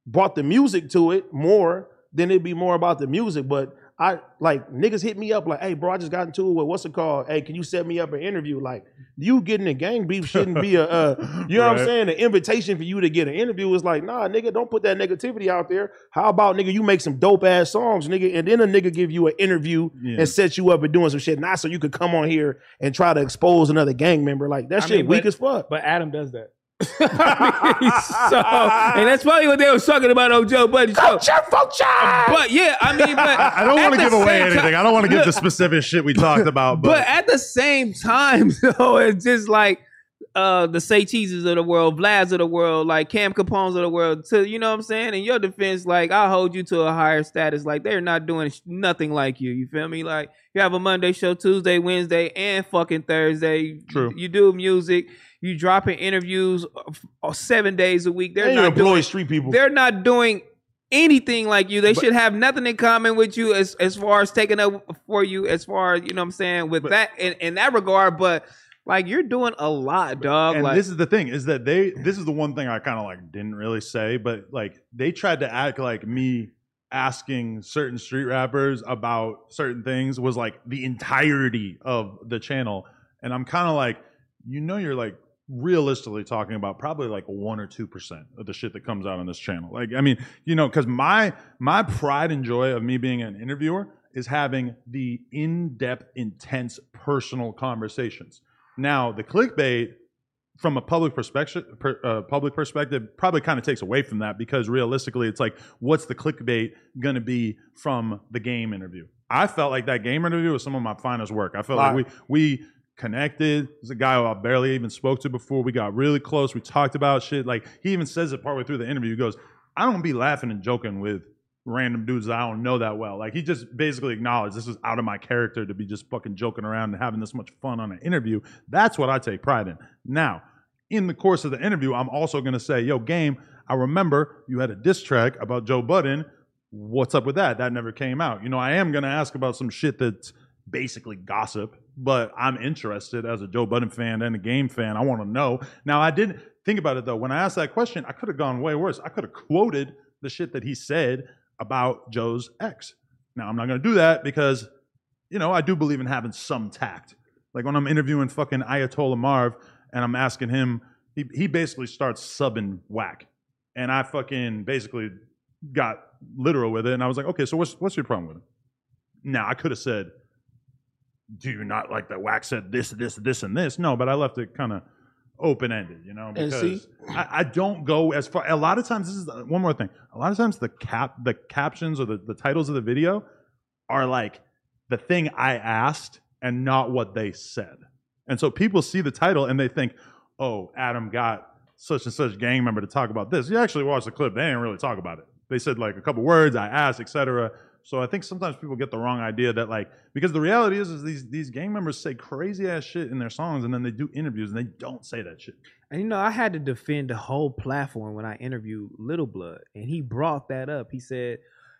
Speaker 2: brought the music to it more, then it'd be more about the music. But I like niggas hit me up like, hey, bro, I just got into it with what's it called? Hey, can you set me up an interview? Like, you getting a gang beef shouldn't be a, uh, you know what I'm
Speaker 1: Right.
Speaker 2: saying? An invitation for you to get an interview is like, nah, nigga, don't put that negativity out there. How about nigga, you make some dope ass songs, nigga, and then a nigga give you an interview
Speaker 1: Yeah.
Speaker 2: and set you up and doing some shit, not so you could come on here and try to expose another gang member. Like that
Speaker 3: I
Speaker 2: shit
Speaker 3: mean,
Speaker 2: weak
Speaker 3: but-
Speaker 2: as fuck.
Speaker 3: But Adam
Speaker 1: (laughs)
Speaker 3: does that. (laughs) so, and that's probably what they were talking about on Joe Budden's show.
Speaker 2: Culture, vulture!
Speaker 3: But yeah, I mean, (laughs) but
Speaker 1: (laughs) I, I don't
Speaker 3: at
Speaker 1: want to
Speaker 3: the
Speaker 1: give away
Speaker 3: same ti-
Speaker 1: anything. I don't want to give
Speaker 3: Look.
Speaker 1: the specific shit we
Speaker 3: (laughs)
Speaker 1: talked about,
Speaker 3: But
Speaker 1: but,
Speaker 3: at the same time, (laughs) though, it's just like uh the Say Cheeses of the world, Vlads of the world, like Cam Capones of the world. To you know what I'm saying? In your defense, like I hold you to a higher status. Like they're not doing sh- nothing like you. You feel me? Like you have a Monday show, Tuesday, Wednesday, and fucking Thursday.
Speaker 1: True.
Speaker 3: You do music. You dropping interviews uh, f- uh, seven days a week. They're
Speaker 2: They
Speaker 3: not doing
Speaker 2: employ street people.
Speaker 3: they're not doing anything like you. They should have nothing in common with you as as far as taking up for you, as far as you know what I'm saying, with that in, in that regard. But like you're doing a lot, dog.
Speaker 1: and
Speaker 3: like
Speaker 1: this is the thing is that they this is the one thing I kind of like didn't really say, but like they tried to act like me asking certain street rappers about certain things was like the entirety of the channel, and I'm kind of like, you know, you're like realistically talking about probably like one or two percent of the shit that comes out on this channel. Like, I mean, you know, because my my pride and joy of me being an interviewer is having the in-depth, intense, personal conversations. Now, the clickbait from a public perspective, per, uh, public perspective, probably kind of takes away from that because realistically, it's like, what's the clickbait going to be from the game interview? I felt like that game interview was some of my finest work. I felt like we we connected. There's a guy who I barely even spoke to before. We got really close. We talked about shit. Like he even says it partway through the interview. He goes, "I don't be laughing and joking with." Random dudes that I don't know that well. Like he just basically acknowledged this is out of my character to be just fucking joking around and having this much fun on an interview. That's what I take pride in. Now, in the course of the interview, I'm also going to say, yo, game, I remember you had a diss track about Joe Budden. What's up with that? That never came out. You know, I am going to ask about some shit that's basically gossip, but I'm interested as a Joe Budden fan and a game fan. I want to know. Now, I didn't think about it though. When I asked that question, I could have gone way worse. I could have quoted the shit that he said about Joe's ex. Now, I'm not going to do that because, you know, I do believe in having some tact. Like when I'm interviewing fucking Ayatollah Marv and I'm asking him, he, he basically starts subbing whack. And I fucking basically got literal with it. And I was like, okay, so what's, what's your problem with it? Now, I could have said, do you not like that whack said this, this, this, and this? No, but I left it kind of open ended, you know?
Speaker 2: And
Speaker 1: Because
Speaker 2: see-
Speaker 1: I, I don't go as far. A lot of times, this is the- one more thing. A lot of times, the cap, the captions or the, the titles of the video are like the thing I asked and not what they said. And so people see the title and they think, oh, Adam got such and such gang member to talk about this. You actually watched the clip. They didn't really talk about it. They said like a couple words. I asked, etc. So I think sometimes people get the wrong idea that like because the reality is is these these gang members say crazy ass shit in their songs and then they do interviews and they don't say that shit.
Speaker 3: And you know, I had to defend the whole platform when I interviewed Little Blood, and he brought that up. He said,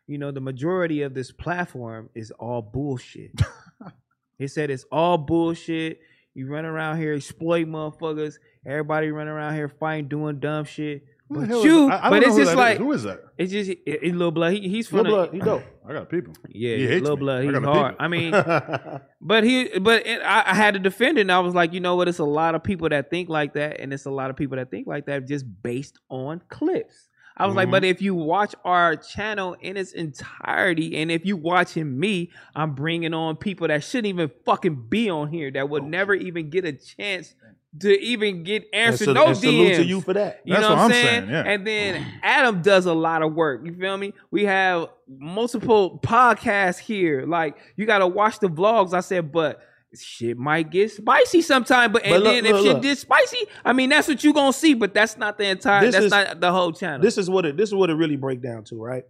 Speaker 3: "You know, the majority of this platform is all bullshit."
Speaker 1: (laughs)
Speaker 3: he said it's all bullshit. You run around here exploit motherfuckers. Everybody run around here fighting, doing dumb shit.
Speaker 1: Who the
Speaker 3: But
Speaker 1: hell is-
Speaker 3: you,
Speaker 1: I- I don't
Speaker 3: but
Speaker 1: know
Speaker 3: it's
Speaker 1: who
Speaker 3: just
Speaker 1: that is.
Speaker 3: like
Speaker 1: who is that?
Speaker 3: it's just it, it, Little Blood. He, he's from
Speaker 2: Little
Speaker 3: the,
Speaker 2: blood, he dope.
Speaker 1: I got people.
Speaker 3: yeah,
Speaker 1: He hates
Speaker 3: Little
Speaker 1: me.
Speaker 3: Blood.
Speaker 1: I
Speaker 3: He's
Speaker 1: gotta
Speaker 3: hard.
Speaker 1: peep it.
Speaker 3: I mean,
Speaker 2: (laughs)
Speaker 1: (laughs)
Speaker 3: But he, but it, I, I had to defend it, and I was like, you know what? It's a lot of people that think like that, and it's a lot of people that think like that just based on clips. I was like,
Speaker 2: Mm-hmm.
Speaker 1: Mhm.
Speaker 3: but if you watch our channel in its entirety, and if you watching me, I'm bringing on people that shouldn't even fucking be on here, that
Speaker 2: Oh.
Speaker 3: would never even get a chance to even get
Speaker 2: And
Speaker 3: answered.
Speaker 2: sal-
Speaker 3: no
Speaker 2: and salute
Speaker 3: DMs.
Speaker 2: to you for that.
Speaker 3: You
Speaker 1: That's
Speaker 3: know what
Speaker 1: what
Speaker 3: I'm
Speaker 1: I'm
Speaker 3: saying?
Speaker 1: saying, yeah.
Speaker 3: And then Adam does a lot of work. You feel me? We have multiple podcasts here. Like you got to watch the vlogs. I said, but shit might get spicy sometime. But and
Speaker 2: But look,
Speaker 3: then if
Speaker 2: look,
Speaker 3: shit
Speaker 2: look.
Speaker 3: gets spicy, I mean that's what you gonna see. But that's not the entire.
Speaker 2: This
Speaker 3: that's
Speaker 2: is-
Speaker 3: not the whole channel.
Speaker 2: This is what it this is what it really break down to, right?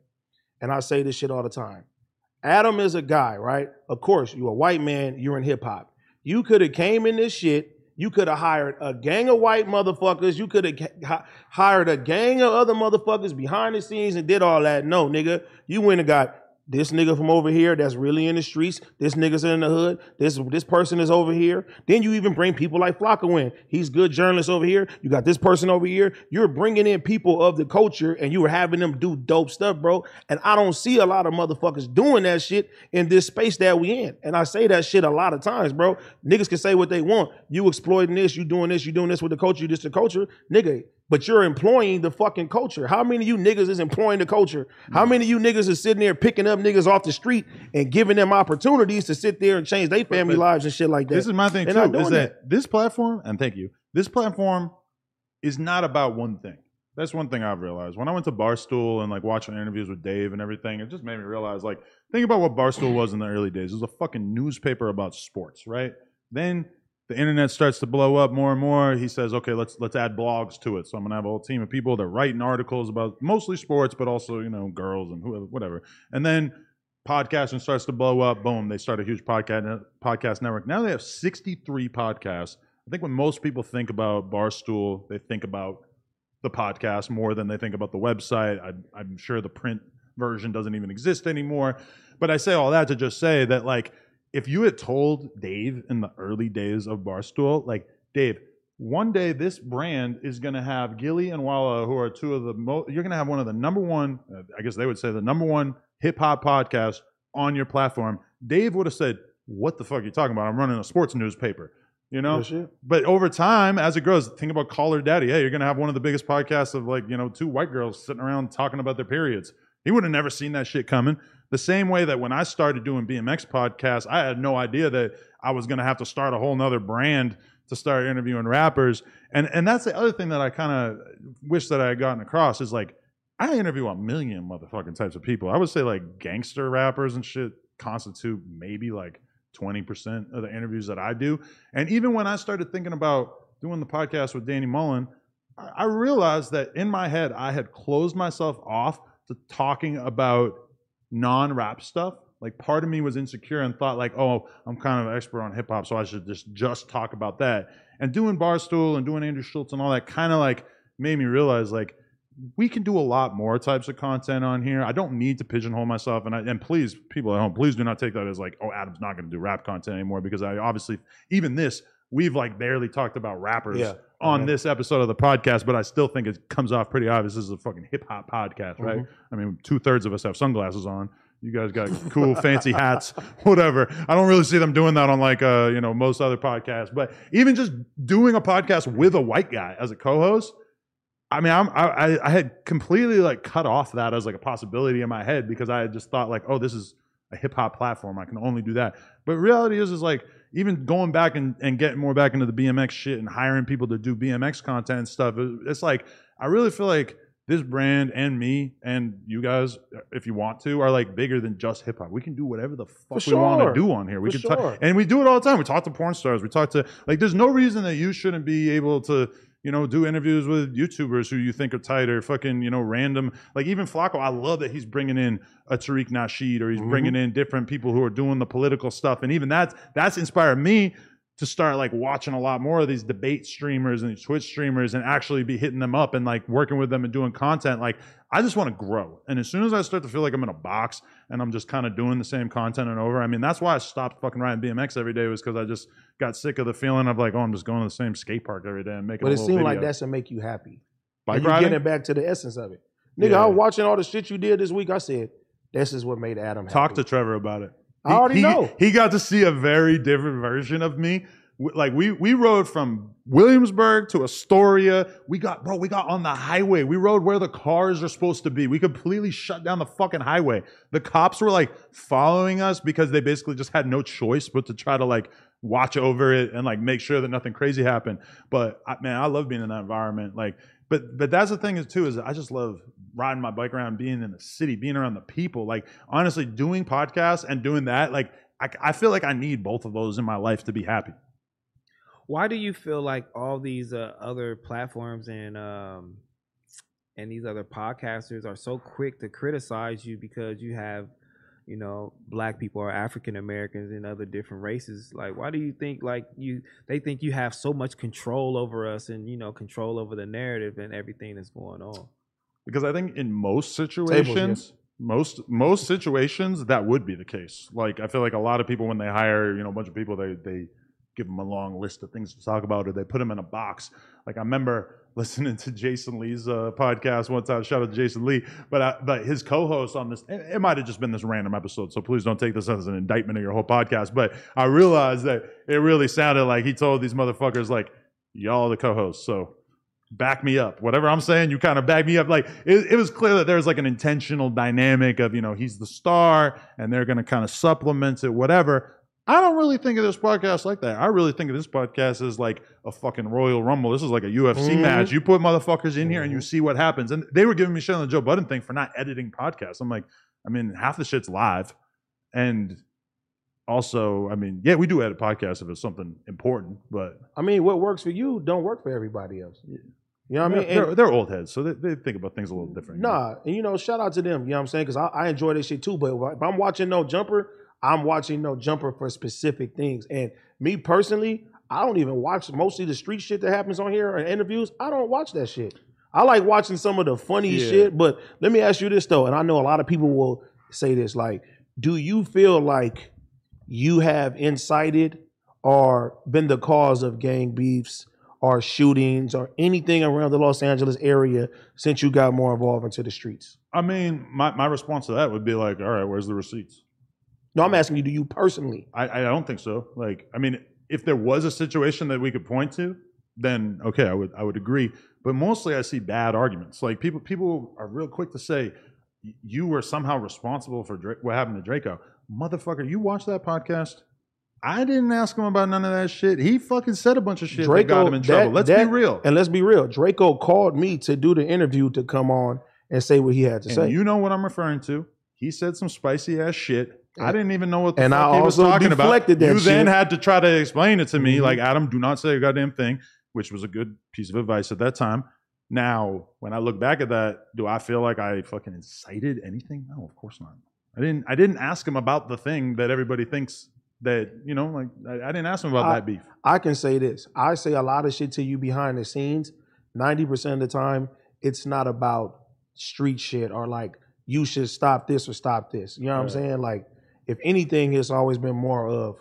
Speaker 2: And I say this shit all the time. Adam is a guy, right? Of course, you a white man, you're in hip hop. You could have came in this shit. You could have hired a gang of white motherfuckers. You could have hired a gang of other motherfuckers behind the scenes and did all that. No, nigga, you went and got this nigga from over here that's really in the streets. This nigga's in the hood. This this person is over here. Then you even bring people like Flocka in. He's good journalist over here. You got this person over here. You're bringing in people of the culture and you were having them do dope stuff, bro. And I don't see a lot of motherfuckers doing that shit in this space that we in. And I say that shit a lot of times, bro. Niggas can say what they want. You exploiting this. You doing this. You doing this with the culture. You this the culture, nigga. But you're employing the fucking culture. How many of you niggas is employing the culture?
Speaker 1: Mm.
Speaker 2: How many of you niggas is sitting there picking up niggas off the street and giving them opportunities to sit there and change their family
Speaker 1: but
Speaker 2: lives and shit like that?
Speaker 1: This is my thing
Speaker 2: They're
Speaker 1: too.
Speaker 2: not doing
Speaker 1: Is that this platform? And thank you. This platform is not about one thing. That's one thing I've realized. When I went to Barstool and like watching interviews with Dave and everything, it just made me realize like think about what Barstool was in the early days. It was a fucking newspaper about sports, right? Then the internet starts to blow up more and more. He says, "Okay, let's let's add blogs to it." So I'm gonna have a whole team of people that are writing articles about mostly sports, but also you know girls and whoever, whatever. And then podcasting starts to blow up. Boom, they start a huge podcast podcast network. Now they have 63 podcasts. I think when most people think about Barstool, they think about the podcast more than they think about the website. I, I'm sure the print version doesn't even exist anymore. But I say all that to just say that, like, if you had told Dave in the early days of Barstool, like, Dave, one day this brand is going to have Gilly and Walla, who are two of the most, you're going to have one of the number one, uh, I guess they would say the number one hip hop podcast on your platform. Dave would have said, What the fuck are you talking about? I'm running a sports newspaper. You know,
Speaker 2: Real shit.
Speaker 1: but over time, as it grows, think about Caller Daddy. Hey, you're gonna have one of the biggest podcasts of like you know two white girls sitting around talking about their periods. He would have never seen that shit coming. The same way that when I started doing BMX podcasts, I had no idea that I was gonna have to start a whole nother brand to start interviewing rappers. And and that's the other thing that I kind of wish that I had gotten across is like I interview a million motherfucking types of people. I would say like gangster rappers and shit constitute maybe like 20% of the interviews that I do. And even when I started thinking about doing the podcast with Danny Mullen, I I realized that in my head, I had closed myself off to talking about non rap stuff. Like part of me was insecure and thought like, oh, I'm kind of an expert on hip hop, so I should just just talk about that. And doing Barstool and doing Andrew Schultz and all that kind of like made me realize like we can do a lot more types of content on here. I don't need to pigeonhole myself. And I, and please, people at home, please do not take that as like, oh, Adam's not going to do rap content anymore because I obviously even this we've like barely talked about rappers
Speaker 2: Yeah.
Speaker 1: on
Speaker 2: Mhm.
Speaker 1: this episode of the podcast, but I still think it comes off pretty obvious. This is a fucking hip hop podcast, right? I mean, two thirds of us have sunglasses on. You guys got cool, (laughs) fancy hats, whatever. I don't really see them doing that on like uh, you know most other podcasts, but even just doing a podcast with a white guy as a co-host. I mean, I'm, I I- I had completely like cut off that as like a possibility in my head because I had just thought like, oh, this is a hip hop platform. I can only do that. But reality is, is like even going back and, and getting more back into the BMX shit and hiring people to do BMX content and stuff. it- It's like I really feel like this brand and me and you guys, if you want to, are like bigger than just hip hop. We can do whatever the fuck we want to
Speaker 2: sure.
Speaker 1: do on here. We
Speaker 2: For
Speaker 1: can talk,
Speaker 2: sure.
Speaker 1: and we do it all the time. We talk to porn stars. We talk to like. There's no reason that you shouldn't be able to you know, do interviews with YouTubers who you think are tight or fucking, you know, random. Like even Flacco, I love that he's bringing in a Tariq Nasheed or he's
Speaker 2: Mm-hmm.
Speaker 1: bringing in different people who are doing the political stuff. And even that's that's inspired me to start like watching a lot more of these debate streamers and these Twitch streamers and actually be hitting them up and like working with them and doing content. Like I just want to grow. And as soon as I start to feel like I'm in a box and I'm just kind of doing the same content and over, I mean, that's why I stopped fucking riding BMX every day was because I just got sick of the feeling of like, oh, I'm just going to the same skate park every day and making.
Speaker 2: But
Speaker 1: a
Speaker 2: it
Speaker 1: little
Speaker 2: seemed
Speaker 1: video.
Speaker 2: like that's to make you happy.
Speaker 1: bike
Speaker 2: and you
Speaker 1: riding.
Speaker 2: getting back to the essence of it. Nigga,
Speaker 1: Yeah.
Speaker 2: I'm watching all the shit you did this week. I said, this is what made Adam happy.
Speaker 1: Talk to Trevor about it.
Speaker 2: I already know.
Speaker 1: He got to see a very different version of me. W- Like we we rode from Williamsburg to Astoria. We got bro, we got on the highway. We rode where the cars are supposed to be. We completely shut down the fucking highway. The cops were like following us because they basically just had no choice but to try to like watch over it and like make sure that nothing crazy happened. But I, man, I love being in that environment. Like, but but that's the thing is too is I just love riding my bike around, being in the city, being around the people. Like honestly, doing podcasts and doing that, like I, I feel like I need both of those in my life to be happy.
Speaker 5: Why do you feel like all these uh, other platforms and um, and these other podcasters are so quick to criticize you because you have, you know, black people or African Americans and other different races? Like, why do you think like you they think you have so much control over us and you know control over the narrative and everything that's going on?
Speaker 1: because I think in most
Speaker 2: yes.
Speaker 1: situations, most most situations that would be the case. Like I feel like a lot of people when they hire you know a bunch of people, they they give them a long list of things to talk about, or they put them in a box. Like I remember (laughs) listening to Jason Lee's uh, podcast one time. Shout out to Jason Lee, but I, but his co-host on this, it, it might have just been this random episode. So please don't take this as an indictment of your whole podcast. But I realized that it really sounded like he told these motherfuckers like, y'all are the co-hosts, so back me up. Whatever I'm saying, you kind of back me up. Like it, it was clear that there was like an intentional dynamic of, you know, he's the star and they're going to kind of supplement it, whatever. I don't really think of this podcast like that. I really think of this podcast as like a fucking Royal Rumble. This is like a UFC
Speaker 2: Mhm.
Speaker 1: match. You put motherfuckers in here and you
Speaker 2: Mhm.
Speaker 1: see what happens. And they were giving me shit on the Joe Budden thing for not editing podcasts. I'm like, I mean, half the shit's live. And also, I mean, yeah, we do edit podcasts if it's something important, but
Speaker 2: I mean, what works for you don't work for everybody else. You know what I mean?
Speaker 1: they're,
Speaker 2: And-
Speaker 1: they're old heads, so they, they think about things a little different. you know?
Speaker 2: Nah, and you know, shout out to them. You know what I'm saying? Because I, I enjoy this shit too. But if I'm watching No Jumper, I'm watching No Jumper for specific things. And me personally, I don't even watch mostly the street shit that happens on here and interviews. I don't watch that shit. I like watching some of the funny
Speaker 1: Yeah.
Speaker 2: shit. But let me ask you this though, and I know a lot of people will say this: like, do you feel like you have incited or been the cause of gang beefs or shootings or anything around the Los Angeles area since you got more involved into the streets?
Speaker 1: I mean, my, my response to that would be like, all right, where's the receipts?
Speaker 2: No, I'm asking you, do you personally?
Speaker 1: I, I don't think so. Like, I mean, if there was a situation that we could point to, then okay, I would I would agree. But mostly, I see bad arguments. Like people people are real quick to say "Y- you were somehow responsible for Dra- what happened to Draco, motherfucker. You watched that podcast. I didn't ask him about none of that shit. He fucking said a bunch of shit that got him in trouble.
Speaker 2: that-
Speaker 1: Let's
Speaker 2: that-
Speaker 1: be real.
Speaker 2: And let's be real. Draco called me to do the interview to come on and say what he had to
Speaker 1: And
Speaker 2: say.
Speaker 1: you know what I'm referring to. He said some spicy ass shit. I
Speaker 2: And-
Speaker 1: didn't even know what the
Speaker 2: and
Speaker 1: fuck
Speaker 2: I
Speaker 1: he was
Speaker 2: also
Speaker 1: talking about.
Speaker 2: deflected that
Speaker 1: you then
Speaker 2: shit.
Speaker 1: had to try to explain it to me,
Speaker 2: Mhm.
Speaker 1: like Adam, do not say a goddamn thing, which was a good piece of advice at that time. Now, when I look back at that, do I feel like I fucking incited anything? No, of course not. I didn't. I didn't ask him about the thing that everybody thinks that you know. Like I, I didn't ask him about
Speaker 2: I-
Speaker 1: that beef.
Speaker 2: I can say this. I say a lot of shit to you behind the scenes. 90% of the time, it's not about street shit or like you should stop this or stop this. You know what I'm
Speaker 1: Right.
Speaker 2: saying? Like, if anything, it's always been more of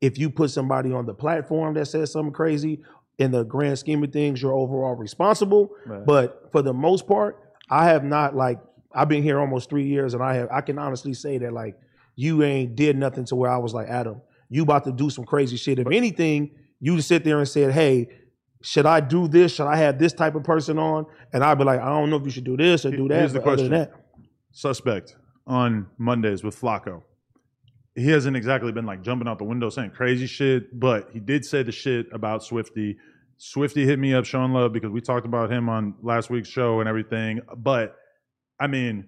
Speaker 2: if you put somebody on the platform that says something crazy, in the grand scheme of things, you're overall responsible.
Speaker 1: But,
Speaker 2: But for the most part, I have not like I've been here almost three years, and I have I can honestly say that like you ain't did nothing to where I was like Adam, you about to do some crazy shit. If anything, you sit there and said, hey. Should I do this? Should I have this type of person on? And I'd be like, I don't know if you should do this or do that.
Speaker 1: Here's the
Speaker 2: but other than
Speaker 1: question. suspect on Mondays with Flacco. He hasn't exactly been like jumping out the window saying crazy shit, but he did say the shit about Swifty. Swifty hit me up showing love because we talked about him on last week's show and everything. But I mean,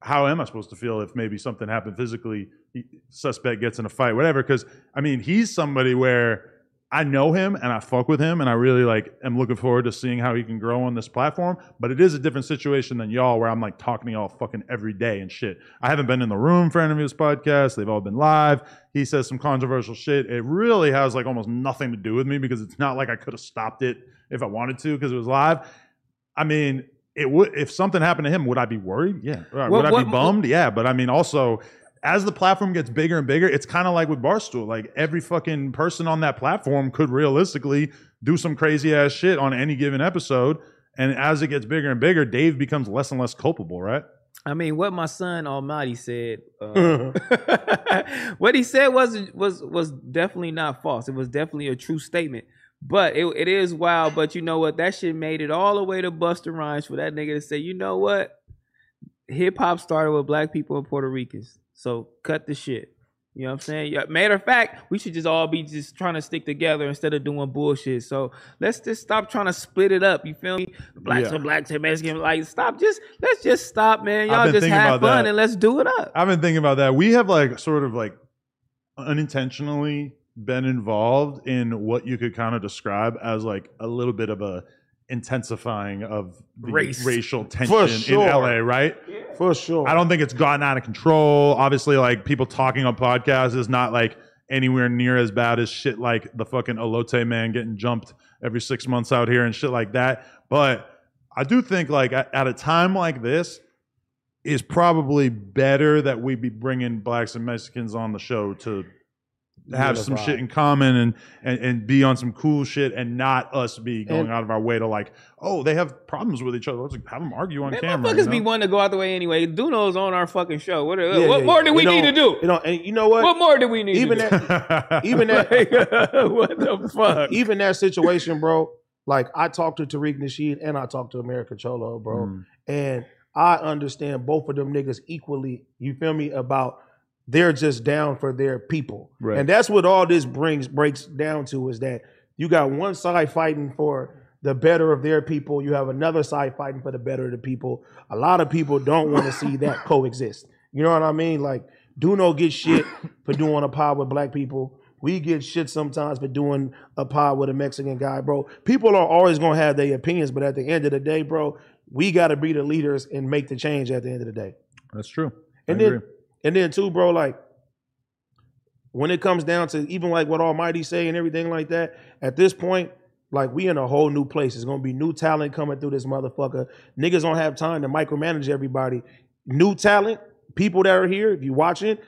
Speaker 1: how am I supposed to feel if maybe something happened physically? He, suspect gets in a fight, whatever. Because I mean, he's somebody where I know him and I fuck with him and I really like am looking forward to seeing how he can grow on this platform. But it is a different situation than y'all where I'm like talking to y'all fucking every day and shit. I haven't been in the room for any of his podcasts. They've all been live. He says some controversial shit. It really has like almost nothing to do with me because it's not like I could have stopped it if I wanted to because it was live. I mean, it would if something happened to him, would I be worried? Yeah. Uh,
Speaker 3: What-
Speaker 1: would I
Speaker 3: what-
Speaker 1: be bummed? yeah. But I mean also as the platform gets bigger and bigger, it's kind of like with Barstool. Like every fucking person on that platform could realistically do some crazy ass shit on any given episode. And as it gets bigger and bigger, Dave becomes less and less culpable, right?
Speaker 5: I mean, what my son Almighty said. Uh, (laughs) what he said was was was definitely not false. It was definitely a true statement. But it, it is wild. But you know what? That shit made it all the way to Buster Rhymes for that nigga to say, you know what? Hip hop started with black people and Puerto Ricans. So cut the shit. You know what I'm saying? Yeah, matter of fact, we should just all be just trying to stick together instead of doing bullshit. So let's just stop trying to split it up. You feel me? Blacks
Speaker 1: Yeah.
Speaker 5: and blacks and Mexicans. Like, stop. Just let's just stop, man.
Speaker 1: I've
Speaker 5: Y'all
Speaker 1: been
Speaker 5: just
Speaker 1: thinking
Speaker 5: have
Speaker 1: about
Speaker 5: fun
Speaker 1: that.
Speaker 5: and let's do it up.
Speaker 1: I've been thinking about that. We have like sort of like unintentionally been involved in what you could kind of describe as like a little bit of a intensifying of the
Speaker 5: Race.
Speaker 1: racial
Speaker 2: For
Speaker 1: tension in
Speaker 2: sure.
Speaker 1: LA, right?
Speaker 2: for sure.
Speaker 1: I don't think it's gotten out of control. Obviously, like people talking on podcasts is not like anywhere near as bad as shit like the fucking elote man getting jumped every six months out here and shit like that. But I do think like at at a time like this, is probably better that we be bringing blacks and Mexicans on the show to have some
Speaker 2: Unify.
Speaker 1: shit in common and, and and be on some cool shit and not us be going
Speaker 2: And-
Speaker 1: out of our way to like oh they have problems with each other let's have them argue on
Speaker 5: Man,
Speaker 1: camera
Speaker 5: motherfuckers
Speaker 1: you know?
Speaker 5: be wanting to go out the way anyway. Duno's on our fucking show. What, uh,
Speaker 2: Yeah, yeah,
Speaker 5: what
Speaker 2: yeah.
Speaker 5: more do we
Speaker 2: It
Speaker 5: need to
Speaker 2: don't-
Speaker 5: do?
Speaker 2: It don't, and you know what?
Speaker 5: What more do we need
Speaker 2: even
Speaker 5: to do?
Speaker 2: that, even
Speaker 5: (laughs)
Speaker 2: that,
Speaker 5: what the fuck?
Speaker 2: even that situation, bro. Like I talked to Tariq Nasheed and I talked to America Cholo, bro.
Speaker 1: Mm.
Speaker 2: And I understand both of them niggas equally, you feel me, about they're just down for their people.
Speaker 1: Right.
Speaker 2: And that's what all this brings breaks down to is that you got one side fighting for the better of their people, you have another side fighting for the better of the people. A lot of people don't want to see that coexist. You know what I mean? Like Duno gets shit for doing a pod with black people. We get shit sometimes for doing a pod with a Mexican guy, bro. People are always gonna have their opinions, but at the end of the day, bro, we gotta be the leaders and make the change at the end of the day.
Speaker 1: That's true. I
Speaker 2: And then
Speaker 1: agree.
Speaker 2: and then too, bro, like when it comes down to even like what Almighty say and everything like that, at this point, like we in a whole new place. It's gonna be new talent coming through this motherfucker. Niggas don't have time to micromanage everybody. New talent, people that are here, if you watching,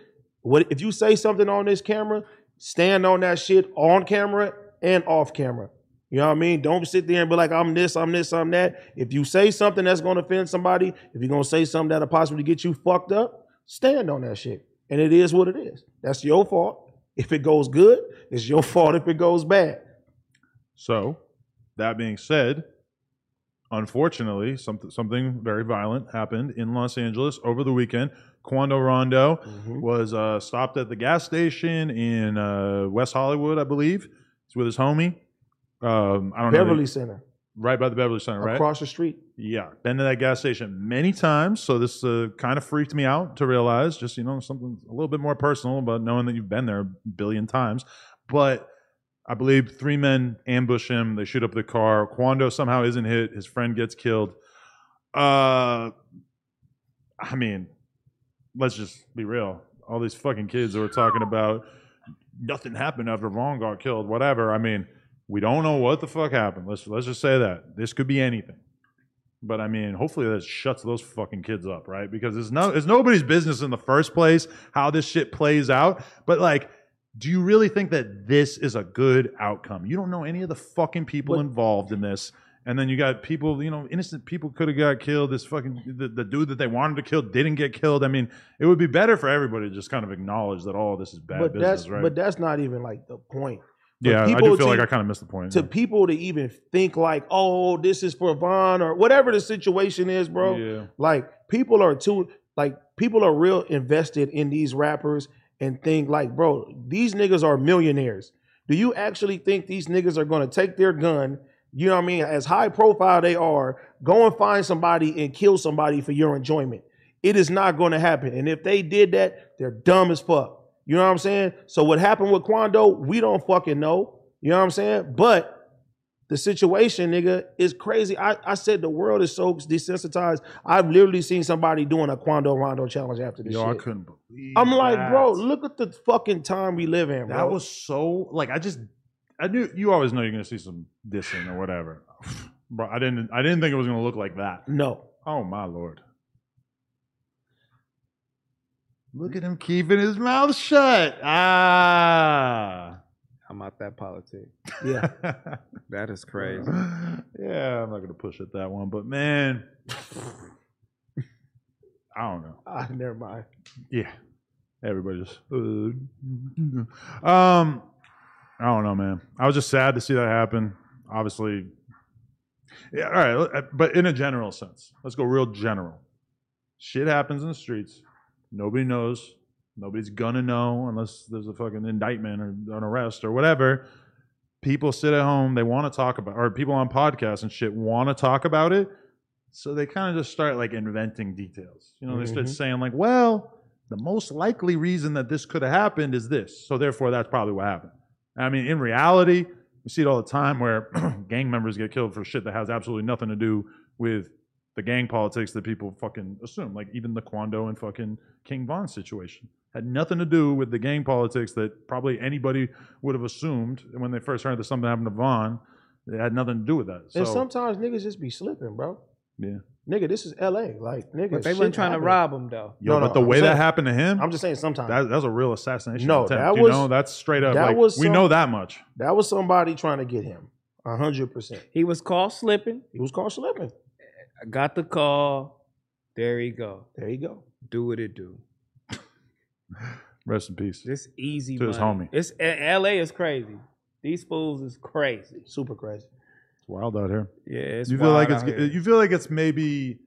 Speaker 2: what if you say something on this camera, stand on that shit on camera and off camera. You know what I mean? Don't sit there and be like, I'm this, I'm this, I'm that. If you say something that's gonna offend somebody, if you're gonna say something that'll possibly get you fucked up, stand on that shit. And it is what it is. That's your fault. If it goes good, it's your (laughs) fault if it goes bad.
Speaker 1: so, that being said, unfortunately, something something very violent happened in Los Angeles over the weekend. Quando Rondo was uh, stopped at the gas station in uh, West Hollywood, I believe. He's with his homie. Um, I don't know.
Speaker 2: Beverly
Speaker 1: the-
Speaker 2: Center,
Speaker 1: Right by the Beverly Center, right?
Speaker 2: across the street.
Speaker 1: Yeah, been to that gas station many times, so this uh, kind of freaked me out to realize just you know something a little bit more personal about knowing that you've been there a billion times. But I believe three men ambush him. They shoot up the car. Quando somehow isn't hit. His friend gets killed. Uh, I mean, let's just be real. All these fucking kids that we're talking about, nothing happened after Vaughn got killed. Whatever. I mean, we don't know what the fuck happened. Let's let's just say that this could be anything. But I mean, hopefully that shuts those fucking kids up, right? Because it's no it's nobody's business in the first place how this shit plays out. But like, do you really think that this is a good outcome? You don't know any of the fucking people
Speaker 2: But-
Speaker 1: involved in this. And then you got people, you know, innocent people could have got killed. This fucking the, the dude that they wanted to kill didn't get killed. I mean, it would be better for everybody to just kind of acknowledge that all this is bad
Speaker 2: but
Speaker 1: business,
Speaker 2: that's
Speaker 1: right? Mm-hmm.
Speaker 2: but that's not even like the point. but
Speaker 1: yeah, I
Speaker 2: people
Speaker 1: do feel
Speaker 2: to-
Speaker 1: like I kind of missed the point.
Speaker 2: To people to even think like, oh, this is for Vaughn or whatever the situation is, bro.
Speaker 1: yeah.
Speaker 2: Like people are too like people are real invested in these rappers and think like, bro, these niggas are millionaires. Do you actually think these niggas are gonna take their gun, you know what I mean, as high profile they are, go and find somebody and kill somebody for your enjoyment? It is not gonna happen. And if they did that, they're dumb as fuck. You know what I'm saying? So what happened with Quando, we don't fucking know. You know what I'm saying? But the situation, nigga, is crazy. I, I said the world is so desensitized. I've literally seen somebody doing a Quando Rondo challenge after this
Speaker 1: Yo, I
Speaker 2: shit.
Speaker 1: couldn't believe.
Speaker 2: I'm like,
Speaker 1: that.
Speaker 2: bro, look at the fucking time we live in, bro.
Speaker 1: That was so like I just I knew you always know you're gonna see some dissing or whatever. (sighs) Bro, I didn't I didn't think it was gonna look like that.
Speaker 2: no. (laughs)
Speaker 1: Oh my lord. Look at him keeping his mouth shut. Ah.
Speaker 5: I'm out that politics.
Speaker 2: Yeah. (laughs)
Speaker 5: That is crazy.
Speaker 1: (sighs) yeah, I'm not gonna push at that one, but man, (laughs) I don't know.
Speaker 2: Ah, never mind.
Speaker 1: Yeah. Everybody's. um, I don't know, man. I was just sad to see that happen. Obviously. Yeah, all right. let- uh, But in a general sense, let's go real general. Shit happens in the streets. Nobody knows. Nobody's gonna know unless there's a fucking indictment or an arrest or whatever. People sit at home. They want to talk about, or people on podcasts and shit want to talk about it. So they kind of just start like inventing details. You know, they start
Speaker 2: Mhm.
Speaker 1: saying like, well, the most likely reason that this could have happened is this. So therefore, that's probably what happened. I mean, in reality, we see it all the time where (clears throat) gang members get killed for shit that has absolutely nothing to do with the gang politics that people fucking assume. Like even the Quando and fucking King Von situation had nothing to do with the gang politics that probably anybody would have assumed when they first heard that something happened to Von. It had nothing to do with that. So,
Speaker 2: and sometimes niggas just be slipping, bro.
Speaker 1: Yeah.
Speaker 2: Nigga, this is LA. Like, nigga.
Speaker 5: But they
Speaker 2: shit
Speaker 5: weren't trying to
Speaker 2: happen.
Speaker 5: rob him though.
Speaker 1: yo,
Speaker 2: no, no,
Speaker 1: but the
Speaker 2: I'm
Speaker 1: way that
Speaker 2: saying-
Speaker 1: happened to him,
Speaker 2: I'm just saying sometimes.
Speaker 1: that, that was a real assassination
Speaker 2: No,
Speaker 1: attempt.
Speaker 2: that
Speaker 1: you
Speaker 2: was-
Speaker 1: know, that's straight up.
Speaker 2: that
Speaker 1: like,
Speaker 2: was
Speaker 1: we
Speaker 2: some-
Speaker 1: know that much.
Speaker 2: that was somebody trying to get him. a 100%.
Speaker 5: He was caught slipping.
Speaker 2: He was called slipping.
Speaker 5: I got the call. There he go.
Speaker 2: There you go.
Speaker 5: Do what it do.
Speaker 1: Rest in peace.
Speaker 5: This easy
Speaker 1: To his
Speaker 5: money.
Speaker 1: homie.
Speaker 5: It's A- LA is crazy. These fools is crazy.
Speaker 2: Super crazy.
Speaker 1: It's wild out here.
Speaker 5: Yeah, it's
Speaker 1: you feel like
Speaker 5: wild
Speaker 1: it's uh,
Speaker 5: out here.
Speaker 1: you feel like it's maybe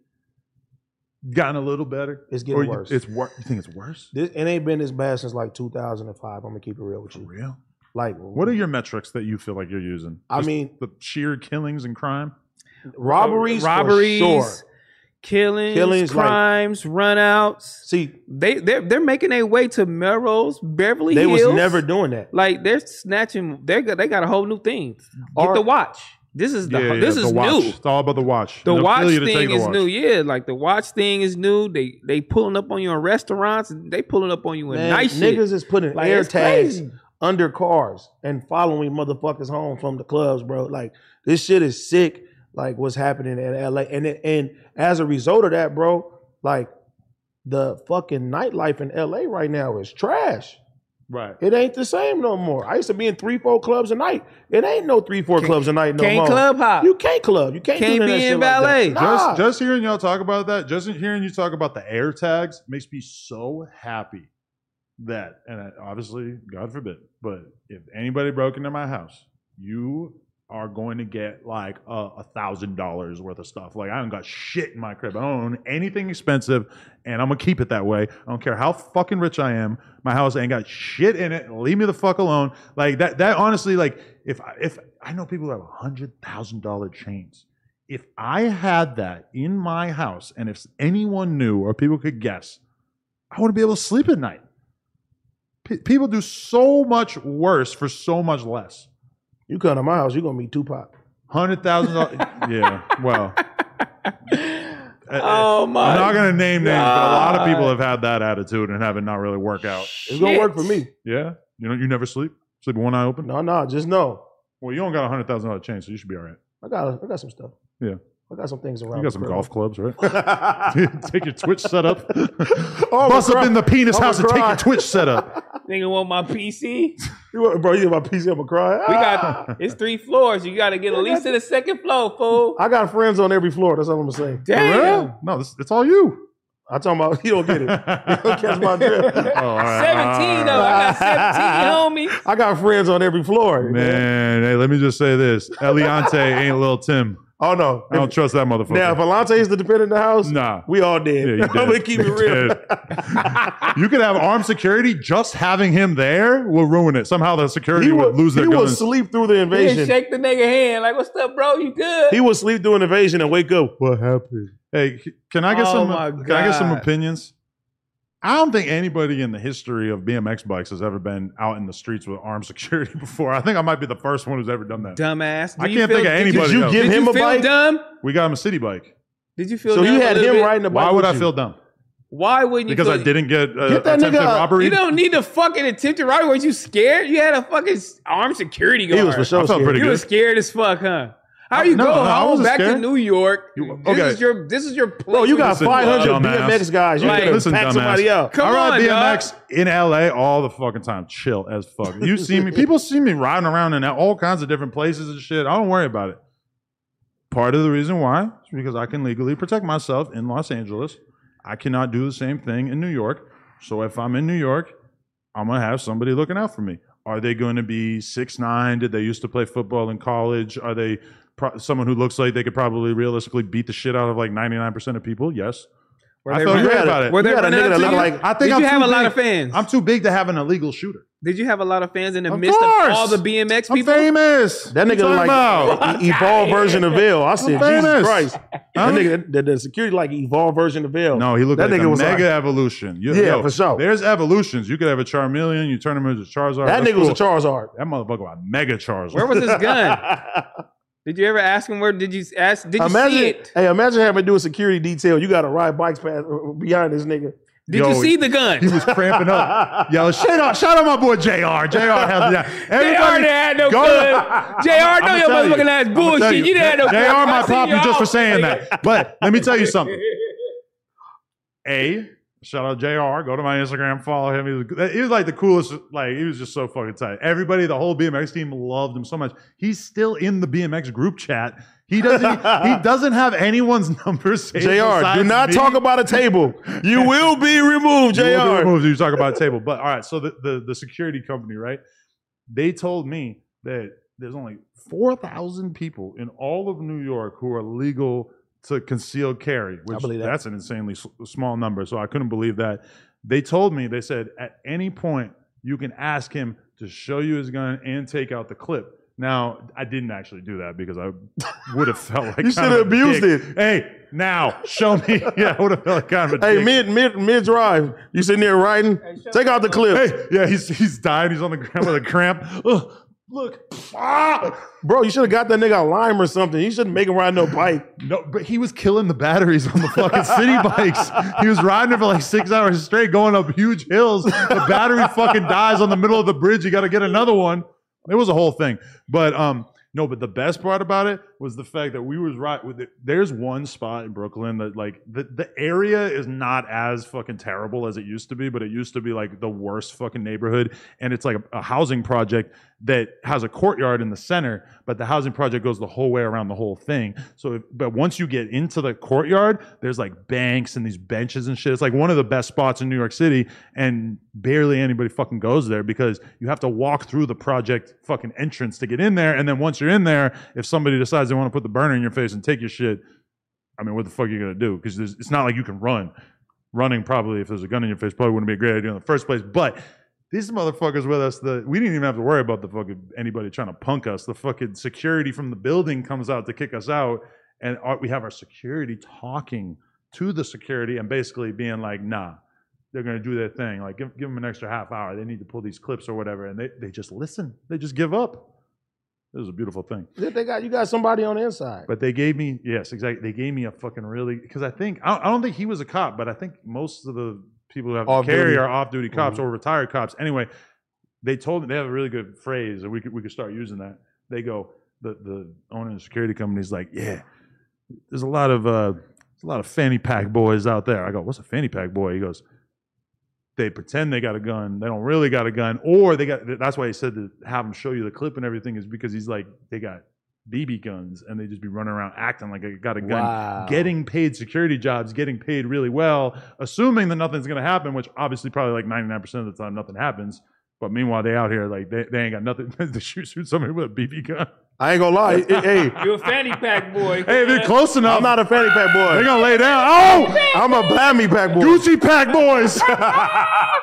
Speaker 1: gotten a little better.
Speaker 2: It's getting
Speaker 1: you-
Speaker 2: worse.
Speaker 1: It's worse. You think it's worse?
Speaker 2: This it ain't been this bad since like 2005. I'm gonna keep it real with
Speaker 1: For
Speaker 2: you.
Speaker 1: real?
Speaker 2: Like,
Speaker 1: What are your metrics that you feel like you're using?
Speaker 2: I
Speaker 1: Just uh,
Speaker 2: mean,
Speaker 1: the sheer killings and crime.
Speaker 2: robberies, robberies.
Speaker 5: robberies,
Speaker 2: For sure.
Speaker 5: killings,
Speaker 2: Killings, like-
Speaker 5: crimes, runouts.
Speaker 2: See,
Speaker 5: They they're, they're making their way to Melrose, Beverly
Speaker 2: they
Speaker 5: Hills.
Speaker 2: was never doing that.
Speaker 5: like they're snatching. They got they got a whole new thing. Get
Speaker 2: Or-
Speaker 5: the watch. This is the this
Speaker 1: the
Speaker 5: is
Speaker 1: watch.
Speaker 5: new.
Speaker 1: It's all about the watch.
Speaker 5: The
Speaker 1: They'll
Speaker 5: watch
Speaker 1: kill you to take
Speaker 5: thing
Speaker 1: the
Speaker 5: is
Speaker 1: watch.
Speaker 5: new. Yeah, like the watch thing is new. They they pulling up on you in restaurants. and They pulling up on you in
Speaker 2: Man,
Speaker 5: nice shit.
Speaker 2: niggas is putting
Speaker 5: Like,
Speaker 2: air
Speaker 5: it's
Speaker 2: tags
Speaker 5: crazy.
Speaker 2: under cars and following motherfuckers home from the clubs, bro. Like this shit is sick. Like what's happening in LA, and it, and as a result of that, bro, like the fucking nightlife in LA right now is trash.
Speaker 1: Right.
Speaker 2: It ain't the same no more. I used to be in three, four clubs a night. It ain't no three, four clubs a night no
Speaker 5: Can't
Speaker 2: more.
Speaker 5: club hop.
Speaker 2: You can't club. You can't, do
Speaker 5: Can't
Speaker 2: none of
Speaker 5: be
Speaker 2: that
Speaker 5: in
Speaker 2: shit like
Speaker 5: ballet.
Speaker 2: that.
Speaker 1: Just
Speaker 2: Nah.
Speaker 1: just hearing y'all talk about that, just hearing you talk about the air tags makes me so happy that and I- obviously, God forbid, but if anybody broke into my house, you are going to get like a thousand dollars worth of stuff. Like I don't got shit in my crib. I don't own anything expensive, and I'm gonna keep it that way. I don't care how fucking rich I am. My house ain't got shit in it. Leave me the fuck alone. Like that. That honestly, like if I- if I know people who have a hundred thousand dollar chains. If I had that in my house, and if anyone knew or people could guess, I wouldn't be able to sleep at night. Pe- people do so much worse for so much less.
Speaker 2: you come to my house, you're gonna meet Tupac.
Speaker 1: Hundred thousand dollars. (laughs) yeah. Well,
Speaker 2: (laughs)
Speaker 1: uh,
Speaker 5: (laughs) oh my!
Speaker 1: I'm not gonna name names, but a lot of people have
Speaker 5: God.
Speaker 1: had that attitude and have it not really work out.
Speaker 2: It's gonna work for
Speaker 5: Shit.
Speaker 2: me.
Speaker 1: Yeah. You know, you never sleep. Sleep with one eye open.
Speaker 2: No, no, just know.
Speaker 1: Well, you don't got a hundred thousand dollar chain, so you should be all right.
Speaker 2: I got I got some stuff.
Speaker 1: Yeah.
Speaker 2: I got some things around.
Speaker 1: You
Speaker 2: the
Speaker 1: got some
Speaker 2: crib. (laughs)
Speaker 1: golf clubs,
Speaker 5: (laughs)
Speaker 1: right? (laughs)
Speaker 2: I'm
Speaker 1: take your Twitch setup.
Speaker 2: a
Speaker 1: Bust up
Speaker 2: cry-
Speaker 1: in the penis
Speaker 2: I'm a
Speaker 1: house and take
Speaker 2: cry.
Speaker 1: your Twitch setup.
Speaker 5: Nigga want
Speaker 2: (laughs)
Speaker 5: my PC?
Speaker 2: You want- bro, you in my PC, I'm gonna cry.
Speaker 5: We
Speaker 2: Ah!
Speaker 5: got it's three floors. You gotta get at least to the second floor, fool.
Speaker 2: I got friends on every floor. That's all I'm gonna say.
Speaker 5: Damn.
Speaker 1: No, this, it's all you.
Speaker 2: I talking about you don't get it. You don't (laughs) catch my
Speaker 1: (laughs)
Speaker 2: drift.
Speaker 1: Oh, all right.
Speaker 5: Seventeen though. I (laughs) got seventeen, homie.
Speaker 2: I got friends on every floor.
Speaker 1: Man, hey, let me just say this: Eliante ain't little Tim.
Speaker 2: Oh no.
Speaker 1: I don't trust that motherfucker.
Speaker 2: now if Alante is the dependent in the house,
Speaker 1: nah,
Speaker 2: we all dead.
Speaker 1: Yeah, you
Speaker 2: (laughs) I'm gonna
Speaker 1: dead.
Speaker 2: keep it
Speaker 1: You
Speaker 2: real. (laughs)
Speaker 1: you could have armed security. Just having him there will ruin it. Somehow the security
Speaker 2: he
Speaker 1: would,
Speaker 2: would
Speaker 1: lose their
Speaker 2: he would
Speaker 1: guns.
Speaker 2: sleep through the
Speaker 5: He didn't
Speaker 2: invasion.
Speaker 5: shake the nigga hand like, "What's up, bro? You good?"
Speaker 2: He would sleep through an invasion and wake up. What happened?
Speaker 1: hey, c- can I get
Speaker 5: Oh
Speaker 1: some?
Speaker 5: my
Speaker 1: Can I get some
Speaker 5: God.
Speaker 1: opinions? I don't think anybody in the history of BMX bikes has ever been out in the streets with armed security (laughs) before. I think I might be the first one who's ever done that.
Speaker 5: Dumbass. Do
Speaker 1: I
Speaker 5: you
Speaker 1: can't
Speaker 5: feel-
Speaker 1: think of
Speaker 5: did
Speaker 1: anybody.
Speaker 5: You,
Speaker 2: you
Speaker 1: else.
Speaker 2: give
Speaker 5: did
Speaker 2: him
Speaker 5: you
Speaker 2: a
Speaker 5: feel
Speaker 2: bike?
Speaker 5: dumb?
Speaker 1: we got him a city bike.
Speaker 5: Did you feel
Speaker 2: So
Speaker 5: dumb
Speaker 2: you
Speaker 5: a
Speaker 2: had
Speaker 5: little
Speaker 2: him
Speaker 5: bit?
Speaker 2: riding the bike.
Speaker 1: Why would
Speaker 2: with
Speaker 1: I
Speaker 2: you.
Speaker 1: feel dumb?
Speaker 5: Why wouldn't you?
Speaker 1: Because I
Speaker 5: feel-
Speaker 1: didn't get uh,
Speaker 2: Get that
Speaker 1: attempted
Speaker 2: nigga up.
Speaker 1: robbery.
Speaker 5: You don't need to fucking attempted robbery. Weren't you scared? You had a fucking s- armed security guard.
Speaker 2: He was for sure
Speaker 1: I felt
Speaker 2: scared.
Speaker 1: pretty
Speaker 5: You were
Speaker 1: good.
Speaker 5: scared as fuck, huh? How you
Speaker 1: No,
Speaker 5: go
Speaker 1: no, I
Speaker 5: home
Speaker 1: wasn't
Speaker 5: back to
Speaker 1: scared.
Speaker 5: New York?
Speaker 1: You-
Speaker 5: This
Speaker 1: okay.
Speaker 5: is your this is your place.
Speaker 2: Bro, you got
Speaker 1: Listen,
Speaker 2: 500
Speaker 1: dumbass.
Speaker 2: BMX guys. You
Speaker 5: Like,
Speaker 2: could
Speaker 1: listen,
Speaker 2: have packed
Speaker 1: dumbass.
Speaker 2: somebody out.
Speaker 5: Come
Speaker 1: I ride
Speaker 5: on,
Speaker 1: BMX in LA all the fucking time. Chill as fuck. You see me. People see me riding around in all kinds of different places and shit. I don't worry about it. Part of the reason why is because I can legally protect myself in Los Angeles. I cannot do the same thing in New York. So if I'm in New York, I'm gonna have somebody looking out for me. Are they going to be six nine? Did they used to play football in college? Are they pro- someone who looks like they could probably realistically beat the shit out of like 99% of people? Yes.
Speaker 5: Were
Speaker 1: I
Speaker 5: they
Speaker 1: felt
Speaker 5: running-
Speaker 1: great
Speaker 2: had a-
Speaker 1: about it.
Speaker 5: Were they
Speaker 2: You had a
Speaker 5: running
Speaker 2: nigga
Speaker 5: up
Speaker 2: that
Speaker 5: to
Speaker 2: looked
Speaker 5: you?
Speaker 2: like-
Speaker 1: I think
Speaker 5: Did
Speaker 1: I'm
Speaker 5: you have
Speaker 1: too
Speaker 5: a lot
Speaker 1: big.
Speaker 5: of fans?
Speaker 1: I'm too big to have an illegal shooter.
Speaker 5: Did you have a lot of fans in the
Speaker 1: Of
Speaker 5: midst
Speaker 1: course.
Speaker 5: of all the BMX
Speaker 1: I'm
Speaker 5: people?
Speaker 1: famous. What
Speaker 2: That nigga
Speaker 1: you
Speaker 2: look
Speaker 1: talking about?
Speaker 2: (laughs) like e- evolved version of Vail. I said, Jesus
Speaker 1: famous.
Speaker 2: Christ.
Speaker 1: Huh?
Speaker 2: That nigga, the, the security like evolved version of Vail.
Speaker 1: No, he looked
Speaker 2: That
Speaker 1: like
Speaker 2: nigga
Speaker 1: a
Speaker 2: was
Speaker 1: mega
Speaker 2: like-
Speaker 1: evolution. You-
Speaker 2: Yeah,
Speaker 1: yo,
Speaker 2: for sure.
Speaker 1: There's evolutions. You could have a Charmeleon. You turn him into Charizard.
Speaker 2: that
Speaker 1: That's
Speaker 2: nigga was a
Speaker 1: cool.
Speaker 2: Charizard.
Speaker 1: That motherfucker was a mega Charizard.
Speaker 5: Where was his gun? Did you ever ask him where? Did you ask? Did you see
Speaker 2: imagine,
Speaker 5: it?
Speaker 2: hey, imagine having to do a security detail. You got to ride bikes past behind this nigga.
Speaker 5: Did
Speaker 1: Yo,
Speaker 5: you see
Speaker 1: (laughs)
Speaker 5: the
Speaker 1: (laughs)
Speaker 5: gun?
Speaker 1: he was cramping up.
Speaker 2: (laughs)
Speaker 1: Yo, shout out, shout out my boy JR. JR has that.
Speaker 5: They already had no
Speaker 1: go-
Speaker 5: (laughs) gun. JR,
Speaker 1: I'ma
Speaker 5: know your
Speaker 1: tell you.
Speaker 5: motherfucking ass
Speaker 1: I'ma tell
Speaker 5: bullshit. You, didn't have no gun.
Speaker 1: JR
Speaker 5: I
Speaker 1: might
Speaker 5: seen
Speaker 1: pop you just
Speaker 5: y'all.
Speaker 1: for saying
Speaker 5: (laughs)
Speaker 1: that. But let me tell you something. A shout out JR. Go to my Instagram, follow him. He was, he was like the coolest. Like he was just so fucking tight. Everybody, the whole BMX team loved him so much. He's still in the BMX group chat. He doesn't.
Speaker 5: (laughs)
Speaker 1: he doesn't have anyone's (laughs) number saved.
Speaker 2: JR, do
Speaker 1: besides
Speaker 2: not
Speaker 1: me.
Speaker 2: talk about a table.
Speaker 1: (laughs)
Speaker 2: You will be removed, JR.
Speaker 1: You will be removed if you talk about a table. But all right, so the, the, the security company, right? They told me that there's only 4,000 people in all of New York who are legal to conceal carry, which
Speaker 2: believe that.
Speaker 1: that's an insanely s- small number. So I couldn't believe that. They told me, they said, at any point, you can ask him to show you his gun and take out the clip. Now, I didn't actually do that because I would have felt like
Speaker 2: You
Speaker 1: kind
Speaker 2: shoulda
Speaker 1: of a
Speaker 2: abused
Speaker 1: dick.
Speaker 2: it.
Speaker 1: Hey, now show me. (laughs) Yeah, I would have felt like kind of a
Speaker 2: Hey,
Speaker 1: dick.
Speaker 2: mid mid mid drive, you sitting there riding? Take out the clip,
Speaker 1: Hey, yeah, he's he's dying. He's on the ground with a cramp. Ugh, look, ah!
Speaker 2: bro. You should have got that nigga a lime or something. You shouldn't make him ride no bike.
Speaker 1: no, but he was killing the batteries on the fucking city bikes. He was riding it for like six hours straight, going up huge hills. The battery fucking dies on the middle of the bridge. You got to get another one. It was a whole thing, but um, no. But the best part about it was the fact that we was right with it. There's one spot in Brooklyn that like the the area is not as fucking terrible as it used to be, but it used to be like the worst fucking neighborhood, and it's like a, a housing project that has a courtyard in the center, but the housing project goes the whole way around the whole thing. So, if, but once you get into the courtyard, there's like banks and these benches and shit. It's like one of the best spots in New York City, and barely anybody fucking goes there because you have to walk through the project fucking entrance to get in there. And then once you're in there, if somebody decides they want to put the burner in your face and take your shit, I mean, what the fuck are you gonna do? Because it's not like you can run. Running probably, if there's a gun in your face, probably wouldn't be a great idea in the first place. But these motherfuckers with us, the we didn't even have to worry about the fucking anybody trying to punk us. The fucking security from the building comes out to kick us out, and our, we have our security talking to the security and basically being like, "Nah, they're gonna do their thing. Like, give, give them an extra half hour. They need to pull these clips or whatever." And they they just listen. They just give up. It was a beautiful thing.
Speaker 2: They got you got somebody on the inside.
Speaker 1: But they gave me yes, exactly. They gave me a fucking really because I think I I don't think he was a cop, but I think most of the people who have to
Speaker 2: Off
Speaker 1: carry
Speaker 2: duty. Mm-hmm.
Speaker 1: are off duty cops or retired cops. Anyway, they told me they have a really good phrase, and we could we could start using that. They go the the owner of the security company's like, yeah, there's a lot of uh, there's a lot of fanny pack boys out there. I go, what's a fanny pack boy? He goes. They pretend they got a gun. They don't really got a gun, or they got. That's why he said to have them show you the clip and everything is because he's like they got BB guns and they just be running around acting like I got a gun,
Speaker 2: Wow.
Speaker 1: getting paid security jobs, getting paid really well, assuming that nothing's gonna happen, which obviously probably like 99% of the time nothing happens. But meanwhile, they out here like they, they ain't got nothing (laughs) to shoot, shoot somebody with a BB gun.
Speaker 2: I ain't gonna lie. It- it- hey,
Speaker 5: You a fanny pack boy.
Speaker 1: (laughs) Hey, if they're close enough,
Speaker 2: I'm not a fanny pack
Speaker 1: they're
Speaker 2: boy.
Speaker 1: gonna lay down. Oh,
Speaker 2: I'm a blammy pack boy. (laughs)
Speaker 1: Gucci pack boys.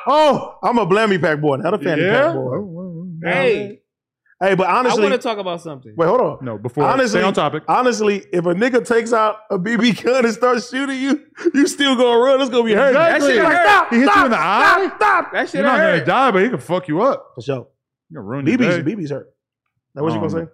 Speaker 2: oh, I'm a blammy pack boy, not a fanny
Speaker 1: yeah.
Speaker 2: pack boy.
Speaker 5: Hey,
Speaker 2: Hey, but honestly,
Speaker 5: I want to talk about something.
Speaker 2: wait, hold on.
Speaker 1: No, before
Speaker 2: Honestly-
Speaker 1: stay on topic.
Speaker 2: Honestly, if a nigga takes out a BB gun and starts shooting you, you still gonna run. It's gonna be hurt.
Speaker 1: That shit
Speaker 2: Like,
Speaker 1: hurt.
Speaker 2: stop,
Speaker 1: He hits you
Speaker 2: stop,
Speaker 1: in the
Speaker 2: stop,
Speaker 1: eye?
Speaker 2: Stop.
Speaker 5: That shit
Speaker 1: You're not gonna
Speaker 5: hurt.
Speaker 1: die, but he can fuck you up.
Speaker 2: For sure.
Speaker 1: You're gonna ruin your day.
Speaker 2: BB's BB's hurt. That what you
Speaker 1: Um,
Speaker 2: gonna say?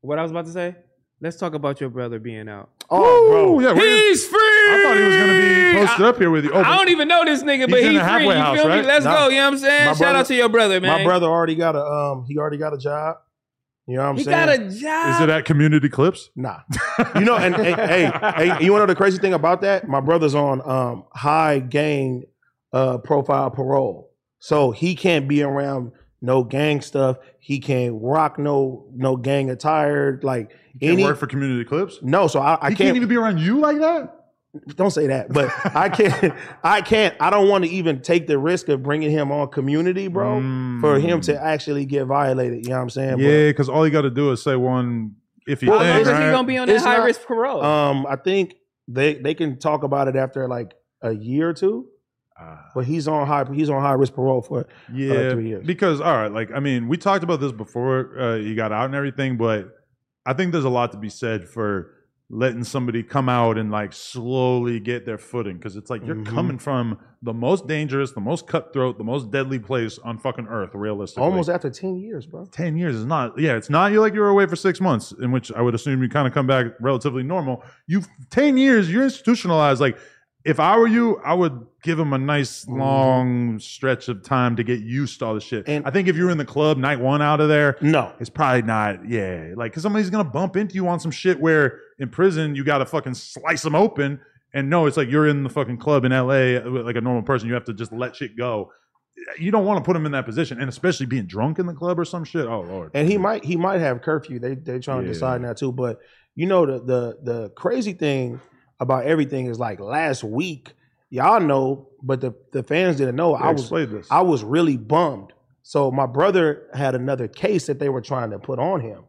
Speaker 5: What I was about to say. Let's talk about your brother being out.
Speaker 2: Oh,
Speaker 1: Ooh, yeah, we're-
Speaker 5: He's free.
Speaker 1: I thought he was gonna be posted up here with you. Oh,
Speaker 5: I
Speaker 1: but
Speaker 5: don't even know this nigga, but
Speaker 1: He's in
Speaker 5: he's free.
Speaker 1: the halfway
Speaker 5: you
Speaker 1: house,
Speaker 5: feel
Speaker 1: right?
Speaker 5: me? Let's
Speaker 2: Nah.
Speaker 5: go. You know what I'm saying?
Speaker 2: My
Speaker 5: Shout
Speaker 2: brother-
Speaker 5: out to your brother, man.
Speaker 2: My brother already got a um. He already got a job. You know what I'm
Speaker 5: He
Speaker 2: saying?
Speaker 5: got a job.
Speaker 1: is it at community clips?
Speaker 2: Nah. You know, and,
Speaker 1: (laughs)
Speaker 2: and- hey, hey, you wanna know the crazy thing about that? My brother's on um high gang uh profile parole. So he can't be around no gang stuff. He can't rock no no gang attire. Like
Speaker 1: Can't
Speaker 2: any
Speaker 1: work for community clips.
Speaker 2: no, so I, I
Speaker 1: he can't, even be around you like that.
Speaker 2: don't say that, but
Speaker 1: (laughs)
Speaker 2: I can't. I can't. I don't want to even take the risk of bringing him on community, bro, for him to actually get violated. You know what I'm saying?
Speaker 1: Mm. Yeah, because all you got to do is say one if you
Speaker 2: Well,
Speaker 5: How long
Speaker 1: think.
Speaker 5: is he
Speaker 1: right?
Speaker 5: gonna be on that
Speaker 2: It's
Speaker 5: high
Speaker 2: not-
Speaker 5: risk parole?
Speaker 2: But, um, I think they they can talk about it after like a year or two,
Speaker 1: Ah,
Speaker 2: but he's on high he's on high risk parole for uh,
Speaker 1: yeah,
Speaker 2: three years.
Speaker 1: because all right, like I mean, we talked about this before uh, he got out and everything, but I think there's a lot to be said for letting somebody come out and like slowly get their footing because it's like you're
Speaker 2: Mhm.
Speaker 1: coming from the most dangerous, the most cutthroat, the most deadly place on fucking earth, realistically.
Speaker 2: almost after ten years, bro.
Speaker 1: 10 years is not yeah it's not you like you were away for six months in which i would assume you kind of come back relatively normal you 10 years you're institutionalized like if i were you i would give him a nice long stretch of time to get used to all this shit
Speaker 2: And-
Speaker 1: i think if you're in the club night one out of there
Speaker 2: No,
Speaker 1: it's probably not yeah like because somebody's gonna bump into you on some shit where in prison you gotta fucking slice them open and no it's like you're in the fucking club in la like a normal person you have to just let shit go you don't want to put him in that position and especially being drunk in the club or some shit oh lord
Speaker 2: and he might he might have curfew. They they trying
Speaker 1: Yeah.
Speaker 2: to decide now too. But you know the the the crazy thing about everything is like last week, y'all know, but the the fans didn't know.
Speaker 1: i
Speaker 2: I was
Speaker 1: played this
Speaker 2: I was really bummed. So my brother had another case that they were trying to put on him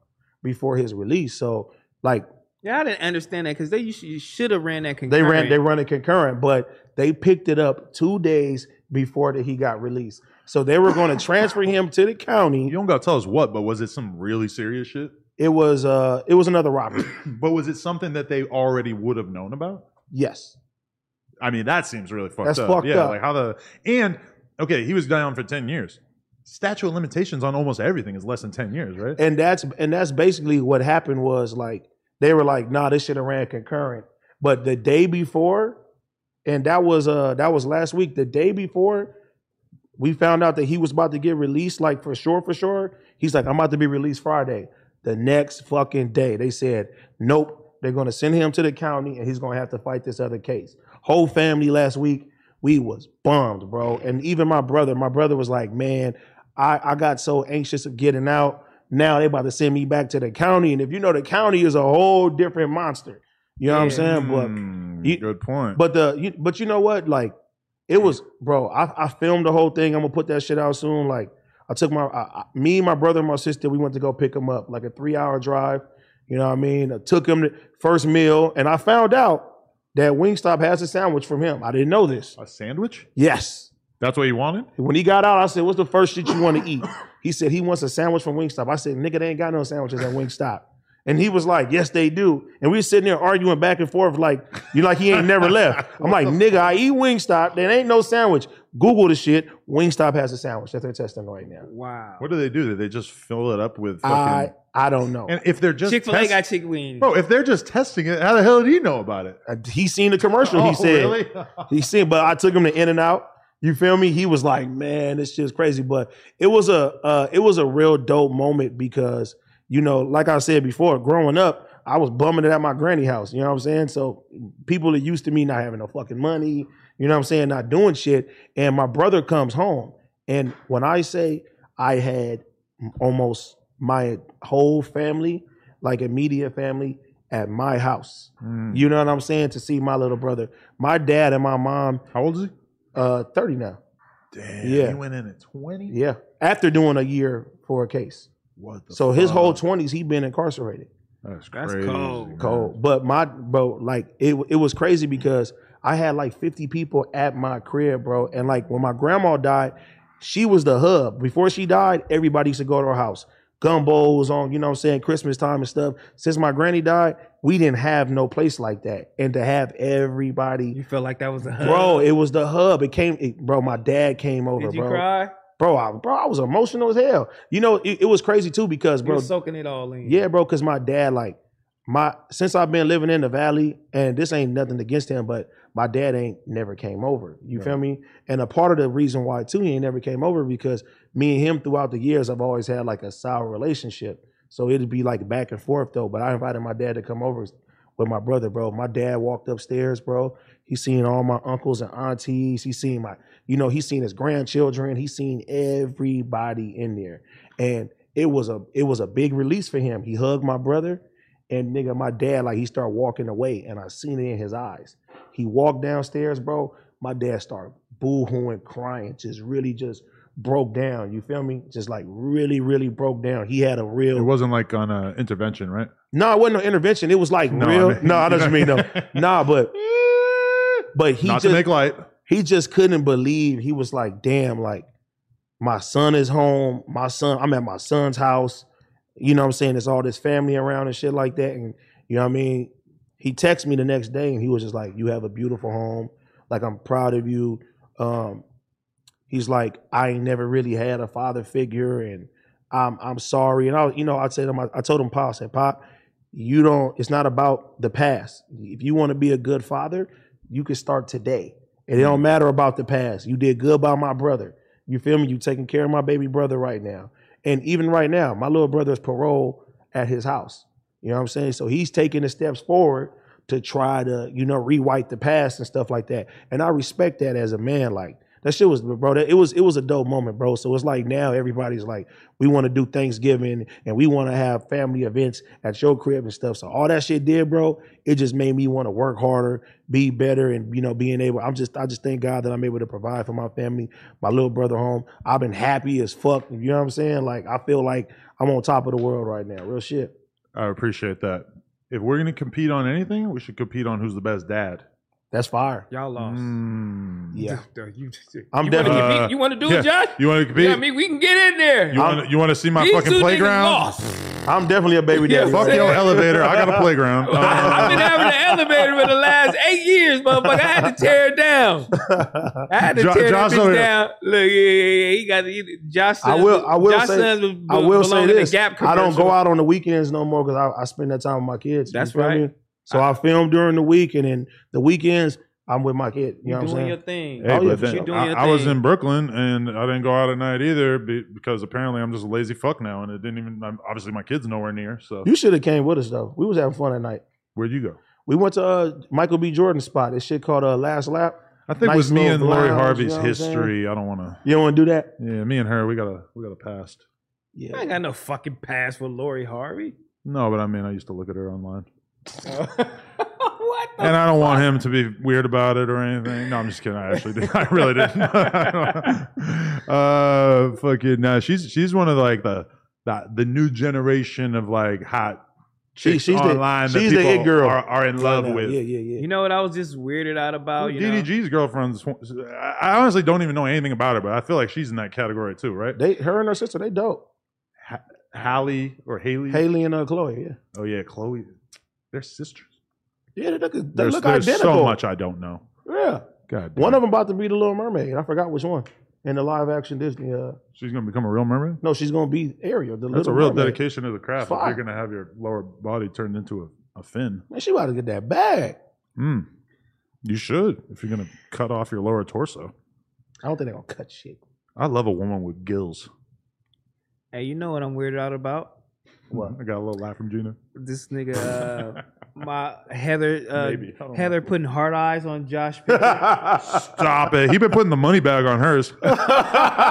Speaker 2: before his release. So like
Speaker 5: yeah, I didn't understand that because they you sh- you should have ran that.
Speaker 2: they
Speaker 5: Concurrent.
Speaker 2: ran they run it concurrent, but they picked it up two days before that he got released. So they were going to transfer him to the
Speaker 1: you
Speaker 2: county.
Speaker 1: don't gotta tell us what but was it some really serious shit
Speaker 2: It was uh it was another robbery.
Speaker 1: but was it something that they already would have known about
Speaker 2: Yes.
Speaker 1: I mean, that seems really fucked
Speaker 2: That's
Speaker 1: up.
Speaker 2: fucked
Speaker 1: yeah,
Speaker 2: up.
Speaker 1: like how the and okay, he was down for ten years. Statute of limitations on almost everything is less than ten years, right?
Speaker 2: And that's and that's basically what happened was like they were like, nah, this should have ran concurrent. But the day before, and that was uh that was last week, the day before, we found out that he was about to get released, like for sure, for sure. He's like, I'm about to be released Friday. The next fucking day, they said, Nope, they're gonna send him to the county and he's gonna have to fight this other case. Whole family last week, we was bummed, bro. And even my brother, my brother was like, Man, I, I got so anxious of getting out. Now they about to send me back to the county. And if you know the county is a whole different monster. You know what I'm
Speaker 5: Yeah.
Speaker 2: saying? But
Speaker 1: Hmm,
Speaker 2: you-
Speaker 1: good point.
Speaker 2: but the you, but you know what? Like it was, bro. I, I filmed the whole thing. I'm gonna put that shit out soon. Like I took my I, I- me, my brother, and my sister. We went to go pick him up, like a three hour drive. You know what I mean? I took him to first meal, and I found out that Wingstop has a sandwich from him. I didn't know this.
Speaker 1: a sandwich?
Speaker 2: Yes.
Speaker 1: That's what you wanted?
Speaker 2: When he got out, I said, "What's the first shit you want to eat?" He said he wants a sandwich from Wingstop. I said, "Nigga, they ain't got no sandwiches at Wingstop." And he was like, "Yes, they do." And we were sitting there arguing back and forth, like you like he ain't never left. I'm like, "Nigga, I eat Wingstop. There ain't no sandwich." Google the shit. Wingstop has a sandwich that they're testing right now.
Speaker 5: Wow.
Speaker 1: What do they do? Do they just fill it up with fucking
Speaker 2: I I don't know.
Speaker 1: and if they're just
Speaker 5: Chick Fil A
Speaker 1: test-
Speaker 5: got chick wings.
Speaker 1: Bro, if they're just testing it, how the hell do you know about it?
Speaker 2: Uh, He seen the commercial.
Speaker 1: oh,
Speaker 2: he said.
Speaker 1: really?
Speaker 2: (laughs) He seen, but I took him to In and Out. You feel me? He was like, man, this shit's crazy. But it was a uh, it was a real dope moment because you know, like I said before, growing up, I was bumming it at my granny house. You know what I'm saying? So people are used to me not having no fucking money. You know what I'm saying? Not doing shit. And my brother comes home, and when I say I had almost my whole family, like immediate family, at my house.
Speaker 1: Hmm.
Speaker 2: You know what I'm saying? To see my little brother. My dad and my mom,
Speaker 1: How old is he?
Speaker 2: uh, 30 now.
Speaker 1: Damn.
Speaker 2: Yeah.
Speaker 1: He went in at 20?
Speaker 2: Yeah. After doing a year for a case.
Speaker 1: What the
Speaker 2: so his
Speaker 1: fuck?
Speaker 2: whole 20s, he been incarcerated.
Speaker 1: That's,
Speaker 5: That's
Speaker 1: crazy,
Speaker 5: cold.
Speaker 1: man.
Speaker 2: Cold. But my, bro, like, it, it was crazy because I had like 50 people at my crib, bro. And like when my grandma died, she was the hub. Before she died, everybody used to go to her house. gumbos on, you know what I'm saying, Christmas time and stuff. Since my granny died, we didn't have no place like that. And to have everybody,
Speaker 5: You felt like that was a hug?
Speaker 2: bro,
Speaker 5: (laughs)
Speaker 2: it was the hub. It came, it- bro, my dad came over,
Speaker 5: Did you
Speaker 2: bro.
Speaker 5: cry?
Speaker 2: Bro, I, bro, I was emotional as hell. You know, it, it was crazy too because,
Speaker 5: You
Speaker 2: bro,
Speaker 5: were soaking it all in.
Speaker 2: yeah, bro, because my dad, like, my since I've been living in the valley, and this ain't nothing against him, but my dad ain't never came over. You feel me? And a part of the reason why too he ain't never came over because me and him throughout the years I've always had like a sour relationship. So it'd be like back and forth though. But I invited my dad to come over with my brother, bro. My dad walked upstairs, bro. He seen all my uncles and aunties. He seen my, you know, he seen his grandchildren. He seen everybody in there. And it was a it was a big release for him. He hugged my brother and nigga, my dad, like he started walking away and I seen it in his eyes. He walked downstairs, bro. My dad started boo-hooing, crying, just really just broke down. You feel me? Just like really, really broke down. He had a real
Speaker 1: It wasn't like on an intervention, right?
Speaker 2: no, it wasn't no intervention. It was like
Speaker 1: No, I
Speaker 2: real.
Speaker 1: mean-
Speaker 2: no, I
Speaker 1: (laughs)
Speaker 2: don't mean no. Nah, but but he
Speaker 1: Not
Speaker 2: just
Speaker 1: to make light.
Speaker 2: he just couldn't believe he was like, damn, like my son is home. My son, I'm at my son's house. You know what I'm saying? It's all this family around and shit like that. And you know what I mean? He texted me the next day and he was just like, You have a beautiful home. Like I'm proud of you. Um, he's like, I ain't never really had a father figure and I'm I'm sorry. And I was- you know, I said him, I, I told him Pop, I said, Pop, you don't it's not about the past. If you want to be a good father, you can start today. And it don't matter about the past. You did good by my brother. You feel me? You taking care of my baby brother right now. And even right now, my little brother's parole at his house. You know what I'm saying? So he's taking the steps forward to try to, you know, rewrite the past and stuff like that. And I respect that as a man. Like that shit was, bro. That, it was, it was a dope moment, bro. So it's like now everybody's like, we want to do Thanksgiving and we want to have family events at your crib and stuff. So all that shit did, bro. It just made me want to work harder, be better, and you know, being able. I'm just, I just thank God that I'm able to provide for my family, my little brother home. I've been happy as fuck. You know what I'm saying? Like I feel like I'm on top of the world right now. Real shit.
Speaker 1: I appreciate that. If we're gonna compete on anything, we should compete on who's the best dad.
Speaker 2: That's fire.
Speaker 5: Y'all lost. (laughs)
Speaker 1: Mm.
Speaker 2: Yeah.
Speaker 5: Dude, you,
Speaker 2: I'm
Speaker 5: you wanna
Speaker 2: definitely-
Speaker 5: compete?
Speaker 1: Uh,
Speaker 5: you want to do
Speaker 1: yeah.
Speaker 5: it, Josh?
Speaker 1: You want to compete?
Speaker 5: Yeah, I mean, we can get in there.
Speaker 1: you want you want to see my
Speaker 5: These two
Speaker 1: fucking
Speaker 5: niggas
Speaker 1: playground?
Speaker 5: lost.
Speaker 2: I'm definitely a baby
Speaker 5: Yeah, (laughs)
Speaker 2: daddy.
Speaker 1: Fuck
Speaker 2: right
Speaker 1: your
Speaker 2: now.
Speaker 1: elevator. I got a playground. Um,
Speaker 2: (laughs)
Speaker 5: I've
Speaker 1: (laughs)
Speaker 5: been having an elevator for the last eight years, motherfucker. I had to tear it down. I had to
Speaker 1: Jo-
Speaker 5: tear
Speaker 1: Josh
Speaker 5: that
Speaker 1: over
Speaker 5: bitch
Speaker 1: here.
Speaker 5: down. Look, yeah, yeah, yeah. He got he, Josh.
Speaker 2: I
Speaker 5: Sons-
Speaker 2: will- I will
Speaker 5: Josh
Speaker 2: say-
Speaker 5: Sons was-
Speaker 2: I will say
Speaker 5: belonged in the
Speaker 2: this: (laughs)
Speaker 5: Gap
Speaker 2: I don't
Speaker 5: commercial.
Speaker 2: go out on the weekends no more because I, I spend that time with my kids. You
Speaker 5: That's
Speaker 2: feel
Speaker 5: right.
Speaker 2: me? So I, film during the week, and then the weekends I'm with my kid. You know what I'm
Speaker 5: doing
Speaker 2: saying?
Speaker 5: your thing.
Speaker 1: Hey,
Speaker 2: Oh, yeah,
Speaker 1: but
Speaker 2: for
Speaker 1: then
Speaker 2: sure.
Speaker 5: Doing
Speaker 1: I,
Speaker 5: your
Speaker 1: I was
Speaker 5: thing.
Speaker 1: in Brooklyn and I didn't go out at night either be, because apparently I'm just a lazy fuck now and it didn't even. I'm, obviously, my kids nowhere near. So
Speaker 2: you should have came with us though. We was having fun at night.
Speaker 1: where'd you go?
Speaker 2: We went to uh, Michael B. Jordan's spot. This shit called uh, Last Lap.
Speaker 1: I think
Speaker 2: Nice
Speaker 1: it was me
Speaker 2: little
Speaker 1: and Lori
Speaker 2: lounge,
Speaker 1: Harvey's
Speaker 2: you know what I'm saying?
Speaker 1: history. I don't want to.
Speaker 2: You don't want to do that?
Speaker 1: Yeah, me and her, we got to we got to past.
Speaker 2: Yeah.
Speaker 5: I ain't got no fucking pass for
Speaker 2: (laughs)
Speaker 5: Lori Harvey. (laughs)
Speaker 1: No, but I mean, I used to look at her online,
Speaker 5: what? The
Speaker 1: and I don't want him to be weird about it or anything. No, I'm just kidding. I actually, did. (laughs) I really didn't. uh, fucking no, she's she's one of like the that the new generation of like hot
Speaker 2: She-
Speaker 1: chicks
Speaker 2: she's the-
Speaker 1: online. that
Speaker 2: she's the
Speaker 1: people
Speaker 2: it girl.
Speaker 1: Are, are in love
Speaker 2: yeah,
Speaker 1: with.
Speaker 2: Yeah, yeah, yeah.
Speaker 5: You know what? I was just weirded out about. You know,
Speaker 1: DDG's girlfriend's. I I honestly don't even know anything about her, but I feel like she's in that category too, right?
Speaker 2: They, her and her sister, they dope.
Speaker 1: Hallie or Haley.
Speaker 2: Haley and uh, Chloe. Yeah.
Speaker 1: Oh yeah, Chloe. They're sisters.
Speaker 2: Yeah, they look, they
Speaker 1: There's,
Speaker 2: look
Speaker 1: there's
Speaker 2: identical.
Speaker 1: so much I don't know.
Speaker 2: Yeah.
Speaker 1: God, damn.
Speaker 2: One of them about to be the Little Mermaid. I forgot which one. In the live action Disney. Uh,
Speaker 1: She's gonna become a real mermaid.
Speaker 2: no, she's gonna be Ariel. The
Speaker 1: That's a
Speaker 2: Little
Speaker 1: real
Speaker 2: Mermaid.
Speaker 1: dedication to the craft. If
Speaker 2: Fuck.
Speaker 1: you're gonna have your lower body turned into a, a fin.
Speaker 2: Man, she about to get that bag.
Speaker 1: Mm. You should if you're gonna cut off your lower torso.
Speaker 2: I don't think they're gonna cut shit.
Speaker 1: I love a woman with gills.
Speaker 5: hey, you know what I'm weirded out about?
Speaker 2: What?
Speaker 1: I got a little laugh from Gina.
Speaker 5: This
Speaker 2: (laughs)
Speaker 5: nigga, uh, my Heather,
Speaker 1: Maybe. I
Speaker 5: uh,
Speaker 1: don't
Speaker 5: Heather
Speaker 1: know.
Speaker 5: putting hard eyes on Josh.
Speaker 2: (laughs)
Speaker 5: Pickett.
Speaker 1: Stop it. He been putting the money bag on hers.
Speaker 5: (laughs)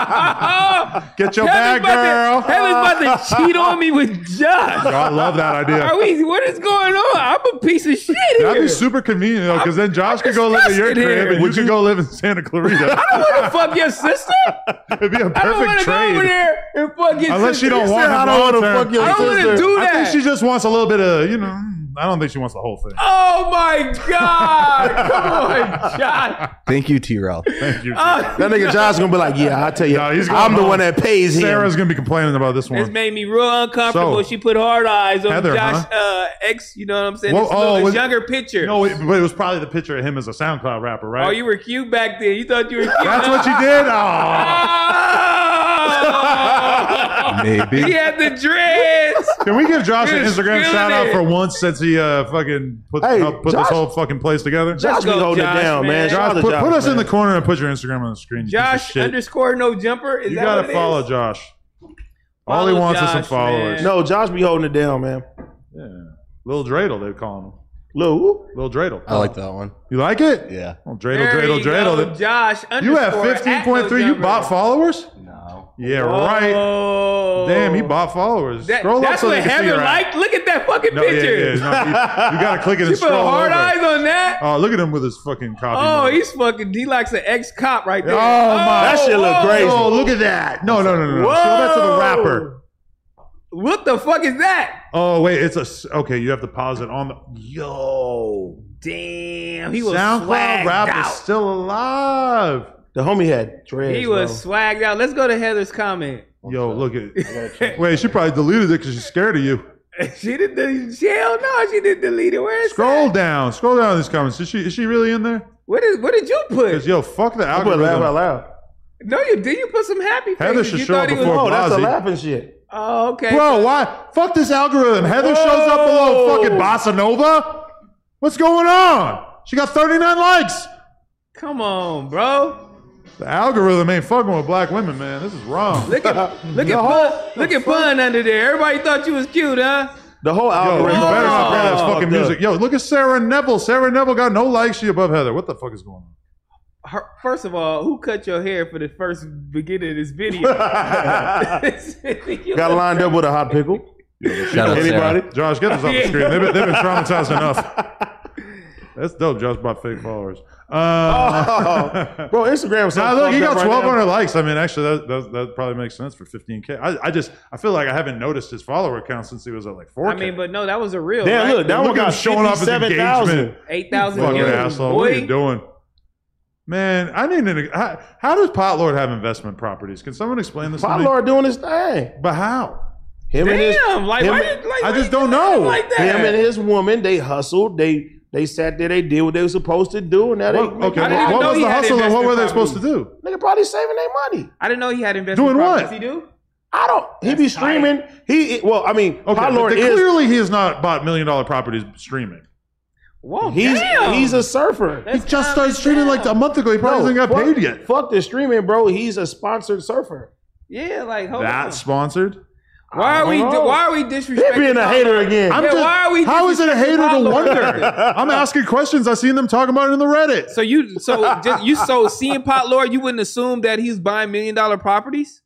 Speaker 5: oh,
Speaker 1: Get your bag,
Speaker 5: Heather's about, to,
Speaker 1: girl. Oh,
Speaker 5: Heather's
Speaker 1: (laughs)
Speaker 5: about to cheat on me with Josh.
Speaker 1: I love that idea.
Speaker 5: Are we? What is going on? I'm a piece of shit here.
Speaker 1: That'd be super convenient though, because then Josh could go live at your
Speaker 5: disgusted
Speaker 1: crib and
Speaker 5: here.
Speaker 1: you could go live in Santa Clarita.
Speaker 5: want to fuck your sister.
Speaker 1: (laughs) It'd be a
Speaker 5: I don't
Speaker 1: perfect
Speaker 5: want to go over
Speaker 1: trade.
Speaker 5: there and fuck your
Speaker 1: Unless
Speaker 5: sister.
Speaker 1: you don't want him
Speaker 2: I don't
Speaker 1: long
Speaker 2: wanna
Speaker 1: term.
Speaker 2: fuck your
Speaker 5: I don't want to
Speaker 2: sister.
Speaker 5: do
Speaker 1: I
Speaker 5: that.
Speaker 1: think she just wants a little bit of, you know, I don't think she wants the whole thing.
Speaker 3: Oh my
Speaker 1: (laughs)
Speaker 3: God! Come on, John.
Speaker 4: Thank you, T. Rel.
Speaker 1: Thank you.
Speaker 3: Oh,
Speaker 2: That nigga John's gonna be like, yeah, I
Speaker 1: (laughs)
Speaker 2: tell you,
Speaker 1: No, he's going
Speaker 2: I'm the
Speaker 1: home.
Speaker 2: one that pays him.
Speaker 1: Sarah's gonna be complaining about this
Speaker 3: this
Speaker 1: one.
Speaker 3: made me real uncomfortable.
Speaker 1: So,
Speaker 3: she put hard eyes on
Speaker 1: Heather,
Speaker 3: Josh uh, X. You know what I'm saying?
Speaker 1: Whoa,
Speaker 3: this
Speaker 1: oh,
Speaker 3: little,
Speaker 1: was-
Speaker 3: younger picture.
Speaker 1: No, it, but it was probably the picture of him as a SoundCloud rapper, right?
Speaker 3: Oh, you were cute back then. You thought you were cute.
Speaker 1: That's what you did. Oh.
Speaker 3: (laughs)
Speaker 1: (laughs)
Speaker 3: Oh! he
Speaker 4: Maybe.
Speaker 3: had the dreads.
Speaker 1: Can we give Josh an
Speaker 3: You're
Speaker 1: Instagram
Speaker 3: stealing
Speaker 1: shout out
Speaker 3: it.
Speaker 1: for once since he uh fucking put
Speaker 2: Hey,
Speaker 1: helped put
Speaker 2: Josh-
Speaker 1: this whole fucking place together? Josh,
Speaker 2: Josh be
Speaker 3: Let's go,
Speaker 2: holding
Speaker 3: Josh,
Speaker 2: it down, man.
Speaker 3: man.
Speaker 2: Shout out to
Speaker 1: put, put us in the
Speaker 2: man.
Speaker 1: corner and put your Instagram on the screen. you piece of
Speaker 3: Josh
Speaker 1: shit.
Speaker 3: underscore no jumper. Is
Speaker 1: you
Speaker 3: that
Speaker 1: gotta
Speaker 3: what it
Speaker 1: follow
Speaker 3: is?
Speaker 1: Josh. All he
Speaker 3: Follow
Speaker 1: wants is some
Speaker 3: Josh,
Speaker 1: followers.
Speaker 3: man.
Speaker 2: No, Josh be holding it down, man.
Speaker 1: Yeah. Little Dreidel, they call him.
Speaker 2: Lou,
Speaker 1: Little Dreidel.
Speaker 4: I like that one.
Speaker 1: You like it?
Speaker 4: Yeah.
Speaker 1: Well,
Speaker 3: There
Speaker 1: dreidel, dreidel,
Speaker 3: you go,
Speaker 1: dreidel.
Speaker 3: Josh
Speaker 1: You have
Speaker 3: underscore at no
Speaker 1: 15.3. You
Speaker 3: jumper.
Speaker 1: bought followers?
Speaker 4: No.
Speaker 1: Yeah, right.
Speaker 3: Oh.
Speaker 1: Damn, he bought followers.
Speaker 3: That,
Speaker 1: Scroll up
Speaker 3: that's
Speaker 1: so
Speaker 3: what
Speaker 1: they can see
Speaker 3: Heather
Speaker 1: your ass.
Speaker 3: liked. Look at that fucking
Speaker 1: No, yeah,
Speaker 3: picture.
Speaker 1: yeah, no, you, you
Speaker 3: (laughs)
Speaker 1: gotta click it and
Speaker 3: She put
Speaker 1: scroll
Speaker 3: hard
Speaker 1: over.
Speaker 3: eyes on that.
Speaker 1: Oh, look at him with his fucking coffee.
Speaker 3: Oh,
Speaker 1: mug.
Speaker 3: he's fucking. He likes an ex cop right there.
Speaker 1: Oh, my-
Speaker 2: That shit look
Speaker 3: whoa.
Speaker 2: crazy.
Speaker 1: Oh, look at that. No, no, no, no. no. Show that to the rapper.
Speaker 3: What the fuck is that?
Speaker 1: Oh, wait, it's a s- okay. You have to pause it on the. Yo,
Speaker 3: Damn, he was
Speaker 1: SoundCloud
Speaker 3: swagged
Speaker 1: rap is
Speaker 3: out.
Speaker 1: still alive.
Speaker 2: the homie had dreads.
Speaker 3: He was swagged out. Let's go to Heather's comment. (laughs)
Speaker 1: Yo, look (laughs) at. Wait, she probably deleted it because she's scared of you.
Speaker 3: she didn't. del- she- Hell no, she didn't delete it. Where is
Speaker 1: Scroll
Speaker 3: that?
Speaker 1: down. Scroll down in these comments. Is she is she really in there?
Speaker 3: What is? What did you
Speaker 1: Because
Speaker 3: put?
Speaker 1: yo, fuck the
Speaker 2: bro. I put laugh out
Speaker 1: algorithm.
Speaker 2: loud.
Speaker 3: No, you did. You put some happy faces.
Speaker 1: Heather should
Speaker 3: you
Speaker 1: show
Speaker 3: thought
Speaker 1: up
Speaker 3: he was.
Speaker 1: before-
Speaker 2: Oh, that's a
Speaker 1: Blasi.
Speaker 2: laughing shit.
Speaker 3: Oh, okay.
Speaker 1: Bro, why? Fuck this algorithm. Heather shows up below fucking Bossa Nova. What's going on? She got 39 likes.
Speaker 3: Come on, bro.
Speaker 1: The algorithm ain't fucking with black women, man. This is wrong. (laughs)
Speaker 3: Look at look at fun, look at fun under there. Everybody thought you was cute, huh?
Speaker 2: The whole
Speaker 1: Yo, you
Speaker 2: algorithm.
Speaker 1: better not play that
Speaker 2: Oh,
Speaker 1: fucking
Speaker 2: the-
Speaker 1: music. Yo, look at Sarah Neville. Sarah Neville got no likes. She above Heather. What the fuck is going on?
Speaker 3: Her, first of all, who cut your hair for the first beginning of
Speaker 1: (laughs)
Speaker 3: this video? (laughs) You
Speaker 2: Got lined up with a hot pickle.
Speaker 4: Shout out Sarah.
Speaker 2: Anybody?
Speaker 1: Josh, get this off
Speaker 2: (laughs)
Speaker 1: the screen. They've been, they've been traumatized enough. That's dope. Josh bought fake followers. Uh,
Speaker 2: Oh,
Speaker 1: (laughs)
Speaker 2: bro, Instagram was
Speaker 1: Nah, look, he got
Speaker 2: right
Speaker 1: 1,200 likes. I mean, actually, that, that that probably makes sense for 15k. I, I just I feel like I haven't noticed his follower count since he was at like 4k.
Speaker 3: I mean, but no, that was a real.
Speaker 2: Damn,
Speaker 3: right?
Speaker 2: look, that
Speaker 1: Look at
Speaker 2: one
Speaker 1: him
Speaker 2: got
Speaker 1: showing off his engagement.
Speaker 2: 57,000.
Speaker 3: eight thousand.
Speaker 1: fucking
Speaker 2: yeah.
Speaker 1: asshole. What are you doing? Man, I need an. How, how does Potlord have investment properties? Can someone explain this? to
Speaker 2: Pop
Speaker 1: me?
Speaker 2: Lord doing his thing.
Speaker 1: But how?
Speaker 2: Him and his
Speaker 3: Damn, like,
Speaker 2: him-
Speaker 3: why you, like
Speaker 1: I
Speaker 3: why
Speaker 1: just
Speaker 3: you
Speaker 1: don't
Speaker 3: do
Speaker 1: know.
Speaker 3: Like that.
Speaker 2: him and his woman, they hustled. They they sat there, they did what they were supposed to do, and now they
Speaker 1: What, okay,
Speaker 3: I
Speaker 1: what,
Speaker 3: didn't even
Speaker 1: what
Speaker 3: know
Speaker 1: was
Speaker 3: he
Speaker 1: the
Speaker 3: had
Speaker 1: hustle and what were they
Speaker 3: investment
Speaker 1: supposed to do?
Speaker 2: nigga probably saving their money.
Speaker 3: I didn't know he had investment.
Speaker 1: Doing
Speaker 3: properties.
Speaker 1: what?
Speaker 3: He do.
Speaker 2: I don't. He be streaming. He well, I mean,
Speaker 1: Okay,
Speaker 2: Pop
Speaker 1: but
Speaker 2: Lord
Speaker 1: they-
Speaker 2: is
Speaker 1: clearly he has not bought million dollar properties streaming.
Speaker 3: Whoa,
Speaker 2: he's
Speaker 3: damn.
Speaker 2: he's a surfer.
Speaker 3: That's
Speaker 1: He just
Speaker 3: calm
Speaker 1: started
Speaker 3: it
Speaker 1: streaming like
Speaker 3: down.
Speaker 1: a month ago. He probably hasn't got
Speaker 2: fuck,
Speaker 1: paid yet.
Speaker 2: Fuck the streaming, bro. He's a sponsored surfer.
Speaker 3: yeah, like hold
Speaker 1: That's
Speaker 3: on.
Speaker 1: sponsored.
Speaker 3: Why are
Speaker 2: I
Speaker 3: we?
Speaker 2: don't
Speaker 1: Oh.
Speaker 2: know.
Speaker 3: Why are we
Speaker 2: He
Speaker 3: disrespecting?
Speaker 2: being a
Speaker 3: Pop
Speaker 2: hater
Speaker 3: Lord?
Speaker 2: again.
Speaker 1: I'm
Speaker 3: Yeah, why are we
Speaker 1: how is it a hater to
Speaker 3: disrespecting
Speaker 1: wonder?
Speaker 3: Pop Lord?
Speaker 1: I'm asking questions. I seen them talking about it in the Reddit.
Speaker 3: So you so just you so seeing Pot Lord, you wouldn't assume that he's buying million dollar properties?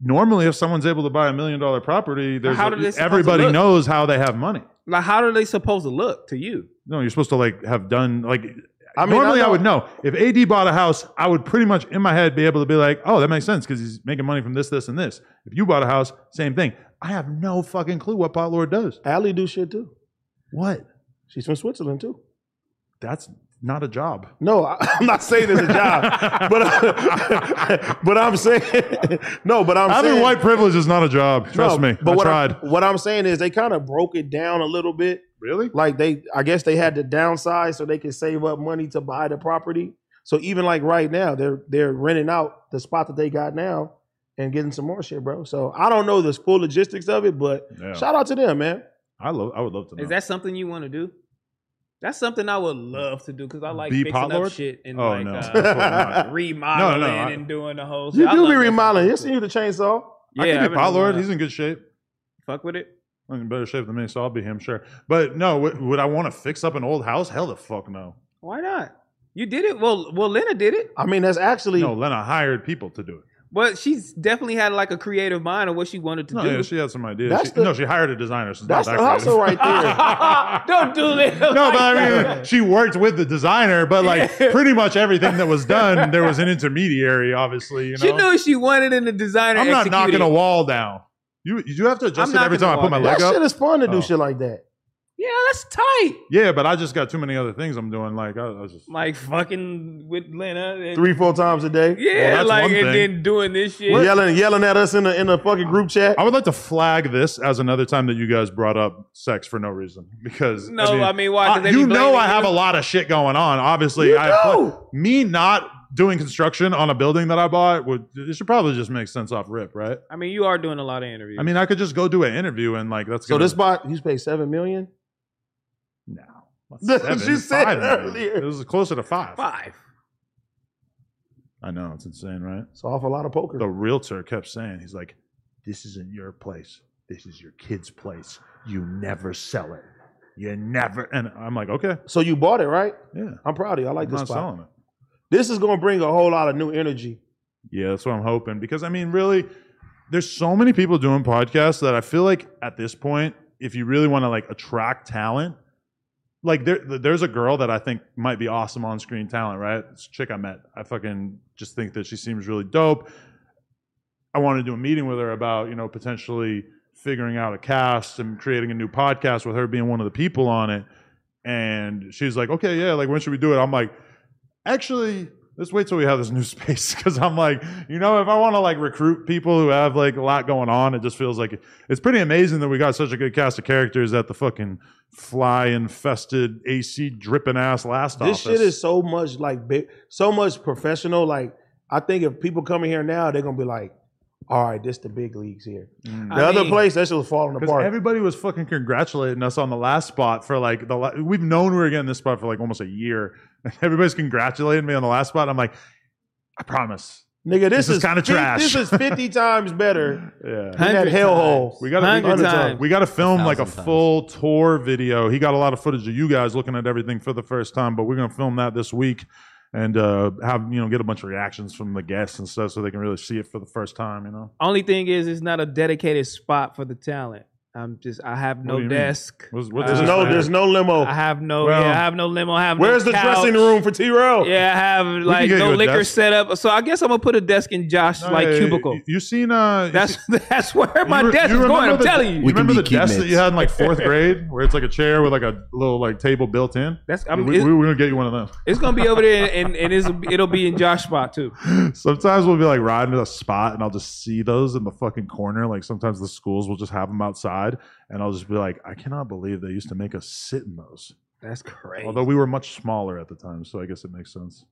Speaker 1: Normally, if someone's able to buy a million dollar property, there's
Speaker 3: How do they supposed to
Speaker 1: everybody
Speaker 3: look?
Speaker 1: knows how they have money.
Speaker 3: Like how are they supposed to look to you?
Speaker 1: No, you're supposed to like have done like.
Speaker 2: I mean,
Speaker 1: normally, I,
Speaker 2: know-
Speaker 1: would know if AD bought a house. I would pretty much in my head be able to be like, "Oh, that makes sense because he's making money from this, this, and this." If you bought a house, same thing. I have no fucking clue what Pot Lord does.
Speaker 2: Allie do shit too.
Speaker 1: What?
Speaker 2: She's from Switzerland too.
Speaker 1: That's not a
Speaker 2: (laughs)
Speaker 1: job.
Speaker 2: No, I, I'm not saying it's a job,
Speaker 1: (laughs)
Speaker 2: (laughs) but but I'm saying (laughs) no. But I'm
Speaker 1: Having
Speaker 2: saying,
Speaker 1: white privilege is not a job. Trust
Speaker 2: no,
Speaker 1: me.
Speaker 2: But
Speaker 1: I
Speaker 2: what
Speaker 1: tried.
Speaker 2: I'm, what I'm saying is they kind of broke it down a little bit.
Speaker 1: really?
Speaker 2: like they i guess they had to downsize so they could save up money to buy the property so even like right now they're they're renting out the spot that they got now and getting some more shit bro so i don't know the full logistics of it but
Speaker 1: Yeah.
Speaker 2: shout out to them man
Speaker 1: I love. I would love to know.
Speaker 3: Is that something you want to do? That's something I would love to do because I like
Speaker 1: Be
Speaker 3: fixing
Speaker 1: Pot
Speaker 3: up
Speaker 1: Lord?
Speaker 3: shit and
Speaker 1: oh (laughs)
Speaker 3: like
Speaker 1: no. Of course
Speaker 3: uh,
Speaker 1: not.
Speaker 3: remodeling
Speaker 1: No, no, I-
Speaker 3: and doing the whole. shit.
Speaker 2: you
Speaker 3: I
Speaker 2: do
Speaker 3: love
Speaker 2: be
Speaker 3: that
Speaker 2: remodeling
Speaker 3: shit.
Speaker 2: you seen you the chainsaw
Speaker 3: Yeah,
Speaker 1: I
Speaker 3: I've
Speaker 1: could be
Speaker 3: been
Speaker 1: Pot
Speaker 3: doing
Speaker 1: Lord.
Speaker 3: that.
Speaker 1: He's in good shape.
Speaker 3: fuck with it.
Speaker 1: I'm in better shape than me, so I'll be him, sure. But no, would, would I want to fix up an old house? Hell, the fuck no.
Speaker 3: Why not? You did it. Well, well, Lena did it,
Speaker 2: i mean that's actually
Speaker 1: No, Lena hired people to do it.
Speaker 3: but she's definitely had like a creative mind of what she wanted to
Speaker 1: No,
Speaker 3: do. (laughs)
Speaker 1: yeah, she had some ideas.
Speaker 2: That's
Speaker 1: She,
Speaker 2: the-
Speaker 1: no, she hired a designer. So it's
Speaker 2: that's
Speaker 1: not
Speaker 2: the
Speaker 1: that
Speaker 2: hustle
Speaker 1: creative.
Speaker 2: right there
Speaker 3: Don't do that.
Speaker 1: (laughs) No, but I mean, she worked with the designer, but
Speaker 3: (laughs)
Speaker 1: like pretty much everything that was done, there was an intermediary, obviously. You know,
Speaker 3: she knew she wanted in the designer.
Speaker 1: I'm not
Speaker 3: executed.
Speaker 1: knocking a wall down. You you have to adjust
Speaker 3: I'm
Speaker 1: it every
Speaker 3: knocking
Speaker 1: time
Speaker 3: a
Speaker 1: I put my
Speaker 3: wall
Speaker 1: leg
Speaker 2: that shit
Speaker 1: up.
Speaker 2: is fun to do
Speaker 1: Oh.
Speaker 2: shit like that
Speaker 3: Yeah, that's tight.
Speaker 1: Yeah, but I just got too many other things I'm doing. Like I, I was just
Speaker 3: Like fucking with Lena. And,
Speaker 2: Three, four times a day.
Speaker 3: yeah,
Speaker 1: that's
Speaker 3: like
Speaker 1: one
Speaker 3: and
Speaker 1: thing.
Speaker 3: then doing this shit.
Speaker 2: Yelling, yelling at us in the in the fucking group chat.
Speaker 1: I would like to flag this as another time that you guys brought up sex for no reason because
Speaker 3: No, I mean, why? 'Cause
Speaker 1: I-
Speaker 3: they be
Speaker 1: you know
Speaker 3: blaming
Speaker 1: I have
Speaker 3: you?
Speaker 1: a lot of shit going on. Obviously,
Speaker 2: You
Speaker 1: I have pl-
Speaker 2: know.
Speaker 1: me not doing construction on a building that I bought would it should probably just make sense off rip, right?
Speaker 3: I mean, you are doing a lot of interviews.
Speaker 1: I mean, I could just go do an interview and like that's
Speaker 2: So
Speaker 1: gonna-
Speaker 2: this bot, you paid seven million.
Speaker 1: no.
Speaker 2: (laughs) That's what you said
Speaker 1: five million.
Speaker 2: earlier.
Speaker 1: It was closer to five.
Speaker 3: five.
Speaker 1: I know it's insane, right?
Speaker 2: It's an awful lot of poker.
Speaker 1: The realtor kept saying, "He's like, this isn't your place. This is your kid's place. You never sell it. You never." And I'm like, "Okay,
Speaker 2: So you bought it, right?
Speaker 1: yeah,
Speaker 2: I'm proud of you. I like
Speaker 1: I'm
Speaker 2: this
Speaker 1: not
Speaker 2: spot.
Speaker 1: selling it."
Speaker 2: This is gonna bring a whole lot of new energy.
Speaker 1: Yeah, that's what I'm hoping because I mean, really, there's so many people doing podcasts that I feel like at this point, if you really want to like attract talent, like there, there's a girl that I think might be awesome on screen talent, right? This chick I met, I fucking just think that she seems really dope. I wanted to do a meeting with her about you know potentially figuring out a cast and creating a new podcast with her being one of the people on it. And she's like, okay, yeah, like when should we do it? I'm like, actually let's wait till we have this new (laughs) space because i'm like you know if i want to like recruit people who have like a lot going on it just feels like it's pretty amazing that we got such a good cast of characters at the fucking fly infested ac dripping ass last
Speaker 2: This
Speaker 1: office
Speaker 2: shit is so much like big, so much professional. Like I think if people come in here now, they're gonna be like, "All right, this the big leagues here." The
Speaker 1: because
Speaker 2: other
Speaker 3: mean-
Speaker 2: place that shit was falling apart.
Speaker 1: everybody was fucking congratulating us on the last spot for like the la- we've known we were getting this spot for like almost a year (laughs) everybody's congratulating me on the last spot i'm like i promise
Speaker 2: Nigga,
Speaker 1: This
Speaker 2: this,
Speaker 1: is
Speaker 2: is,
Speaker 1: kinda
Speaker 2: fif-
Speaker 1: trash.
Speaker 2: This
Speaker 1: (laughs)
Speaker 2: is fifty times better
Speaker 1: yeah
Speaker 2: than that
Speaker 3: 100
Speaker 2: hellhole.
Speaker 1: We gotta, we, gotta
Speaker 3: Hundred times.
Speaker 1: we gotta film like a
Speaker 4: thousand times.
Speaker 1: full tour video. He got a lot of footage of you guys looking at everything for the first time, but we're gonna film that this week and uh, have you know get a bunch of reactions from the guests and stuff so they can really see it for the first time. You know,
Speaker 3: Only thing is, it's not a dedicated spot for the talent. I'm just, I have
Speaker 1: do
Speaker 3: no
Speaker 1: you mean?
Speaker 3: desk.
Speaker 1: What's- what's
Speaker 2: There's
Speaker 1: this
Speaker 2: no,
Speaker 1: man?
Speaker 2: there's no limo.
Speaker 3: I have no,
Speaker 1: Well,
Speaker 3: yeah, I have no limo. I have
Speaker 2: Where's
Speaker 3: no
Speaker 2: the
Speaker 3: couch.
Speaker 2: dressing room for T. Rell?
Speaker 3: Yeah, I have like
Speaker 1: get
Speaker 3: no
Speaker 1: you a
Speaker 3: liquor
Speaker 1: desk.
Speaker 3: set up. So I guess I'm gonna put a desk in Josh's
Speaker 1: No,
Speaker 3: like
Speaker 1: yeah,
Speaker 3: cubicle.
Speaker 1: You, you seen uh? you
Speaker 3: that's (laughs)
Speaker 1: seen-
Speaker 3: that's where my
Speaker 1: you re-
Speaker 3: desk
Speaker 1: you
Speaker 3: is going.
Speaker 1: remember
Speaker 3: I'm
Speaker 1: the-
Speaker 3: telling
Speaker 1: You
Speaker 3: you.
Speaker 4: We can
Speaker 1: remember
Speaker 4: be
Speaker 1: the desk that
Speaker 4: keymates.
Speaker 1: you had in
Speaker 4: (laughs)
Speaker 1: like fourth grade, where it's like a chair with like a little like table built in.
Speaker 3: That's I mean,
Speaker 1: we,
Speaker 3: it's,
Speaker 1: we, we're gonna get you one of
Speaker 3: it's gonna be over there, and, and it's, it'll be in Josh's spot too.
Speaker 1: them. (laughs) Sometimes we'll be like riding to a spot, and I'll just see those in the fucking corner. Like sometimes the schools will just have them outside, and I'll just be like, I cannot believe they used to make us sit in those.
Speaker 3: That's crazy.
Speaker 1: Although we were much smaller at the time, so I guess it makes sense.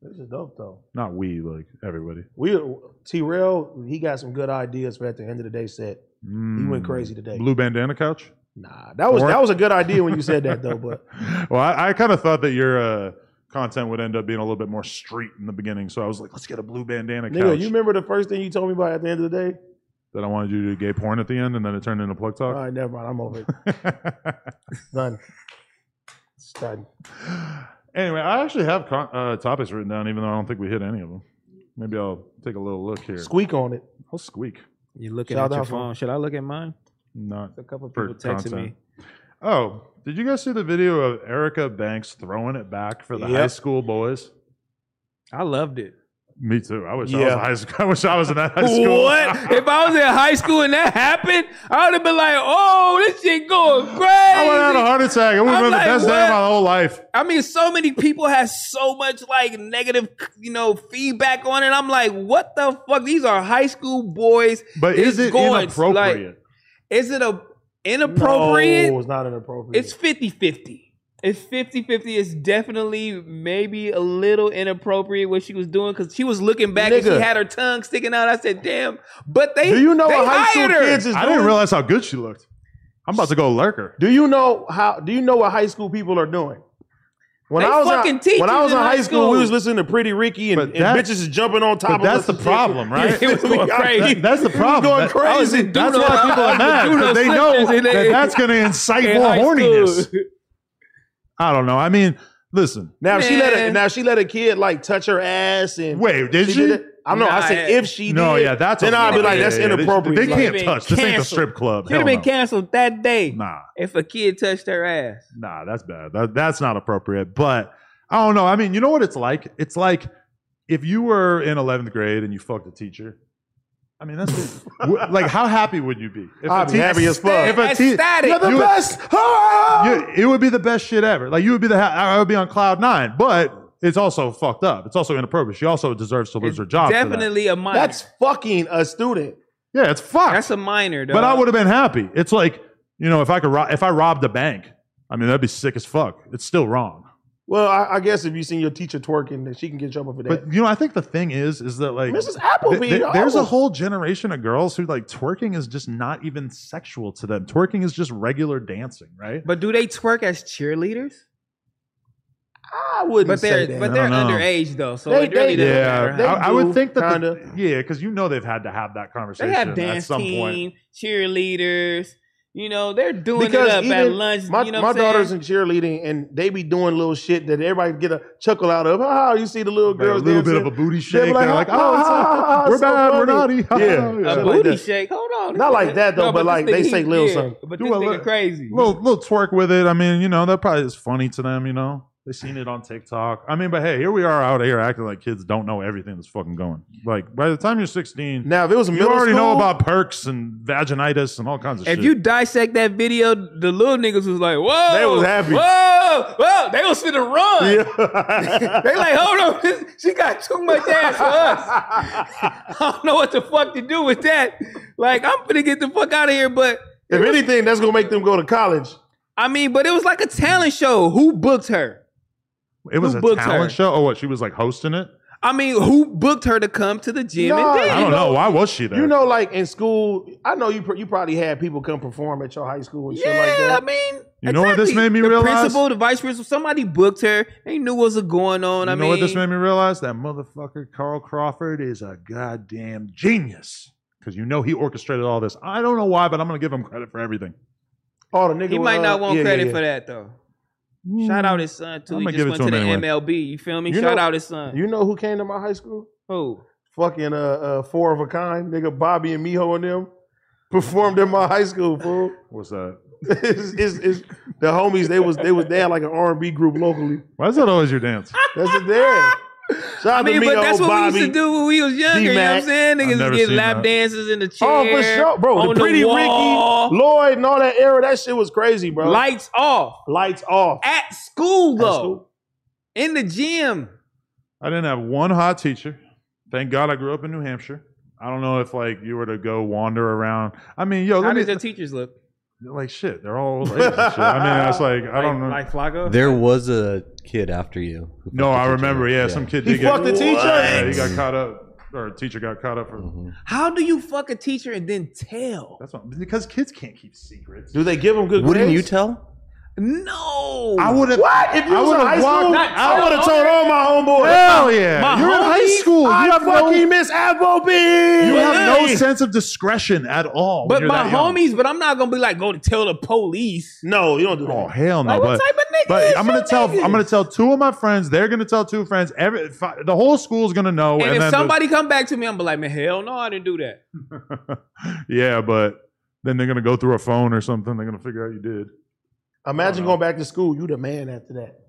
Speaker 2: This is dope though.
Speaker 1: Not we, like everybody.
Speaker 2: We T. Rell, he got some good ideas for at the end of the day set. He
Speaker 1: Mm.
Speaker 2: went crazy today.
Speaker 1: Blue bandana couch.
Speaker 2: Nah, that was
Speaker 1: Or-
Speaker 2: that was a good idea when you said that
Speaker 1: (laughs)
Speaker 2: though. But
Speaker 1: well, I, I kind of thought that your uh, content would end up being a little bit more street in the beginning, so I was like, let's get a blue bandana couch.
Speaker 2: nigga, you remember the first thing you told me about at the end of the day?
Speaker 1: that I wanted you to do gay porn at the end, and then it turned into plug talk.
Speaker 2: All right, never mind. I'm over
Speaker 1: (laughs)
Speaker 2: it. Done. It's done.
Speaker 1: anyway, I actually have con- uh, topics written down, even though I don't think we hit any of them. Maybe I'll take a little look here.
Speaker 2: Squeak on it.
Speaker 1: I'll squeak.
Speaker 3: you looking
Speaker 2: Shout
Speaker 3: at your
Speaker 2: out, man.
Speaker 3: phone? Should I look at mine?
Speaker 1: Not
Speaker 3: A couple
Speaker 1: For
Speaker 3: people texted me.
Speaker 1: content. Oh, did you guys see the video of Erica Banks throwing it back for the
Speaker 2: Yep.
Speaker 1: high school boys?
Speaker 3: I
Speaker 1: (laughs)
Speaker 3: loved it.
Speaker 1: Me too. I wish
Speaker 2: Yeah.
Speaker 1: I was in high school. (laughs) I wish I was in that high school.
Speaker 3: What? if I was in high school and that happened, I would have been like, "Oh, this shit going crazy."
Speaker 1: I would have had a heart attack. It would have
Speaker 3: I'm
Speaker 1: been the
Speaker 3: like,
Speaker 1: best day of
Speaker 3: what?
Speaker 1: my whole life.
Speaker 3: I mean, so many people have so much like negative, you know, feedback on it. I'm like, what the fuck? These are high school boys.
Speaker 1: But is
Speaker 3: It's
Speaker 1: it
Speaker 3: going,
Speaker 1: inappropriate?
Speaker 3: Is it a inappropriate?
Speaker 2: No, it's not inappropriate.
Speaker 3: It's 50-50. It's 50-50. It's definitely maybe a little inappropriate what she was doing because she was looking back and
Speaker 2: Nigga.
Speaker 3: she had her tongue sticking out. I said, damn. But they
Speaker 2: Do you know
Speaker 3: they
Speaker 2: what high school
Speaker 3: hired her.
Speaker 2: kids is
Speaker 1: I
Speaker 2: doing?
Speaker 1: didn't realize how good she looked. I'm about to go lurker.
Speaker 2: do you know how? Do you know what high school people are doing? When
Speaker 3: They
Speaker 2: I was
Speaker 3: fucking
Speaker 2: in,
Speaker 3: teach
Speaker 2: when I
Speaker 3: it
Speaker 2: was
Speaker 3: in
Speaker 2: in
Speaker 3: high
Speaker 2: high school, we
Speaker 3: school.
Speaker 2: was listening to Pretty Ricky and,
Speaker 1: But
Speaker 2: and
Speaker 1: that-
Speaker 2: bitches is jumping on top
Speaker 1: But
Speaker 2: of
Speaker 1: that's the
Speaker 2: us.
Speaker 1: problem, right?
Speaker 3: (laughs) It was going crazy.
Speaker 1: That-
Speaker 3: (laughs)
Speaker 1: that's the problem.
Speaker 2: going
Speaker 1: That-
Speaker 2: crazy.
Speaker 1: That's
Speaker 3: Dude,
Speaker 1: why
Speaker 3: no,
Speaker 1: people
Speaker 3: I-
Speaker 1: are
Speaker 3: I-
Speaker 1: mad.
Speaker 3: dude,
Speaker 1: 'cause
Speaker 3: no
Speaker 1: They know
Speaker 3: sisters (laughs) in
Speaker 1: that
Speaker 3: it.
Speaker 1: that's going to incite
Speaker 3: In
Speaker 1: more
Speaker 3: high school.
Speaker 1: horniness. I don't know. I mean, listen.
Speaker 2: (laughs) Now she let a,
Speaker 3: Man.
Speaker 2: now she let a kid like touch her ass and
Speaker 1: Wait, did
Speaker 2: she
Speaker 1: she?
Speaker 2: did it. I'm not. I
Speaker 3: Nah,
Speaker 2: said
Speaker 3: yeah.
Speaker 2: if she
Speaker 1: No,
Speaker 2: did,
Speaker 1: yeah, that's
Speaker 2: then
Speaker 1: a-
Speaker 2: I'd be like
Speaker 1: yeah,
Speaker 2: that's
Speaker 1: yeah, yeah. They-
Speaker 2: inappropriate.
Speaker 1: They,
Speaker 2: Like,
Speaker 1: can't
Speaker 3: Like-
Speaker 1: touch. This ain't the
Speaker 3: Canceled.
Speaker 1: strip club.
Speaker 3: Should have
Speaker 1: Hell
Speaker 3: been
Speaker 1: no.
Speaker 3: canceled that day
Speaker 1: Nah,
Speaker 3: if a kid touched her ass.
Speaker 1: nah, that's bad. That, that's not appropriate. But I don't know. I mean, you know what it's like? It's like if you were in 11th grade and you fucked a teacher, I mean,
Speaker 2: (laughs)
Speaker 1: that's w- like how happy would you be if
Speaker 2: I'd be happy as fuck.
Speaker 1: If a te-
Speaker 3: Ecstatic.
Speaker 1: You're the
Speaker 2: You- (laughs)
Speaker 1: best. You- it would be the best shit ever. Like you would be the ha- I would be on cloud nine, but it's also fucked up. It's also inappropriate. She also deserves to lose her job. for that.
Speaker 3: Definitely a minor.
Speaker 2: That's fucking a student.
Speaker 1: yeah, it's fucked.
Speaker 3: That's a minor, dog.
Speaker 1: but I would have been happy. It's like you know, if I could, ro- if I robbed a bank, I mean that'd be sick as fuck. It's still wrong.
Speaker 2: Well, I, I guess if you seen your teacher twerking, then she can get in trouble for that.
Speaker 1: But you know, I think the thing is, is that like
Speaker 2: Mrs. Appleby,
Speaker 1: th- th- there's a
Speaker 2: almost-
Speaker 1: whole generation of girls who like twerking is just not even sexual to them. Twerking is just regular dancing, right?
Speaker 3: But do they twerk as cheerleaders?
Speaker 2: I wouldn't
Speaker 3: But
Speaker 2: say
Speaker 3: they're
Speaker 2: that.
Speaker 3: but
Speaker 1: I
Speaker 3: they're
Speaker 1: don't know.
Speaker 3: underage though, so
Speaker 2: They-
Speaker 3: it really
Speaker 2: they-
Speaker 3: doesn't
Speaker 1: yeah,
Speaker 3: matter.
Speaker 2: They
Speaker 1: I, I would
Speaker 2: do,
Speaker 1: think that. the-
Speaker 2: kinda.
Speaker 1: yeah, because you know they've had to have that
Speaker 3: They
Speaker 1: conversation
Speaker 3: have
Speaker 1: at
Speaker 3: dance
Speaker 1: some point.
Speaker 3: team, cheerleaders. You know, they're doing
Speaker 2: Because
Speaker 3: it up at
Speaker 2: even
Speaker 3: lunch.
Speaker 2: my
Speaker 3: you know
Speaker 2: my
Speaker 3: what I'm
Speaker 2: daughter's
Speaker 3: saying?
Speaker 2: in cheerleading, and they be doing little shit that everybody get a chuckle out of. Ah, you see the little
Speaker 1: Like a
Speaker 2: girls
Speaker 1: little
Speaker 2: dancing.
Speaker 1: bit of a booty
Speaker 2: They'll be
Speaker 1: shake. They're like,
Speaker 2: "Ah,
Speaker 1: oh, it's-
Speaker 2: ah, ah, ah,
Speaker 1: we're
Speaker 2: so
Speaker 1: bad, we're naughty.
Speaker 2: funny."
Speaker 1: (laughs)
Speaker 2: Yeah.
Speaker 1: Yeah.
Speaker 3: a
Speaker 2: shit like
Speaker 3: booty
Speaker 2: that.
Speaker 3: shake. Hold on.
Speaker 2: Not
Speaker 3: this
Speaker 2: like
Speaker 3: nigga-
Speaker 2: that, though, but
Speaker 3: this
Speaker 2: like, they
Speaker 3: nigga,
Speaker 2: say
Speaker 3: he-
Speaker 2: little
Speaker 3: yeah,
Speaker 2: something.
Speaker 3: But
Speaker 1: Do
Speaker 3: this
Speaker 1: a
Speaker 3: nigga
Speaker 1: little-
Speaker 3: crazy.
Speaker 1: little little twerk with it. I mean, you know, that probably is funny to them. You know, they seen it on TikTok. I mean, but hey, here we are out here acting like kids don't know everything that's fucking going. Like by the time you're 16,
Speaker 2: Now, if it was
Speaker 1: you
Speaker 2: middle
Speaker 1: already
Speaker 2: school,
Speaker 1: know
Speaker 2: (laughs)
Speaker 1: about perks and vaginitis and all kinds of shit.
Speaker 3: If you dissect that video, the little niggas was like, "Whoa!"
Speaker 2: They was happy.
Speaker 3: Whoa, whoa! They was finna run.
Speaker 2: Yeah.
Speaker 3: (laughs) They like, hold on, she got too much ass
Speaker 2: (laughs)
Speaker 3: for us. I don't know what the fuck to do with that. Like, I'm finna get the fuck out of here. But
Speaker 2: if anything, that's gonna make them go to college.
Speaker 3: I mean, but it was like a talent show. Who booked her?
Speaker 1: it was
Speaker 3: who
Speaker 1: a
Speaker 3: booked
Speaker 1: talent
Speaker 3: her?
Speaker 1: show. Oh, what she was like hosting it.
Speaker 3: I mean, who booked her to come to the gym
Speaker 2: Nah,
Speaker 3: and
Speaker 1: I
Speaker 3: dance?
Speaker 1: don't know. why was she there.
Speaker 2: You know, like in school, I know you pr- you probably had people come perform at your high school and shit like
Speaker 3: Yeah,
Speaker 2: that.
Speaker 3: I mean,
Speaker 1: You know what this
Speaker 3: exactly.
Speaker 1: made me
Speaker 3: the
Speaker 1: realize?
Speaker 3: Principal, the vice principal, somebody booked her. They knew what was going on.
Speaker 1: You
Speaker 3: I
Speaker 1: know
Speaker 3: mean,
Speaker 1: what this made me realize? That motherfucker Carl Crawford is a goddamn genius. Because you know he orchestrated all this. I don't know why, but I'm gonna give him credit for everything.
Speaker 2: oh, the nigga.
Speaker 3: he
Speaker 2: was,
Speaker 3: might not
Speaker 2: uh,
Speaker 3: want
Speaker 2: yeah, yeah,
Speaker 3: credit
Speaker 2: yeah.
Speaker 3: for that though. Shout out his son too.
Speaker 1: I'm
Speaker 3: he
Speaker 1: gonna Hmm.
Speaker 3: just
Speaker 1: give it
Speaker 3: went
Speaker 1: to
Speaker 3: to,
Speaker 1: him
Speaker 3: the
Speaker 1: anyway.
Speaker 3: MLB. You feel me?
Speaker 2: You
Speaker 3: Shout
Speaker 2: know-
Speaker 3: out his son.
Speaker 2: You know who came to my high school?
Speaker 3: Who?
Speaker 2: Fucking uh, uh four of a kind nigga, Bobby and Miho and them performed in my high school. Fool, (laughs)
Speaker 1: What's that?
Speaker 2: it's, it's, it's the homies. They was they was down like an R and B group locally.
Speaker 1: Why is that always your dance?
Speaker 2: That's it there. Shout
Speaker 3: I
Speaker 2: out
Speaker 3: mean,
Speaker 2: to Miho,
Speaker 3: but that's what
Speaker 2: Bobby.
Speaker 3: we used to do when we was younger. You know what I'm
Speaker 2: D-Mac.
Speaker 3: saying?
Speaker 1: I've
Speaker 3: Niggas
Speaker 1: never
Speaker 3: would get
Speaker 1: seen
Speaker 3: lap
Speaker 1: that.
Speaker 3: dances in the chair.
Speaker 2: Oh, for sure, bro.
Speaker 3: on
Speaker 2: The pretty
Speaker 3: wall,
Speaker 2: Ricky, Lloyd, and all that era. That shit was crazy, bro.
Speaker 3: Lights off.
Speaker 2: Lights off.
Speaker 3: At school,
Speaker 2: At
Speaker 3: though.
Speaker 2: school.
Speaker 3: In the gym.
Speaker 1: I didn't have one hot teacher. Thank God I grew up in New Hampshire. I don't know if like you were to go wander around. I mean, yo,
Speaker 3: How
Speaker 1: let me,
Speaker 3: did your teachers look?
Speaker 1: like shit. They're all old ladies and shit. I mean, I was like, I don't know.
Speaker 3: Like Flacco?
Speaker 4: There was a kid after you. who
Speaker 1: no,
Speaker 4: fucked
Speaker 1: I
Speaker 4: the teacher.
Speaker 1: remember. Yeah, some kid.
Speaker 2: He
Speaker 1: did get-
Speaker 2: fucked the teacher?
Speaker 1: Yeah, he got caught up, or a teacher got caught up. For,
Speaker 4: Mhm.
Speaker 3: How do you fuck a teacher and then tell?
Speaker 1: that's what because kids can't keep secrets.
Speaker 2: Do they give him good?
Speaker 4: Wouldn't you
Speaker 2: grades?
Speaker 4: tell?
Speaker 3: No.
Speaker 1: I would have.
Speaker 2: What? If you
Speaker 1: I
Speaker 2: was in
Speaker 1: would've
Speaker 2: high
Speaker 1: walked
Speaker 2: school,
Speaker 1: that
Speaker 2: I
Speaker 3: out.
Speaker 2: would have told all my homeboys.
Speaker 1: Hell yeah!
Speaker 3: My
Speaker 1: You're in high
Speaker 3: homies,
Speaker 1: school. You
Speaker 2: I
Speaker 1: have no.
Speaker 2: fucking miss Applebee.
Speaker 1: You have no
Speaker 2: Hey.
Speaker 1: sense of discretion at all. when
Speaker 3: but
Speaker 1: you're
Speaker 3: my
Speaker 1: that young.
Speaker 3: homies, but I'm not gonna be like, go to tell the police.
Speaker 2: No, you don't do that.
Speaker 1: Oh hell no!
Speaker 3: Like,
Speaker 1: but
Speaker 3: what type of nigga is
Speaker 1: But I'm gonna
Speaker 3: your
Speaker 1: tell
Speaker 3: nigga?
Speaker 1: I'm gonna tell two of my friends. They're gonna tell two friends. Every fi- the whole school's gonna know.
Speaker 3: And, if
Speaker 1: then the-
Speaker 3: somebody come back to me, I'm gonna be like, man, hell no, I didn't do that.
Speaker 1: yeah, but then they're gonna go through a phone or something. They're gonna figure out you did.
Speaker 2: Imagine going back to school. You the man after that.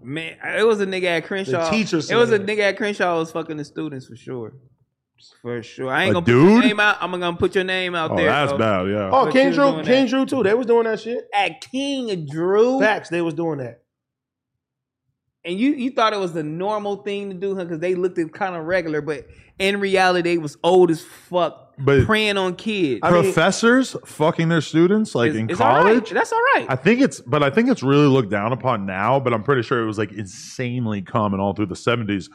Speaker 3: Man, it was a nigga at Crenshaw.
Speaker 2: teacher
Speaker 3: it was a
Speaker 2: said.
Speaker 3: nigga at Crenshaw was fucking the students for sure. For sure. I ain't
Speaker 1: A
Speaker 3: gonna put your
Speaker 1: dude?
Speaker 3: name out. I'm gonna put your name out
Speaker 1: Oh,
Speaker 3: there.
Speaker 1: that's
Speaker 3: so-
Speaker 1: bad. Yeah.
Speaker 2: Oh,
Speaker 3: But you
Speaker 2: King
Speaker 3: was
Speaker 2: Drew,
Speaker 3: doing
Speaker 2: King
Speaker 3: that.
Speaker 2: Drew too. They was doing that shit.
Speaker 3: At King Drew.
Speaker 2: Facts. They was doing that.
Speaker 3: And you you thought it was the normal thing to do, huh? Because they looked at kind of regular, but in reality, they was old as fuck,
Speaker 1: But-
Speaker 3: preying on kids.
Speaker 2: I mean-
Speaker 1: Professors fucking their students like
Speaker 3: It's-
Speaker 1: in
Speaker 3: it's all right.
Speaker 1: college.
Speaker 3: That's all right.
Speaker 1: I think it's, but I think it's really looked down upon now. But I'm pretty sure it was like insanely common all through the 70s.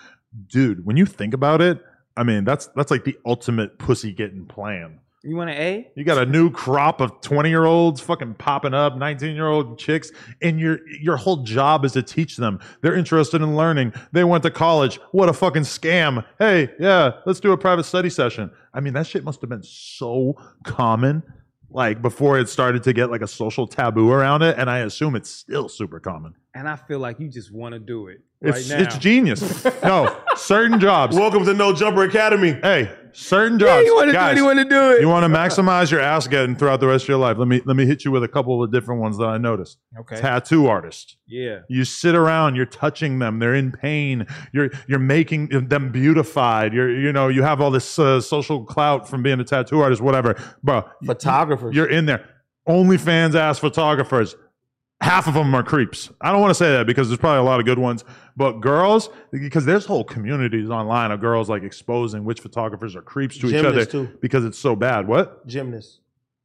Speaker 1: Dude, when you think about it, I mean that's that's like the ultimate pussy getting plan.
Speaker 3: you want an A?
Speaker 1: You got a new crop of 20 year olds fucking popping up, 19 year old chicks, and your your whole job is to teach them. They're interested in learning. They went to college. What a fucking scam. Hey, yeah, let's do a private study session. I mean, that shit must have been so common like before it started to get like a social taboo around it, and I assume it's still super common.
Speaker 3: And I feel like you just want to do it right
Speaker 1: It's
Speaker 6: (laughs)
Speaker 3: now.
Speaker 1: it's genius. no, certain jobs.
Speaker 2: Welcome to No Jumper Academy.
Speaker 1: hey, certain drugs.
Speaker 6: you want to do
Speaker 1: Guys,
Speaker 6: it. You want to do it.
Speaker 1: you want to maximize your ass getting throughout the rest of your life. Let me let me hit you with a couple of different ones that I noticed.
Speaker 3: Okay.
Speaker 1: Tattoo artist.
Speaker 3: Yeah.
Speaker 1: You sit around, you're touching them, they're in pain. You're you're making them beautified. You're you know, you have all this uh, social clout from being a tattoo artist whatever. Bro,
Speaker 2: Photographers.
Speaker 1: you're in there. OnlyFans ass photographers. Half of them are creeps. I don't want to say that because there's probably a lot of good ones, but girls, because there's whole communities online of girls like exposing which photographers are creeps to each other
Speaker 2: gymnasts too.
Speaker 1: because it's so bad. What
Speaker 2: Gymnasts.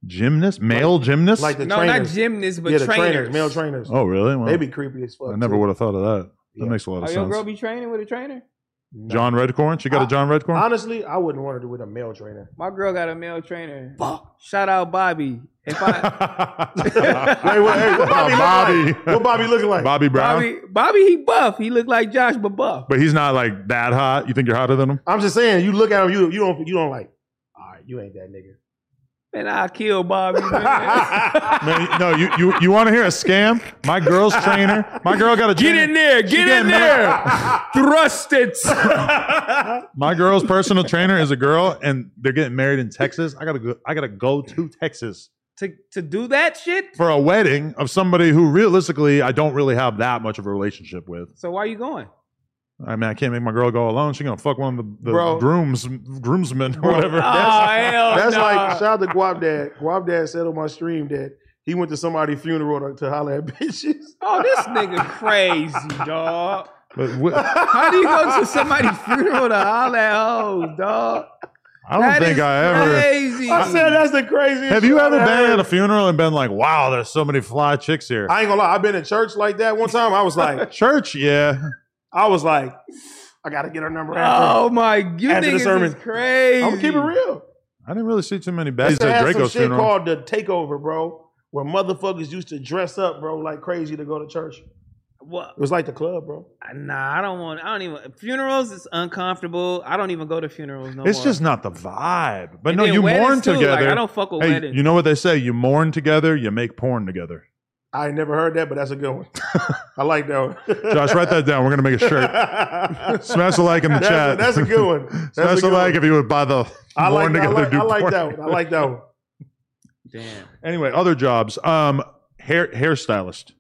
Speaker 1: gymnast? Male gymnast?
Speaker 2: Like the
Speaker 3: No,
Speaker 2: trainers.
Speaker 3: not gymnasts, but
Speaker 2: yeah, the
Speaker 3: trainers.
Speaker 2: Male trainers.
Speaker 1: oh, really? Well,
Speaker 2: They be creepy as fuck.
Speaker 1: I never
Speaker 2: too.
Speaker 1: would have thought of that. That
Speaker 2: Yeah.
Speaker 1: makes a lot of
Speaker 3: Oh, your
Speaker 1: sense.
Speaker 3: girl be training with a trainer?
Speaker 2: No.
Speaker 1: John Redcorn? She got a
Speaker 2: I-
Speaker 1: John Redcorn?
Speaker 2: Honestly, I wouldn't want to do with a male trainer.
Speaker 3: My girl got a male trainer. Shout out Bobby. If
Speaker 1: (laughs)
Speaker 3: I
Speaker 2: Hey, what, hey, what Bobby,
Speaker 1: Bobby.
Speaker 2: Look like? what Bobby looking like?
Speaker 1: Bobby Brown?
Speaker 3: Bobby, Bobby, he buff. He looked like Josh, but buff.
Speaker 1: But he's not like that hot. You think you're hotter than him?
Speaker 2: I'm just saying, you look at him, you you don't you don't like. All right, you ain't that nigga.
Speaker 3: And I kill Bobby. man.
Speaker 1: Man, no, you you, you want to hear a scam? My girl's trainer. My girl got a
Speaker 3: get
Speaker 1: trainer.
Speaker 3: in there.
Speaker 1: (laughs) She
Speaker 3: Get
Speaker 1: getting
Speaker 3: in there.
Speaker 1: mad.
Speaker 3: Thrust it.
Speaker 1: (laughs) My girl's personal trainer is a girl, and they're getting married in Texas. I gotta go. I gotta go to Texas
Speaker 3: to, to do that shit?
Speaker 1: for a wedding of somebody who realistically I don't really have that much of a relationship with.
Speaker 3: So why you going?
Speaker 1: I mean, I can't make my girl go alone. She gonna fuck one of the, the
Speaker 2: Bro.
Speaker 1: grooms groomsmen or
Speaker 2: (laughs)
Speaker 1: whatever.
Speaker 3: oh, hell
Speaker 2: That's
Speaker 3: no.
Speaker 2: like shout out to Guap Dad. Guap Dad said on my stream that he went to somebody's funeral to, to holler at (laughs) bitches.
Speaker 3: Oh, this nigga crazy, dog.
Speaker 1: But wh- I
Speaker 3: How do you go to somebody's (laughs) funeral to holler at hoes, dog?
Speaker 1: don't
Speaker 3: That
Speaker 1: think
Speaker 3: is
Speaker 1: I ever.
Speaker 2: (laughs)
Speaker 3: crazy.
Speaker 2: I said that's the craziest.
Speaker 1: Have you
Speaker 2: shit
Speaker 1: ever
Speaker 2: I've
Speaker 1: been at
Speaker 2: heard.
Speaker 1: a funeral and been like, "Wow, there's so many fly chicks here"?
Speaker 2: I ain't gonna lie. I've been in church like that one time. I was
Speaker 3: (laughs)
Speaker 2: like,
Speaker 1: Church, yeah.
Speaker 2: I was like, I gotta get her number. After.
Speaker 3: Oh my, you
Speaker 2: After the
Speaker 3: niggas
Speaker 2: sermon.
Speaker 3: is crazy.
Speaker 2: I'm gonna keep it real.
Speaker 1: I didn't really see too many
Speaker 2: I
Speaker 1: baddies
Speaker 2: used to
Speaker 1: at
Speaker 2: have some
Speaker 1: Draco's
Speaker 2: shit
Speaker 1: funeral.
Speaker 2: called the takeover, bro, where motherfuckers used to dress up, bro, like crazy to go to church. It
Speaker 3: Well,
Speaker 2: was like the club, bro.
Speaker 3: nah, I don't want. I don't even. Funerals is uncomfortable. I don't even go to funerals no
Speaker 1: it's
Speaker 3: more.
Speaker 1: just not the vibe. But
Speaker 3: And
Speaker 1: no,
Speaker 3: then
Speaker 1: you
Speaker 3: weddings,
Speaker 1: mourn
Speaker 3: too. Like,
Speaker 1: together.
Speaker 3: I don't fuck with
Speaker 1: hey,
Speaker 3: weddings.
Speaker 1: you know what they say? You mourn together, you make porn together.
Speaker 2: I ain't never heard that, but that's a
Speaker 1: (laughs)
Speaker 2: good one. I like that one.
Speaker 1: Josh, write that down. We're gonna make a
Speaker 2: (laughs)
Speaker 1: shirt.
Speaker 2: that's,
Speaker 1: Smash a like in the chat.
Speaker 2: that's a good
Speaker 1: (laughs)
Speaker 2: one. That's
Speaker 1: Smash
Speaker 2: a
Speaker 1: a,
Speaker 2: good
Speaker 1: like if
Speaker 2: one.
Speaker 1: you would buy the
Speaker 2: I
Speaker 1: mourn
Speaker 2: like, that- I
Speaker 1: together.
Speaker 2: like,
Speaker 1: do
Speaker 2: I like
Speaker 1: porn
Speaker 2: that one. I
Speaker 1: together.
Speaker 2: like that one.
Speaker 3: damn.
Speaker 1: Anyway, other jobs. Um, hair hairstylist.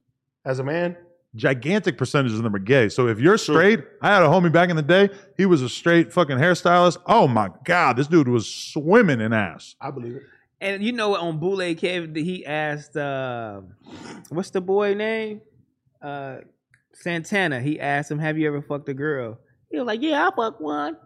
Speaker 2: As a man,
Speaker 1: gigantic percentage of them are gay. So if you're straight, I had a homie back in the day. He was a straight fucking hairstylist. Oh my god, this dude was swimming in ass.
Speaker 2: I believe it. (laughs)
Speaker 3: And you know what? On Boule Kev, he asked, uh, "What's the boy name?" Uh, Santana. He asked him, "Have you ever fucked a girl?" He was like, "Yeah, I fucked one."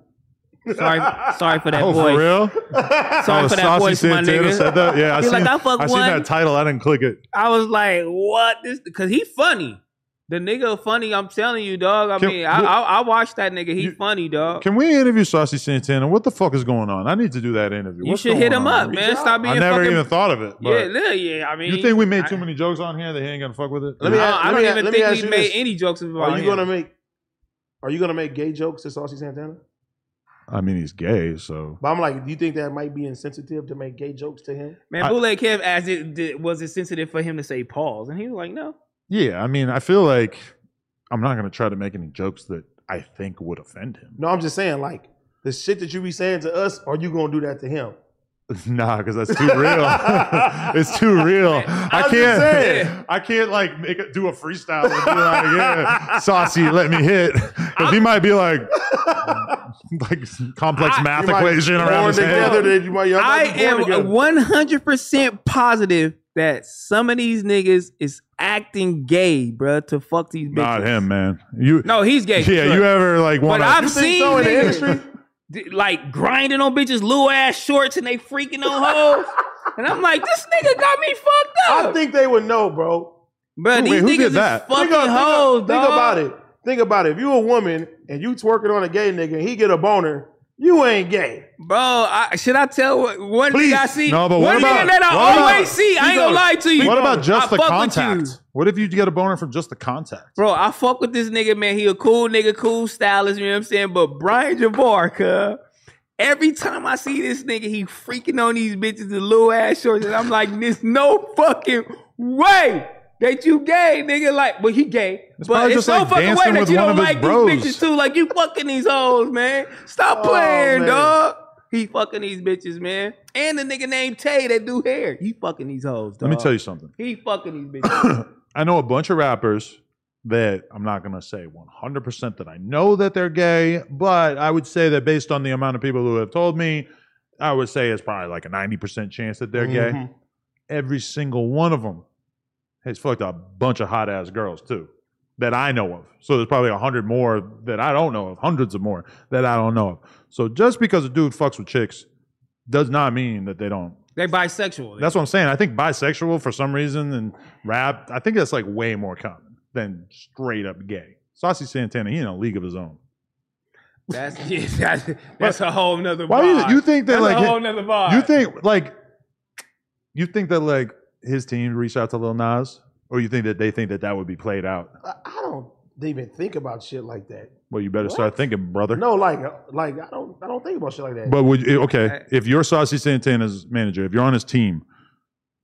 Speaker 1: (laughs)
Speaker 3: Sorry, sorry for that
Speaker 1: oh,
Speaker 3: voice.
Speaker 1: for real?
Speaker 3: (laughs) Sorry
Speaker 1: oh,
Speaker 3: for that
Speaker 1: Saucy
Speaker 3: voice, my
Speaker 1: Santana
Speaker 3: nigga.
Speaker 1: said that.
Speaker 3: (laughs)
Speaker 1: Yeah, I
Speaker 3: He's
Speaker 1: seen,
Speaker 3: like, I fuck
Speaker 1: seen
Speaker 3: one.
Speaker 1: that title. I didn't click it.
Speaker 3: I was like, "What this?" Because he funny. The nigga funny. I'm telling you, dog. I
Speaker 1: Can-
Speaker 3: mean, I, I I watched that nigga. He
Speaker 1: You-
Speaker 3: funny, dog.
Speaker 1: Can we interview Saucy Santana? What the fuck is going on? I need to do that interview.
Speaker 3: You
Speaker 1: What's
Speaker 3: should hit
Speaker 1: going
Speaker 3: him
Speaker 1: on?
Speaker 3: up, man. Stop being
Speaker 1: I never
Speaker 3: fucking.
Speaker 1: even thought of it.
Speaker 3: yeah,
Speaker 1: But
Speaker 3: yeah, yeah. I mean,
Speaker 1: you think we made too
Speaker 3: I-
Speaker 1: many jokes on here that he ain't gonna fuck with it?
Speaker 2: Let me
Speaker 3: I,
Speaker 2: ask- let
Speaker 3: I don't
Speaker 2: me a-
Speaker 3: even
Speaker 2: let me
Speaker 3: think
Speaker 2: ask
Speaker 3: we
Speaker 2: you
Speaker 3: made
Speaker 2: this.
Speaker 3: any jokes about
Speaker 2: Are you
Speaker 3: him.
Speaker 2: gonna make? Are you gonna make gay jokes to Saucy Santana?
Speaker 1: I mean, he's gay, so
Speaker 2: But I'm like, do you think that might be insensitive to make gay jokes to him?
Speaker 3: Man,
Speaker 1: I-
Speaker 3: Boule Kev asked, it, did, "Was it sensitive for him to say pause?" And he was like, "No."
Speaker 1: yeah. I mean, I feel like I'm not gonna try to make any jokes that I think would offend him. (laughs)
Speaker 2: No, I'm just saying, like, the shit that you be saying to us, are you gonna do that to him?
Speaker 1: Nah, because that's too real. (laughs) it's too real. I
Speaker 2: just
Speaker 1: can't.
Speaker 2: saying.
Speaker 1: I can't like make a, do a freestyle and be like, "Yeah, saucy, let me hit," because he might be like, (laughs) like complex
Speaker 3: I-
Speaker 1: math
Speaker 2: You might
Speaker 1: equation around
Speaker 2: born
Speaker 1: his
Speaker 2: together
Speaker 1: head.
Speaker 2: that you might- y'all
Speaker 3: I
Speaker 2: might be born
Speaker 3: am
Speaker 2: together.
Speaker 3: one hundred percent positive that some of these niggas is acting gay, bruh, to fuck these bitches.
Speaker 1: Not him, man. You.
Speaker 3: No, he's gay.
Speaker 1: yeah,
Speaker 3: sure.
Speaker 1: you ever like want
Speaker 3: But
Speaker 1: to?
Speaker 3: I've
Speaker 2: You think
Speaker 3: seen
Speaker 2: so in the
Speaker 3: niggas
Speaker 2: industry?
Speaker 3: d- like grinding on bitches, little ass shorts, and they freaking on (laughs) hoes. and I'm like, this nigga got me fucked up.
Speaker 2: I think they would know, bro.
Speaker 3: Bruh,
Speaker 1: Who-
Speaker 3: these
Speaker 1: wait, who
Speaker 3: niggas
Speaker 1: did
Speaker 3: is
Speaker 1: that?
Speaker 3: fucking
Speaker 2: Think, of-
Speaker 3: hoes,
Speaker 2: think, of- think
Speaker 3: dog.
Speaker 2: about it. Think about it. If you a woman and you twerking on a gay nigga and he get a boner, you ain't gay.
Speaker 3: Bro, I, should I tell what, one
Speaker 1: Please.
Speaker 3: nigga I see?
Speaker 1: No, but what
Speaker 3: one
Speaker 1: about-
Speaker 3: nigga that I
Speaker 1: what about-
Speaker 3: always see. I
Speaker 2: Speak
Speaker 3: ain't gonna
Speaker 2: on
Speaker 3: lie
Speaker 2: it.
Speaker 3: to you.
Speaker 1: What about
Speaker 3: I
Speaker 1: just the
Speaker 3: fuck with you.
Speaker 1: contact? What if you get a boner from just the contact?
Speaker 3: Bro, I fuck with this nigga, man. He a cool nigga, cool stylist, you know what I'm saying? But Brian Javar, cuh, every time I see this nigga, he freaking on these bitches in little ass shorts. And I'm like, there's no fucking way that you gay, nigga. Like, but he gay. but
Speaker 1: probably
Speaker 3: it's
Speaker 1: just
Speaker 3: no
Speaker 1: like
Speaker 3: fucking
Speaker 1: dancing
Speaker 3: way
Speaker 1: with
Speaker 3: that you
Speaker 1: one
Speaker 3: don't
Speaker 1: of his
Speaker 3: like
Speaker 1: bros.
Speaker 3: these bitches too. Like, you fucking these hoes, man. Stop
Speaker 2: Oh,
Speaker 3: playing,
Speaker 2: man.
Speaker 3: dog. He fucking these bitches, man. And the nigga named Tay that do hair. He fucking these hoes, dog.
Speaker 1: Let me tell you something.
Speaker 3: He fucking these bitches.
Speaker 1: (coughs) I know a bunch of rappers that I'm not going to say 100% that I know that they're gay, but I would say that based on the amount of people who have told me, I would say it's probably like a 90% chance that they're gay. Every single one of them has fucked a bunch of hot ass girls too that I know of. So there's probably a 100 more that I don't know of, hundreds of more that I don't know of. So just because a dude fucks with chicks does not mean that they don't
Speaker 5: They bisexual.
Speaker 1: that's what I'm saying. I think bisexual for some reason and rap, I think that's like way more common than straight up gay. Saucy Santana, he in a league of his own.
Speaker 3: (laughs)
Speaker 5: That's yeah, that's, that's a whole nother.
Speaker 1: Why
Speaker 5: vibe.
Speaker 1: you, you think that
Speaker 5: that's
Speaker 1: like
Speaker 5: a whole nother vibe?
Speaker 1: you think like you think that like his team reached out to Lil Nas, or you think that they think that that would be played out?
Speaker 2: I, I don't even think about shit like that.
Speaker 1: Well, you better start thinking, brother.
Speaker 2: No, like uh, like I don't I don't think about shit like that.
Speaker 1: But would you- okay if you're Saucy Santana's manager, if you're on his team,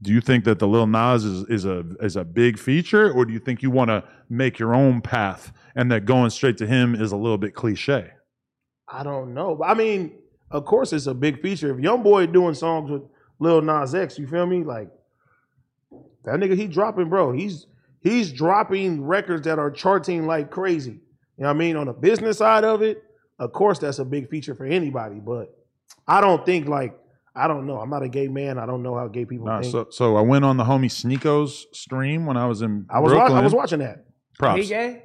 Speaker 1: do you think that the Lil Nas is, is a is a big feature, or do you think you want to make your own path and that going straight to him is a little bit cliche?
Speaker 2: I don't know. But I mean, of course, it's a big feature. If Young Boy doing songs with Lil Nas X, you feel me? Like that nigga, he dropping, bro. He's he's dropping records that are charting like crazy. You know what I mean? On the business side of it, of course, that's a big feature for anybody. But I don't think like I don't know. I'm not a gay man. I don't know how gay people
Speaker 1: Nah,
Speaker 2: think.
Speaker 1: so so I went on the homie Sneako's stream when I was in
Speaker 2: I was wa-
Speaker 1: Brooklyn.
Speaker 2: I was watching that.
Speaker 1: Props.
Speaker 5: He gay?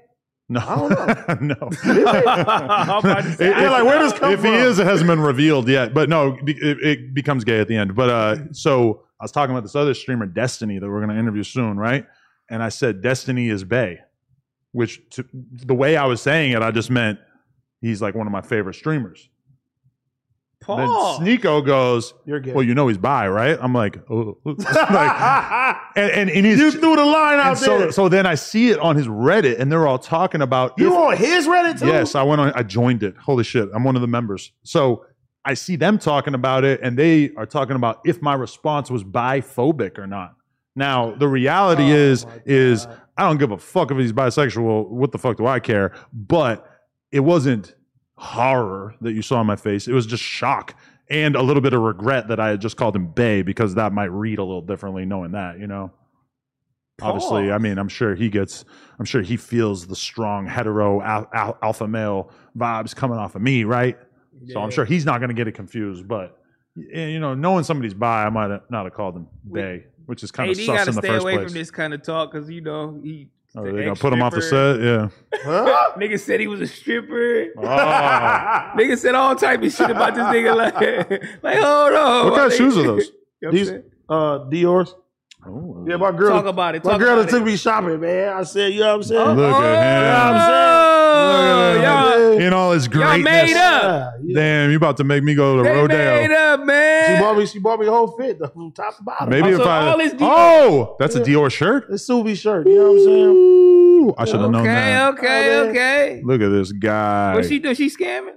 Speaker 1: No,
Speaker 2: I
Speaker 1: (laughs)
Speaker 2: don't
Speaker 1: no. (laughs)
Speaker 5: I'm about to say,
Speaker 1: It-
Speaker 5: I-
Speaker 1: it-
Speaker 2: like, where does come
Speaker 1: if he
Speaker 2: from?
Speaker 1: is, it hasn't been revealed yet. But no, be- it, it becomes gay at the end. But uh, so I was talking about this other streamer, Destiny, that we're going to interview soon, right? And I said Destiny is Bay, which to, the way I was saying it, I just meant he's like one of my favorite streamers. Then
Speaker 5: Paul.
Speaker 1: Sneeko goes,
Speaker 2: You're gay.
Speaker 1: "Well, you (laughs) know he's bi, right?" I'm like, "Oh, (laughs)
Speaker 2: (laughs)
Speaker 1: like, and and, and he's."
Speaker 2: you threw the line out
Speaker 1: and so,
Speaker 2: there.
Speaker 1: so then I see it on his Reddit, and they're all talking about
Speaker 2: you
Speaker 1: if-
Speaker 2: on his Reddit too?
Speaker 1: Yes, I went on. I joined it. Holy shit, I'm one of the members. So I see them talking about it, and they are talking about if my response was biphobic or not. Now the reality
Speaker 2: Oh,
Speaker 1: is,
Speaker 2: my
Speaker 1: is
Speaker 2: God.
Speaker 1: I don't give a fuck if he's bisexual. What the fuck do I care? But it wasn't horror that you saw on my face. It was just shock and a little bit of regret that I had just called him Bay because that might read a little differently knowing that, you know. Obviously, I mean, I'm sure he gets, I'm sure he feels the strong hetero al- al- alpha male vibes coming off of me, right? So I'm sure he's not going to get it confused, but y- you know, knowing somebody's bi, I might have not have called him Bay, which is kind
Speaker 3: AD
Speaker 1: of sus
Speaker 3: gotta
Speaker 1: in the
Speaker 3: stay
Speaker 1: first
Speaker 3: away
Speaker 1: place.
Speaker 3: from this kind of talk because you know he.
Speaker 1: Oh,
Speaker 3: the
Speaker 1: they gonna
Speaker 3: ex
Speaker 1: put him off the set,
Speaker 3: stripper.
Speaker 1: yeah.
Speaker 2: Huh?
Speaker 3: (laughs) Nigga said he was a stripper.
Speaker 1: Oh.
Speaker 2: (laughs)
Speaker 3: (laughs) Nigga said all type of shit about this nigga. Like, (laughs) like hold on.
Speaker 1: what kind of
Speaker 3: Like,
Speaker 1: shoes are those?
Speaker 3: (laughs) you know what I'm
Speaker 2: These
Speaker 3: saying?
Speaker 2: uh Dior's.
Speaker 1: Oh.
Speaker 2: Yeah, my
Speaker 3: Talk
Speaker 2: girl.
Speaker 3: about it.
Speaker 2: My
Speaker 3: Talk
Speaker 2: girl
Speaker 3: about
Speaker 2: that
Speaker 3: it.
Speaker 2: took me shopping, man. I said, you know what I'm saying?
Speaker 1: Look at him.
Speaker 3: Oh,
Speaker 1: Look at
Speaker 3: y'all,
Speaker 1: him. In all his
Speaker 3: y'all
Speaker 1: greatness.
Speaker 3: made up.
Speaker 2: Yeah, yeah.
Speaker 1: Damn, you about to make me go to
Speaker 3: They
Speaker 1: Rodale.
Speaker 3: made up,
Speaker 2: She
Speaker 3: man.
Speaker 2: bought me. She bought me a whole fit, the- from top to bottom.
Speaker 1: Maybe if
Speaker 3: Oh, so
Speaker 1: I
Speaker 3: all his Dior-
Speaker 1: oh, that's a Dior shirt.
Speaker 2: the Suvi shirt. You know what I'm saying?
Speaker 1: Ooh, I should have known
Speaker 3: Okay,
Speaker 1: that.
Speaker 3: okay,
Speaker 2: Oh, man.
Speaker 3: okay.
Speaker 1: Look at this guy.
Speaker 3: What she do? She scamming?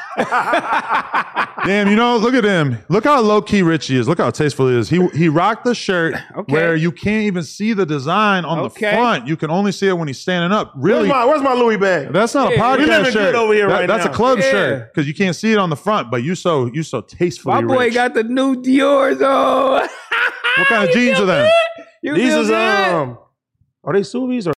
Speaker 3: (laughs)
Speaker 1: Damn, you know, look at him. Look how low key Rich he is. Look how tasteful he is. He he rocked the shirt
Speaker 3: Okay.
Speaker 1: where you can't even see the design on
Speaker 3: Okay.
Speaker 1: the front. You can only see it when he's standing up.
Speaker 2: (laughs) Where's
Speaker 1: Really,
Speaker 2: my Where's my Louis bag?
Speaker 1: That's not
Speaker 3: Yeah,
Speaker 1: a podcast
Speaker 2: we living
Speaker 1: shirt.
Speaker 2: good over here
Speaker 1: That-
Speaker 2: right
Speaker 1: that's
Speaker 2: now.
Speaker 1: a club
Speaker 3: Yeah.
Speaker 1: shirt because you can't see it on the front, but you so you so tastefully
Speaker 3: My boy
Speaker 1: rich.
Speaker 3: got the new Dior's on. (laughs)
Speaker 1: what kind of
Speaker 3: You
Speaker 1: jeans
Speaker 3: (laughs) feel
Speaker 1: are them?
Speaker 3: good? You
Speaker 2: These
Speaker 3: feel
Speaker 1: uh,
Speaker 2: is
Speaker 3: good?
Speaker 2: um. Are they Suvi's or